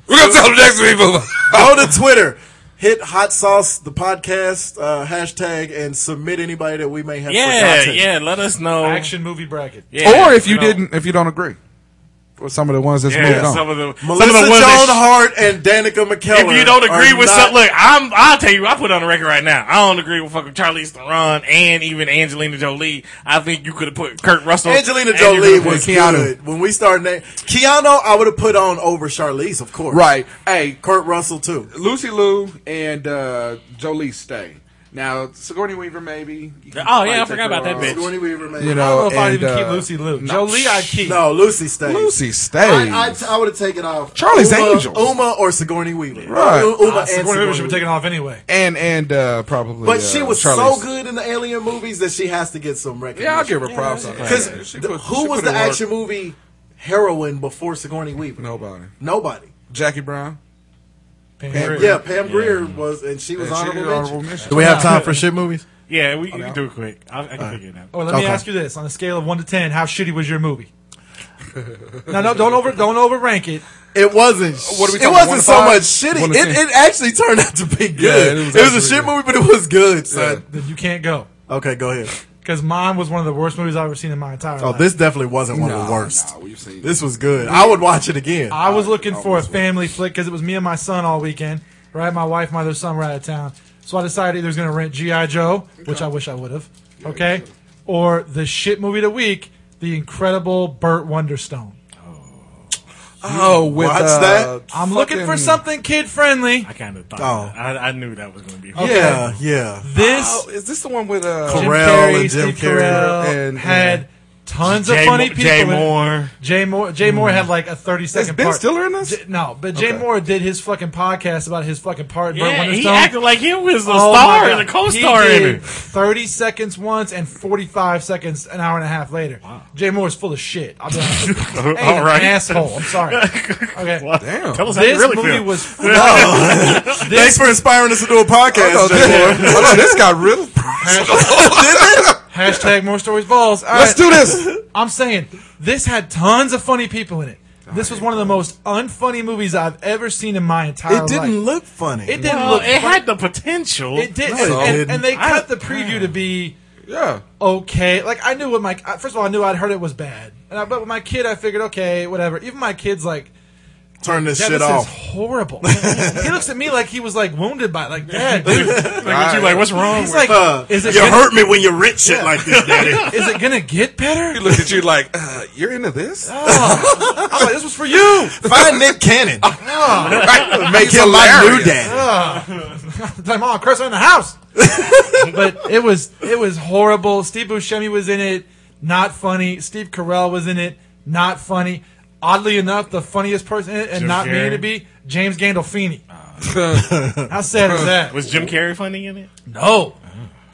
H: We're gonna tell them next week. move on.
F: Go to Twitter. Hit Hot Sauce the podcast uh, hashtag and submit anybody that we may have.
G: Yeah,
F: forgotten.
G: yeah. Let us know.
I: Action movie bracket.
G: Yeah,
H: or if you
G: know.
H: didn't, if you don't agree with some of the ones that's moved
G: yeah,
H: on.
G: some of the some of
F: Melissa
G: the ones that
F: Joan Hart and Danica McKellar.
G: If you don't agree
F: are
G: with
F: not-
G: something, look, I'm, I'll tell you, I put it on the record right now. I don't agree with fucking Charlize Theron and even Angelina Jolie. I think you could have put Kurt Russell.
F: Angelina
G: and you
F: Jolie
G: could've put-
F: was
H: Keanu.
F: good when we started. Na- Keanu, I would have put on over Charlize, of course.
H: Right. Hey,
F: Kurt Russell too.
H: Lucy Lou and uh, Jolie stay. Now Sigourney Weaver, maybe. You can
G: Oh,
H: probably
G: yeah, I
H: take
G: forgot
H: her
G: about that
H: off.
G: bitch.
J: Sigourney Weaver, man.
H: You
I: I
H: know,
I: don't know if I'd
H: and,
I: even keep
H: uh,
I: Lucy Liu. Jolie, I'd keep.
F: No, Lucy stays.
H: Lucy stays.
J: I, I, I would have taken off.
H: Charlie's
F: Uma,
H: Angels.
F: Uma or Sigourney Weaver.
H: Right.
F: U- Uma
I: Uh,
F: and
I: Sigourney Weaver should be
F: Sigourney
I: taken off anyway.
H: and and uh, probably.
F: But
H: uh,
F: she was
H: Charlize-
F: so good in the Alien movies that she has to get some recognition.
H: Yeah, I'll give her props on that.
F: Because
H: Yeah, she
F: th-
H: put- she
F: who was the
H: put in work.
F: action movie heroine before Sigourney Weaver?
H: Nobody.
F: Nobody.
H: Jackie Brown.
I: Pam
H: Pam
I: Grier.
H: Grier.
F: Yeah, Pam Greer was, and she was
H: And she
F: honorable,
H: did
F: mention.
H: honorable mention.
F: Do we have time for shit movies?
G: Yeah, we, we can do it quick. I, I can figure it out.
I: Oh, let me
F: Okay.
I: ask you this: on a scale of one to ten, how shitty was your movie? no, no, don't over, don't overrank it.
F: It wasn't.
H: What are we
F: it
H: talking,
F: wasn't so
H: one to
F: much
H: five?
F: shitty.
H: One
F: It,
H: to ten.
F: it actually turned out to be good.
H: it
F: it
H: was
F: was,
H: actually
F: a shit
H: good.
F: movie, but it was good, son.
I: Then you can't go
F: Okay, go ahead.
I: because mine was one of the worst movies I've ever seen in my entire
F: Oh,
I: life.
F: this definitely wasn't one of the
H: Nah,
F: worst.
H: nah, we've seen
F: This was good. I would watch it again.
I: I was looking for a family flick because it was me and my son all weekend. Right, my wife, my other son were out of town, so I decided either was going to rent GI Joe, which I wish I would have, okay, or the shit movie of the week, the incredible Burt Wonderstone.
H: Oh, with
F: watch
H: uh,
F: that?
I: I'm looking for
H: fucking-
I: something kid friendly.
G: I kind of thought.
F: Oh.
G: that. I, I knew that was going to be.
F: Yeah, yeah.
I: This
H: Oh, is this the one with uh?
I: Jim
F: Correll
I: Carrey,
F: and Jim
I: Steve
F: Carrey
I: Carell
H: and-
I: had tons of
G: Jay
I: funny
G: Mo-
I: people.
G: Jay
I: in-
G: Moore.
I: Jay Moore. Jay Moore had like a thirty second.
H: Ben
I: part.
H: Stiller in this?
I: J- no, but Jay Moore did his fucking podcast about his fucking part. in Burt
G: Yeah, he
I: Wonderstone.
G: acted like he was a
I: Oh my
G: star
I: God.
G: and a co-star
I: He
G: in
I: did
G: it.
I: Thirty seconds once and forty five seconds an hour and a half later. Jay Moore's full of shit. I'll be honest. with you. Hey,
G: All right.
I: an asshole. I'm sorry. Okay.
H: Damn.
G: Tell us how
I: This
G: you really
I: movie
G: feel.
I: was
F: Thanks for inspiring us to do a podcast.
H: Oh, no,
F: Jay Moore.
H: this, oh, no, this got real.
I: hashtag more stories balls. All
H: Let's
I: right.
H: do this.
I: I'm saying this had tons of funny people in it. This was one of the most unfunny movies I've ever seen in my entire
F: It didn't
I: life.
F: look funny.
I: It didn't
G: Well,
I: look.
G: it
I: funny.
G: had the potential.
I: It didn't.
F: No, it
I: and,
F: didn't.
I: and they
G: I-
I: cut the preview to be
H: Yeah.
I: okay. Like I knew what my I- first of all, I knew I'd heard it was bad, and I, but with my kid, I figured okay, whatever. Even my kid's like,
F: Turn this
I: Dad,
F: shit
I: this
F: off.
I: is horrible. he looks at me like he was like wounded by it. like Dad.
G: like, what you like, what's wrong?
I: He's
G: with-
I: like, is it
F: you
I: gonna,
F: hurt me when you rent shit like this, daddy.
I: is it gonna get better? Oh.
H: He looked at you like, uh, you're into this?
I: I'm like, this was for you. Oh.
F: Find Nick Cannon.
H: right?
F: Make
H: He's
F: him like new
H: hilarious.
F: daddy.
I: It's like, Mom, Chris, I'm in the house. but it was it was horrible. Steve Buscemi was in it, not funny. Steve Carell was in it, not funny. Oddly enough, the funniest person in it, and
G: Jim
I: not
G: Carrey. Ah.
I: me to be James Gandolfini. How sad is that?
G: was Jim Carrey funny in it?
I: no,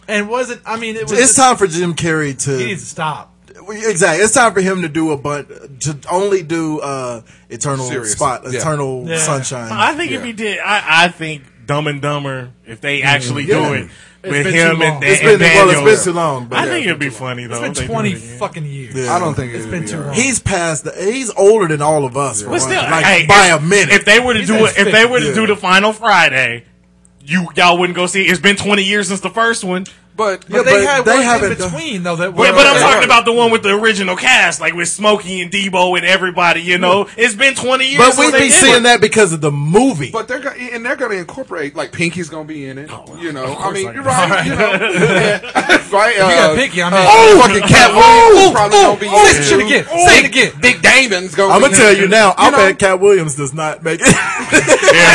I: and wasn't. I mean, it was.
F: It's
I: just-
F: time for Jim Carrey
I: He
F: to
I: needs to stop.
F: Exactly. It's time for him to do a bunch to only do uh Eternal
H: Serious.
F: Spot,
H: Yeah.
F: Eternal
I: Yeah.
F: Sunshine.
G: I think if
H: Yeah.
G: he did, I, I think Dumb and Dumber, if they actually
F: Mm. Yeah.
G: do it with
I: been
G: him
I: too long.
G: and,
F: it's been
G: and
F: well,
G: Daniel,
F: it's been too long, but
G: I think it'd be funny though.
I: It's been
G: if they do
I: twenty
G: it again.
I: fucking years.
F: Yeah.
H: I don't think
I: It's been too long.
F: he's past the. He's older than all of us.
G: But
F: for
G: still,
F: one, like
G: hey,
F: by
G: if,
F: a minute.
G: If they were to
I: He's
G: do
I: in
G: it, if they were to
F: fifties.
G: do the final Friday, you y'all wouldn't go see. it. It's been twenty years since the first one.
H: But,
I: But they
F: but
I: had
F: they
I: one in
F: haven't done-
I: between though. That
G: Yeah, but I'm
H: yeah,
G: talking
H: right.
G: about the one with the original cast, like with Smokey and Debo and everybody. You know, it's been twenty years.
F: but
G: since
F: we'd
G: they
F: be
G: did
F: seeing
G: it.
F: that because of the movie.
H: but they're gonna, and they're gonna incorporate like Pinky's gonna be in it.
I: Oh,
H: you know, I mean,
G: I
H: you're right. You know, right? Uh,
I: got Pinky, I mean-
H: oh, fucking Catwoman probably gonna be in
I: say the Oh! shit
H: it.
I: again. Say it again.
H: Big Damon's gonna.
F: I'm
H: be
F: gonna tell
H: in it.
F: you now. I
H: know-
F: bet Cat Williams does not make it.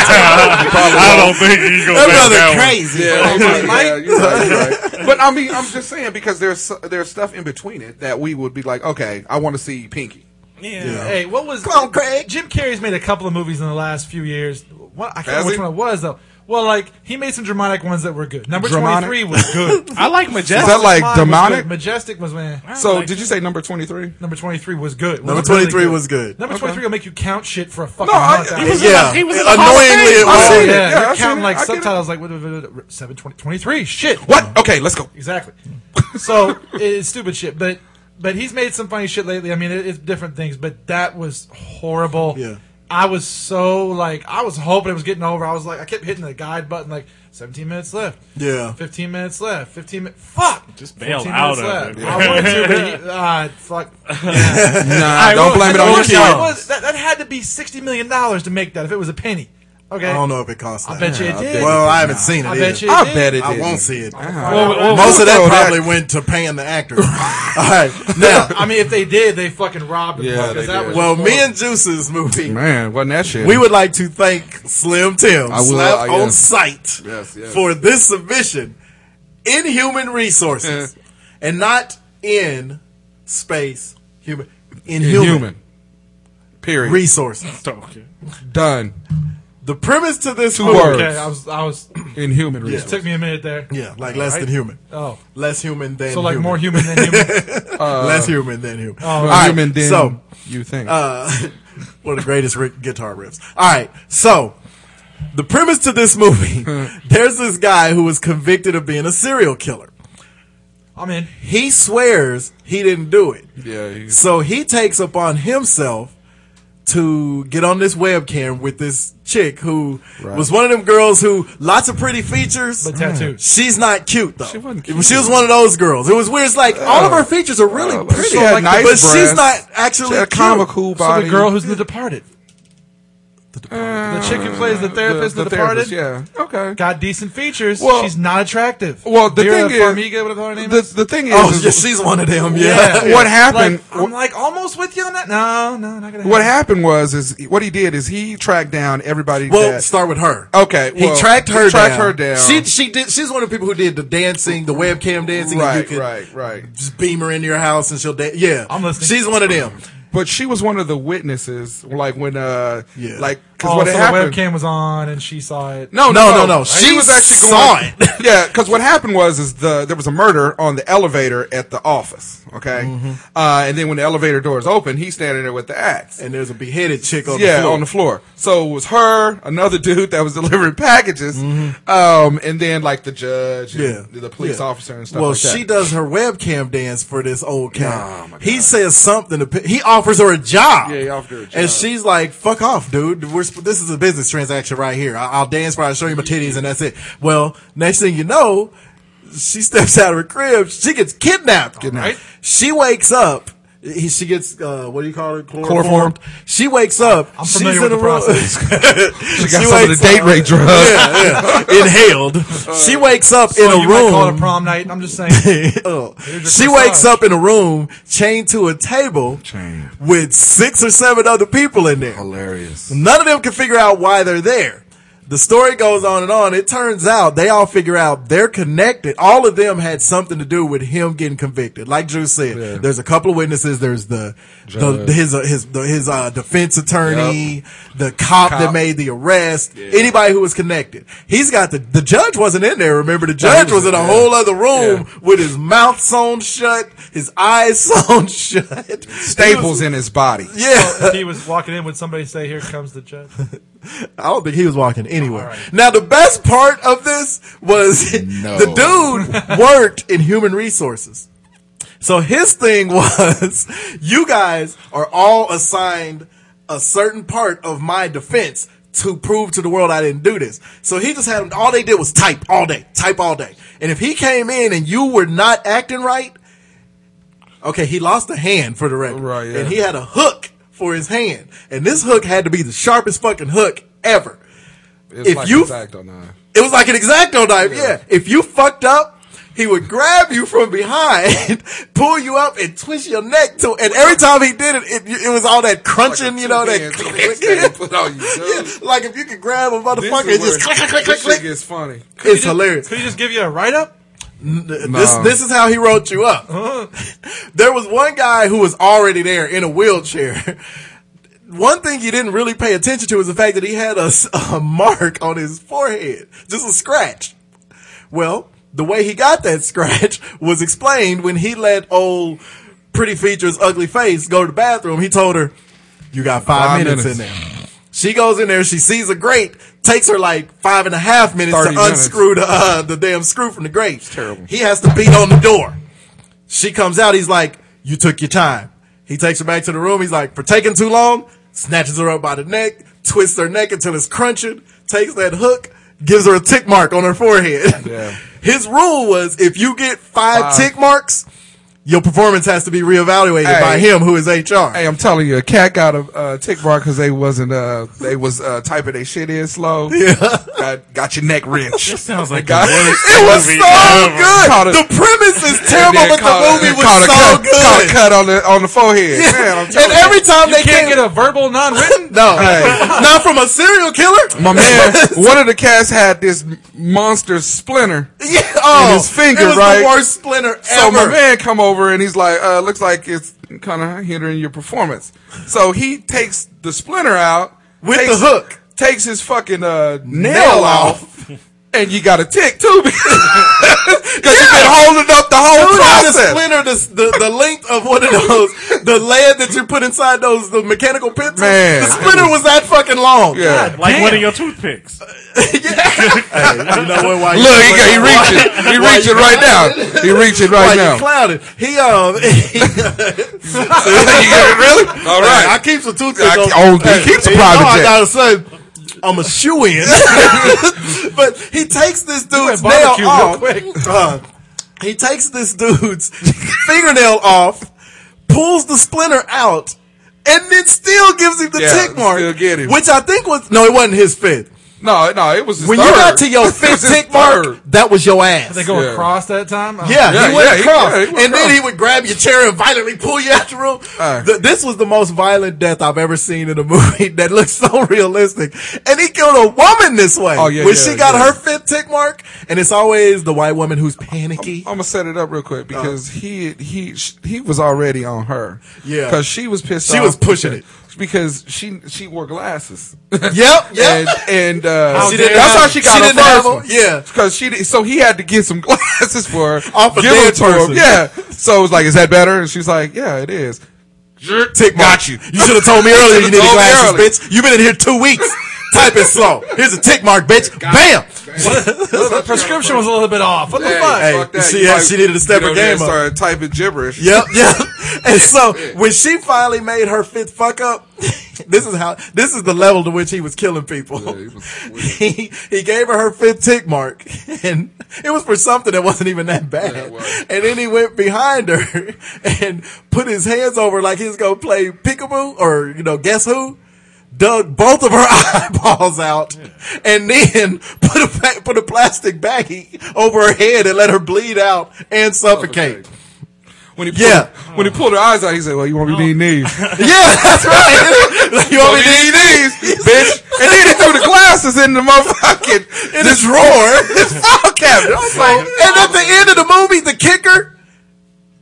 G: I don't think he's gonna
F: that
G: make that
F: brother crazy. Oh
I: Oh,
H: Yeah,
G: one.
I: my
H: yeah,
I: mic.
H: you're right, you're right. But I mean, I'm just saying because there's there's stuff in between it that we would be like, okay, I want to see Pinky.
G: Yeah.
I: Hey, what was
F: Come on, Craig.
I: Jim Carrey's made a couple of movies in the last few years. What, I can't
H: Has
I: remember which
H: he?
I: one it was though. Well, like he made some dramatic ones that were good. Number
H: Dramatic?
I: twenty three was good.
G: I like Majestic.
H: Is that like
I: Mine was
H: demonic?
I: good. Majestic was man.
H: So did you say number twenty three?
I: Number twenty three was good.
F: Number
I: Was really
F: 23
I: good.
F: was good.
I: Number twenty three will make you count shit for a fucking
H: No, I-
I: month.
H: it
I: after.
G: was-
F: yeah,
G: He was in the Hall of
F: annoyingly
G: Fame.
F: it
H: I
F: was.
H: seen it.
I: yeah,
H: Yeah, I
I: you're
H: seen
I: counting
H: it.
I: like
H: I get it.
I: subtitles like what- what- what- 720 23 shit.
H: What? Okay, let's go.
I: Exactly. So it's stupid shit, but but he's made some funny shit lately. I mean, it, it's different things, but that was horrible.
F: Yeah.
I: I was so like I was hoping it was getting over. I was like I kept hitting the guide button like 17 minutes left.
F: Yeah.
I: 15 minutes left. 15 minutes. Fuck.
G: Just bail
I: 15
G: out
I: minutes
G: of
I: left.
G: it.
I: I wanted to, but he, ah, fuck.
H: Nah, don't blame it
I: That
H: on
I: was-
H: yourself.
I: that was- That, that had to be 60 million dollars to make that if it was a penny. Okay.
F: I don't know if it cost.
I: I
F: that.
I: bet you it did.
F: Well, I haven't seen it.
I: I bet
F: either.
I: you
H: I
I: did.
H: bet it.
F: I
H: didn't.
F: won't see it.
G: Well, well,
F: Most of that
H: Oh, that-
F: probably went to paying the actors. All right, now.
I: I mean, if they did, they fucking robbed him.
H: Yeah,
I: because
H: they
I: that
H: did.
I: was
F: Well, me
I: horrible.
F: and Juice's movie,
H: Man, wasn't that shit?
F: we would like to thank Slim Tim
H: will,
F: Slap
H: uh, yeah.
F: on Sight
H: Yes, yes.
F: for this submission. in human resources and not in space human in, human,
H: Human. Period.
F: resources.
G: Okay.
H: Done.
F: The premise to this
H: Two
F: movie,
H: words.
I: Okay, I was, I was.
H: Inhuman resources.
I: took me a minute there.
F: yeah, like less than human,
I: Oh,
F: less human than
I: so like
F: human.
I: more um, human than human.
H: Uh,
F: less human than human.
H: More
F: All right,
H: human than
F: so
H: you think.
F: uh, one of the greatest ri- guitar riffs. All right, so the premise to this movie: there's this guy who was convicted of being a serial killer.
I: I'm in.
F: He swears he didn't do it.
H: yeah. you-
F: So he takes upon himself to get on this webcam with this chick who was one of them girls who lots of pretty features.
I: But tattoos.
F: She's not cute though. She,
H: wasn't cute.
F: was one of those girls. It was weird. It's like all of her features are really
H: Oh, but
F: pretty,
H: she had
F: Like,
H: nice
F: but she's
H: breasts.
F: not actually
H: a
F: cute.
H: comical
I: So
H: body.
I: the girl who's in The Departed,
H: Uh,
I: the chick who plays the therapist, in the, Departed,
H: therapist, Yeah. Okay.
I: got decent features.
H: Well-
I: she's not attractive.
H: Well, the
I: Vera
H: thing is,
I: Farmiga, whatever her name
H: the,
I: is.
H: the thing is,
F: Oh,
H: is
F: yeah, she's one of them. Yeah.
I: Yeah.
H: what happened?
I: Like, I'm like almost with you on that. No, no, not gonna.
H: what
I: happen.
H: happened was is what he did is he tracked down everybody.
F: Well,
H: that,
F: start with her.
H: Okay,
F: he
H: well,
F: tracked
H: he
F: her.
H: tracked
F: down.
H: her down.
F: She she did. She's one of the people who did the dancing, the webcam dancing. and you
H: right,
F: could
H: right, right.
F: Just beam her into your house and she'll dance. Yeah,
I: I'm listening.
F: She's one of them.
H: But she was one of the witnesses, like when, uh,
F: Yeah.
H: like because
I: Oh,
H: what
I: so
H: had
I: the
H: happened.
I: webcam was on and she saw it.
H: No,
F: No,
H: no,
F: no, no. She saw
H: going.
F: it.
H: yeah, because what happened was is the there was a murder on the elevator at the office. Okay,
F: Mm-hmm.
H: uh, and then when the elevator doors open, he's standing there with the axe.
F: And there's a beheaded chick on
H: yeah,
F: the floor.
H: on the floor. So it was her, another dude that was delivering packages, um, and then like the judge,
F: Mm-hmm. yeah,
H: and the police
F: Yeah.
H: officer, and stuff.
F: Well,
H: like that. oh
F: she does her webcam dance for this old cat. he says something. To, pi- he offers her a job.
H: Yeah, he offered her a
F: And
H: job.
F: she's like, "Fuck off, dude. We're sp- this is a business transaction right here. I- I'll dance for. I'll show you my titties, and that's it." Well, next thing you know, she steps out of her crib. She gets kidnapped.
H: Kidnapped.
F: She wakes up. He, she gets uh, what do you call it?
H: Chloroformed.
F: She wakes up.
I: I'm familiar with the process.
F: she
H: got some of the date rape drugs.
F: yeah, yeah. inhaled. She wakes up in
I: Oh,
F: a
I: you
F: room.
I: might call it a prom night. I'm just saying.
F: Oh.
I: Here's
F: She
I: your
F: wakes
I: massage.
F: up in a room chained to a table
H: Chained.
F: with six or seven other people in there.
H: hilarious.
F: None of them can figure out why they're there. The story goes on and on. It turns out they all figure out they're connected. All of them had something to do with him getting convicted. Like Drew said,
H: Yeah.
F: there's a couple of witnesses. There's the, the
H: Judge.
F: his uh, his the, his uh, defense attorney, the cop, that
H: Cop.
F: made the arrest, anybody who was connected. He's got the the judge wasn't in there. Remember, the judge was,
H: was-
F: in a
H: yeah.
F: whole other room
H: Yeah.
F: with his mouth sewn shut, his eyes sewn shut.
H: Staples in his body.
F: Yeah,
I: If he was walking in, would somebody say, "Here comes the judge"?
F: I don't think he was walking anywhere.
I: All right.
F: Now, the best part of this was
H: No.
F: the dude worked in human resources. So his thing was, you guys are all assigned a certain part of my defense to prove to the world I didn't do this. So he just had all they did was type all day, type all day. And if he came in and you were not acting right, okay, he lost a hand for the record,
H: Right, yeah.
F: and he had a hook for his hand, and this hook had to be the sharpest fucking hook ever.
H: It's
F: If
H: like
F: you-
H: exacto knife.
F: It was like an exacto knife. Yeah. If you fucked up, he would grab you from behind, pull you up, and twist your neck. To, and every time he did it, it, it was all that crunching, you know, that.
H: put on you, dude.
F: Yeah, like if you could grab a
H: This
F: motherfucker,
H: is
F: and just
H: where
F: click, click, click, click,
H: this shit
F: click.
H: gets funny.
F: It's hilarious.
I: Could he just give you a write-up?
F: This
H: Nah.
F: this is how he wrote you up.
H: Uh-huh.
F: there was one guy who was already there in a wheelchair. One thing you didn't really pay attention to was the fact that he had a, s- a mark on his forehead, just a scratch. Well, the way he got that scratch was explained when he let old pretty features ugly face go to the bathroom. He told her, "You got five,
H: Five
F: minutes,
H: minutes.
F: in there." She goes in there. She sees a grate. Takes her like five and a half minutes to
H: 30 minutes.
F: unscrew unscrew the uh, the damn screw from the grate.
H: terrible.
F: He has to beat on the door. She comes out. He's like, "You took your time." He takes her back to the room. He's like, "For taking too long." Snatches her up by the neck, twists her neck until it's crunching. Takes that hook, gives her a tick mark on her forehead.
H: Yeah.
F: His rule was if you get five,
H: Five.
F: tick marks, your performance has to be reevaluated
H: Hey.
F: by him, who is HR.
H: Hey, I'm telling you, a cat got a uh, tick mark because they wasn't uh they was uh typing their shit in slow. Yeah, got, got your neck wrenched.
G: This sounds like
H: Got-
G: the worst
H: it was
G: movie
H: so
G: ever.
H: good.
F: The premise is terrible, but the movie was
H: caught a
F: so
H: cut,
F: good.
H: Caught a cut on the on the forehead. Man, I'm
F: and every time they came,
I: Can't get a verbal non-written.
F: no,
H: Hey.
F: not from a serial killer.
H: My man, one of the cats had this monster splinter.
F: Yeah, oh,
H: his finger,
F: it was
H: right?
F: The worst splinter ever.
H: So my man come over and he's like, uh, looks like it's kind of hindering your performance. So he takes the splinter out
F: With
H: takes-
F: the hook.
H: takes his fucking uh, nail,
F: Nail
H: off, and you got a tick too because you've been holding up the whole
F: Dude, how the
H: process.
F: splinter, the, the, the length of one of those, the lead that you put inside those, the mechanical pencils,
H: Man.
F: the splinter was that fucking long.
H: Yeah.
G: Like one of your toothpicks.
F: Hey, you know what? Why you-
H: Look, he, he reaching, he reaching right now. He reaching
F: why
H: right
F: you
H: now.
F: clouded. He, um,
H: You get it, really? All right.
F: I keep some toothpick
H: I
F: on.
H: keep- oh, he keeps a
F: you know I
H: private jet.
F: gotta say, I'm a shoe in. but he takes this dude's nail
I: barbecue real
F: off. Uh, he takes this dude's fingernail off, pulls the splinter out, and then still gives him the
H: Yeah,
F: tick mark.
H: still get him.
F: Which I think was no, it wasn't his fifth.
H: No, no, it was his
F: When
H: third.
F: you got to your
H: It was
F: fifth
H: his
F: tick mark,
H: third.
F: that was your ass.
I: They go
H: Yeah.
I: across that time. Oh. I don't
F: Yeah,
H: Yeah,
F: he went
H: yeah, he-
F: across.
H: yeah, he went
F: and then
H: across.
F: he would grab your chair and violently pull you out the room.
H: Alright.
F: Th- this was the most violent death I've ever seen in a movie that looks so realistic. And he killed a woman this way.
H: Oh, yeah,
F: When
H: yeah,
F: she got
H: yeah.
F: her fifth tick mark, and it's always the white woman who's panicky.
H: I'm gonna set it up real quick
F: Uh-huh.
H: because he he sh- he was already on her.
F: Yeah.
H: because she was pissed.
F: She
H: off
F: was pushing it.
H: because she she wore glasses.
F: yep, yep.
H: And, and uh,
F: She didn't
H: that's
F: have
H: how
F: them.
H: she got
F: She
H: her
F: didn't have
H: first one.
F: them, yeah.
H: because she did, so he had to get some glasses for her.
F: Off a
H: give 'em
F: dead
H: to her.
F: person.
H: Yeah, so it was like, is that better? And she's like, yeah, it is.
F: tick mark.
H: Got you.
F: You should have told me earlier you needed
H: told me
F: glasses,
H: earlier.
F: bitch. You've been in here two weeks. Type it slow. Here's a tick mark, bitch. Bam.
I: The prescription was a little bit off. What the
H: Hey,
I: fuck?
F: Hey,
H: fuck that.
F: she-
H: You
F: yeah,
H: like-
F: she needed to step
H: get
F: her
H: over there
F: game
H: and
F: up.
H: Started typing gibberish.
F: Yep, yep. And so when she finally made her fifth fuck up, this is how this is the level to which he was killing people.
H: he was weird.
F: he he gave her her fifth tick mark, and it was for something that wasn't even that bad.
H: it was.
F: and then he went behind her and put his hands over like he's gonna play peekaboo or you know guess who. Dug both of her eyeballs out, and then put a pa- put a plastic baggie over her head and let her bleed out and suffocate.
H: When he pulled,
F: Yeah.
H: when he pulled her eyes out, he said, "Well, you won't be needing these."
F: Yeah, that's right. Like, you want me to eat it?
H: DVDs, bitch. And then he threw the glasses in the motherfucking
F: In
H: this
F: the
H: drawer, this file cabinet. I was like,
F: And at the end of the movie, the kicker,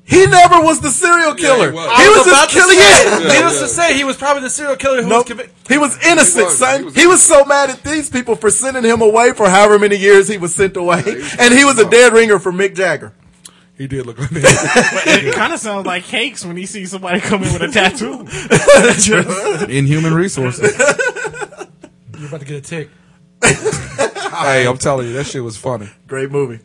F: he never was the serial killer.
H: was.
F: he,
I: I
F: was
I: about
F: just
I: to
F: killing
I: say,
F: it.
I: Needless to say, he was probably the serial killer who was
F: Nope.
I: convicted.
F: He was innocent,
H: was.
F: son.
H: He
F: He
H: was
F: was, so mad at these people for sending him away for however many years he was sent away. and he was a dead ringer for Mick Jagger.
H: he did look like that.
G: But it kind of sounds like cakes when he sees somebody come in with a tattoo.
H: In human resources.
I: You're about to get a tick.
H: hey, I'm telling you, that shit was funny.
F: Great movie.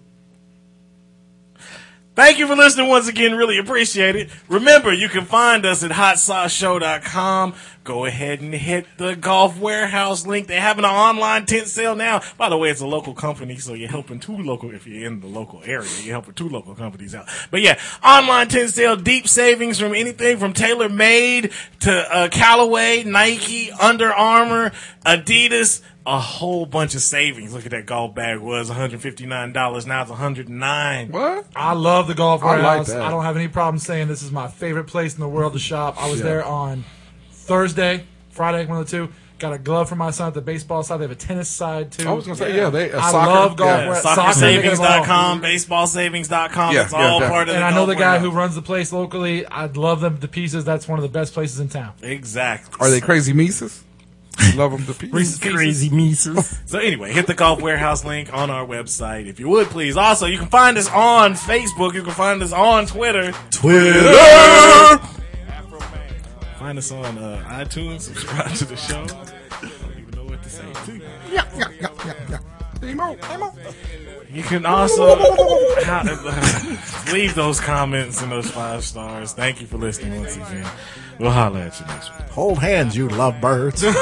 G: Thank you for listening once again. Really appreciate it. Remember, you can find us at hotsauceshow.com. Go ahead and hit the golf warehouse link. They're having an online tent sale now. By the way, it's a local company, so you're helping two local, if you're in the local area, you're helping two local companies out. But yeah, online tent sale, deep savings from anything from Taylor Made to uh, Callaway, Nike, Under Armour, Adidas a whole bunch of savings. Look at that golf bag was $159. Now it's 109
H: What?
I: I love the golf
H: I like
I: warehouse. I,
H: that.
I: don't have any problem saying this is my favorite place in the world to shop. I was there on Thursday, Friday, one of the two. Got a glove for my son at the baseball side. They have a tennis side too.
H: I was gonna say, yeah, they a
I: I
H: soccer.
I: love golf.
H: Yeah.
I: We're at soccer, they get them all.
G: SoccerSavings.com, BaseballSavings.com.
H: Yeah,
G: it's
H: yeah,
G: all
H: definitely.
G: part of
I: And
G: the
I: I know
G: golf
I: the guy who
G: warehouse.
I: runs the place locally. I love them to pieces. That's one of the best places in town.
G: Exactly.
H: Are they crazy Mises? Love them to pieces.
G: Crazy Mises. So anyway, hit the golf warehouse link on our website if you would please. Also, you can find us on Facebook. You can find us on Twitter.
F: Twitter.
G: Find us on uh, iTunes. Subscribe to the show. I don't even know what to say. too.
H: Emo, emo.
G: You can also leave those comments and those five stars. Thank you for listening once again. We'll holler at you next week.
F: Hold hands, you lovebirds. that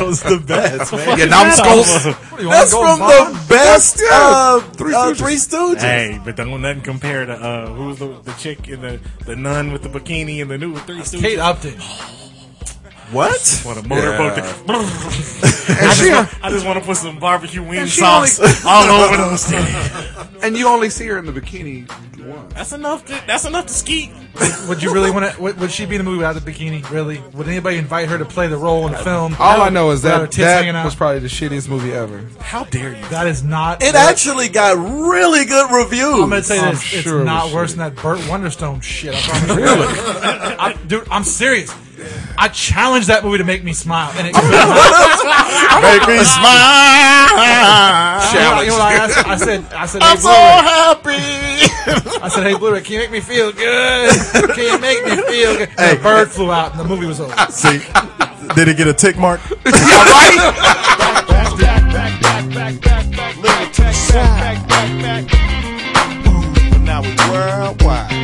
F: was the best, man.
H: Yeah, now I'm skulls.
I: What do you
F: That's
I: want,
F: from
I: Gold Bond?
F: the best
H: Yeah.
F: uh,
H: Three
F: Three uh,
H: Stooges.
F: Three Stooges.
G: Hey, but don't nothing compare to uh, who's the, the chick in the the nun with the bikini and the new with three
I: Kate
G: stooges.
I: Upton.
F: What?
G: Want a motorboat? To,
H: And, she,
G: I just want to put some barbecue wing
H: And she
G: sauce
H: only-
G: all over those things.
H: and you only see her in the bikini once.
G: That's enough. To, that's enough to ski.
I: Would you really want to? Would, would she be in the movie without the bikini? Really? Would anybody invite her to play the role in the film?
H: All I know is
I: Without her
H: that
I: tits hanging
H: that
I: out?
H: was probably the shittiest movie ever.
G: How dare you?
I: that is not.
F: It
I: worth-
F: actually got really good reviews.
I: I'm gonna tell you
H: I'm
I: this:
H: sure it
I: it's not
H: was
I: worse
H: shitty.
I: than that Burt Wonderstone shit. I promise. really? I'm, dude, I'm serious. I challenged that movie to make me smile, and it could not.
F: Make me smile.
I: You know what- you know what I, asked? I said, I said, hey, Blu-ray.
F: happy.
I: I said, hey, Blu-ray, can you make me feel good? Can you make me feel good? The bird flew out, and the movie was over.
F: See, did it get a tick mark?
K: Now we worldwide.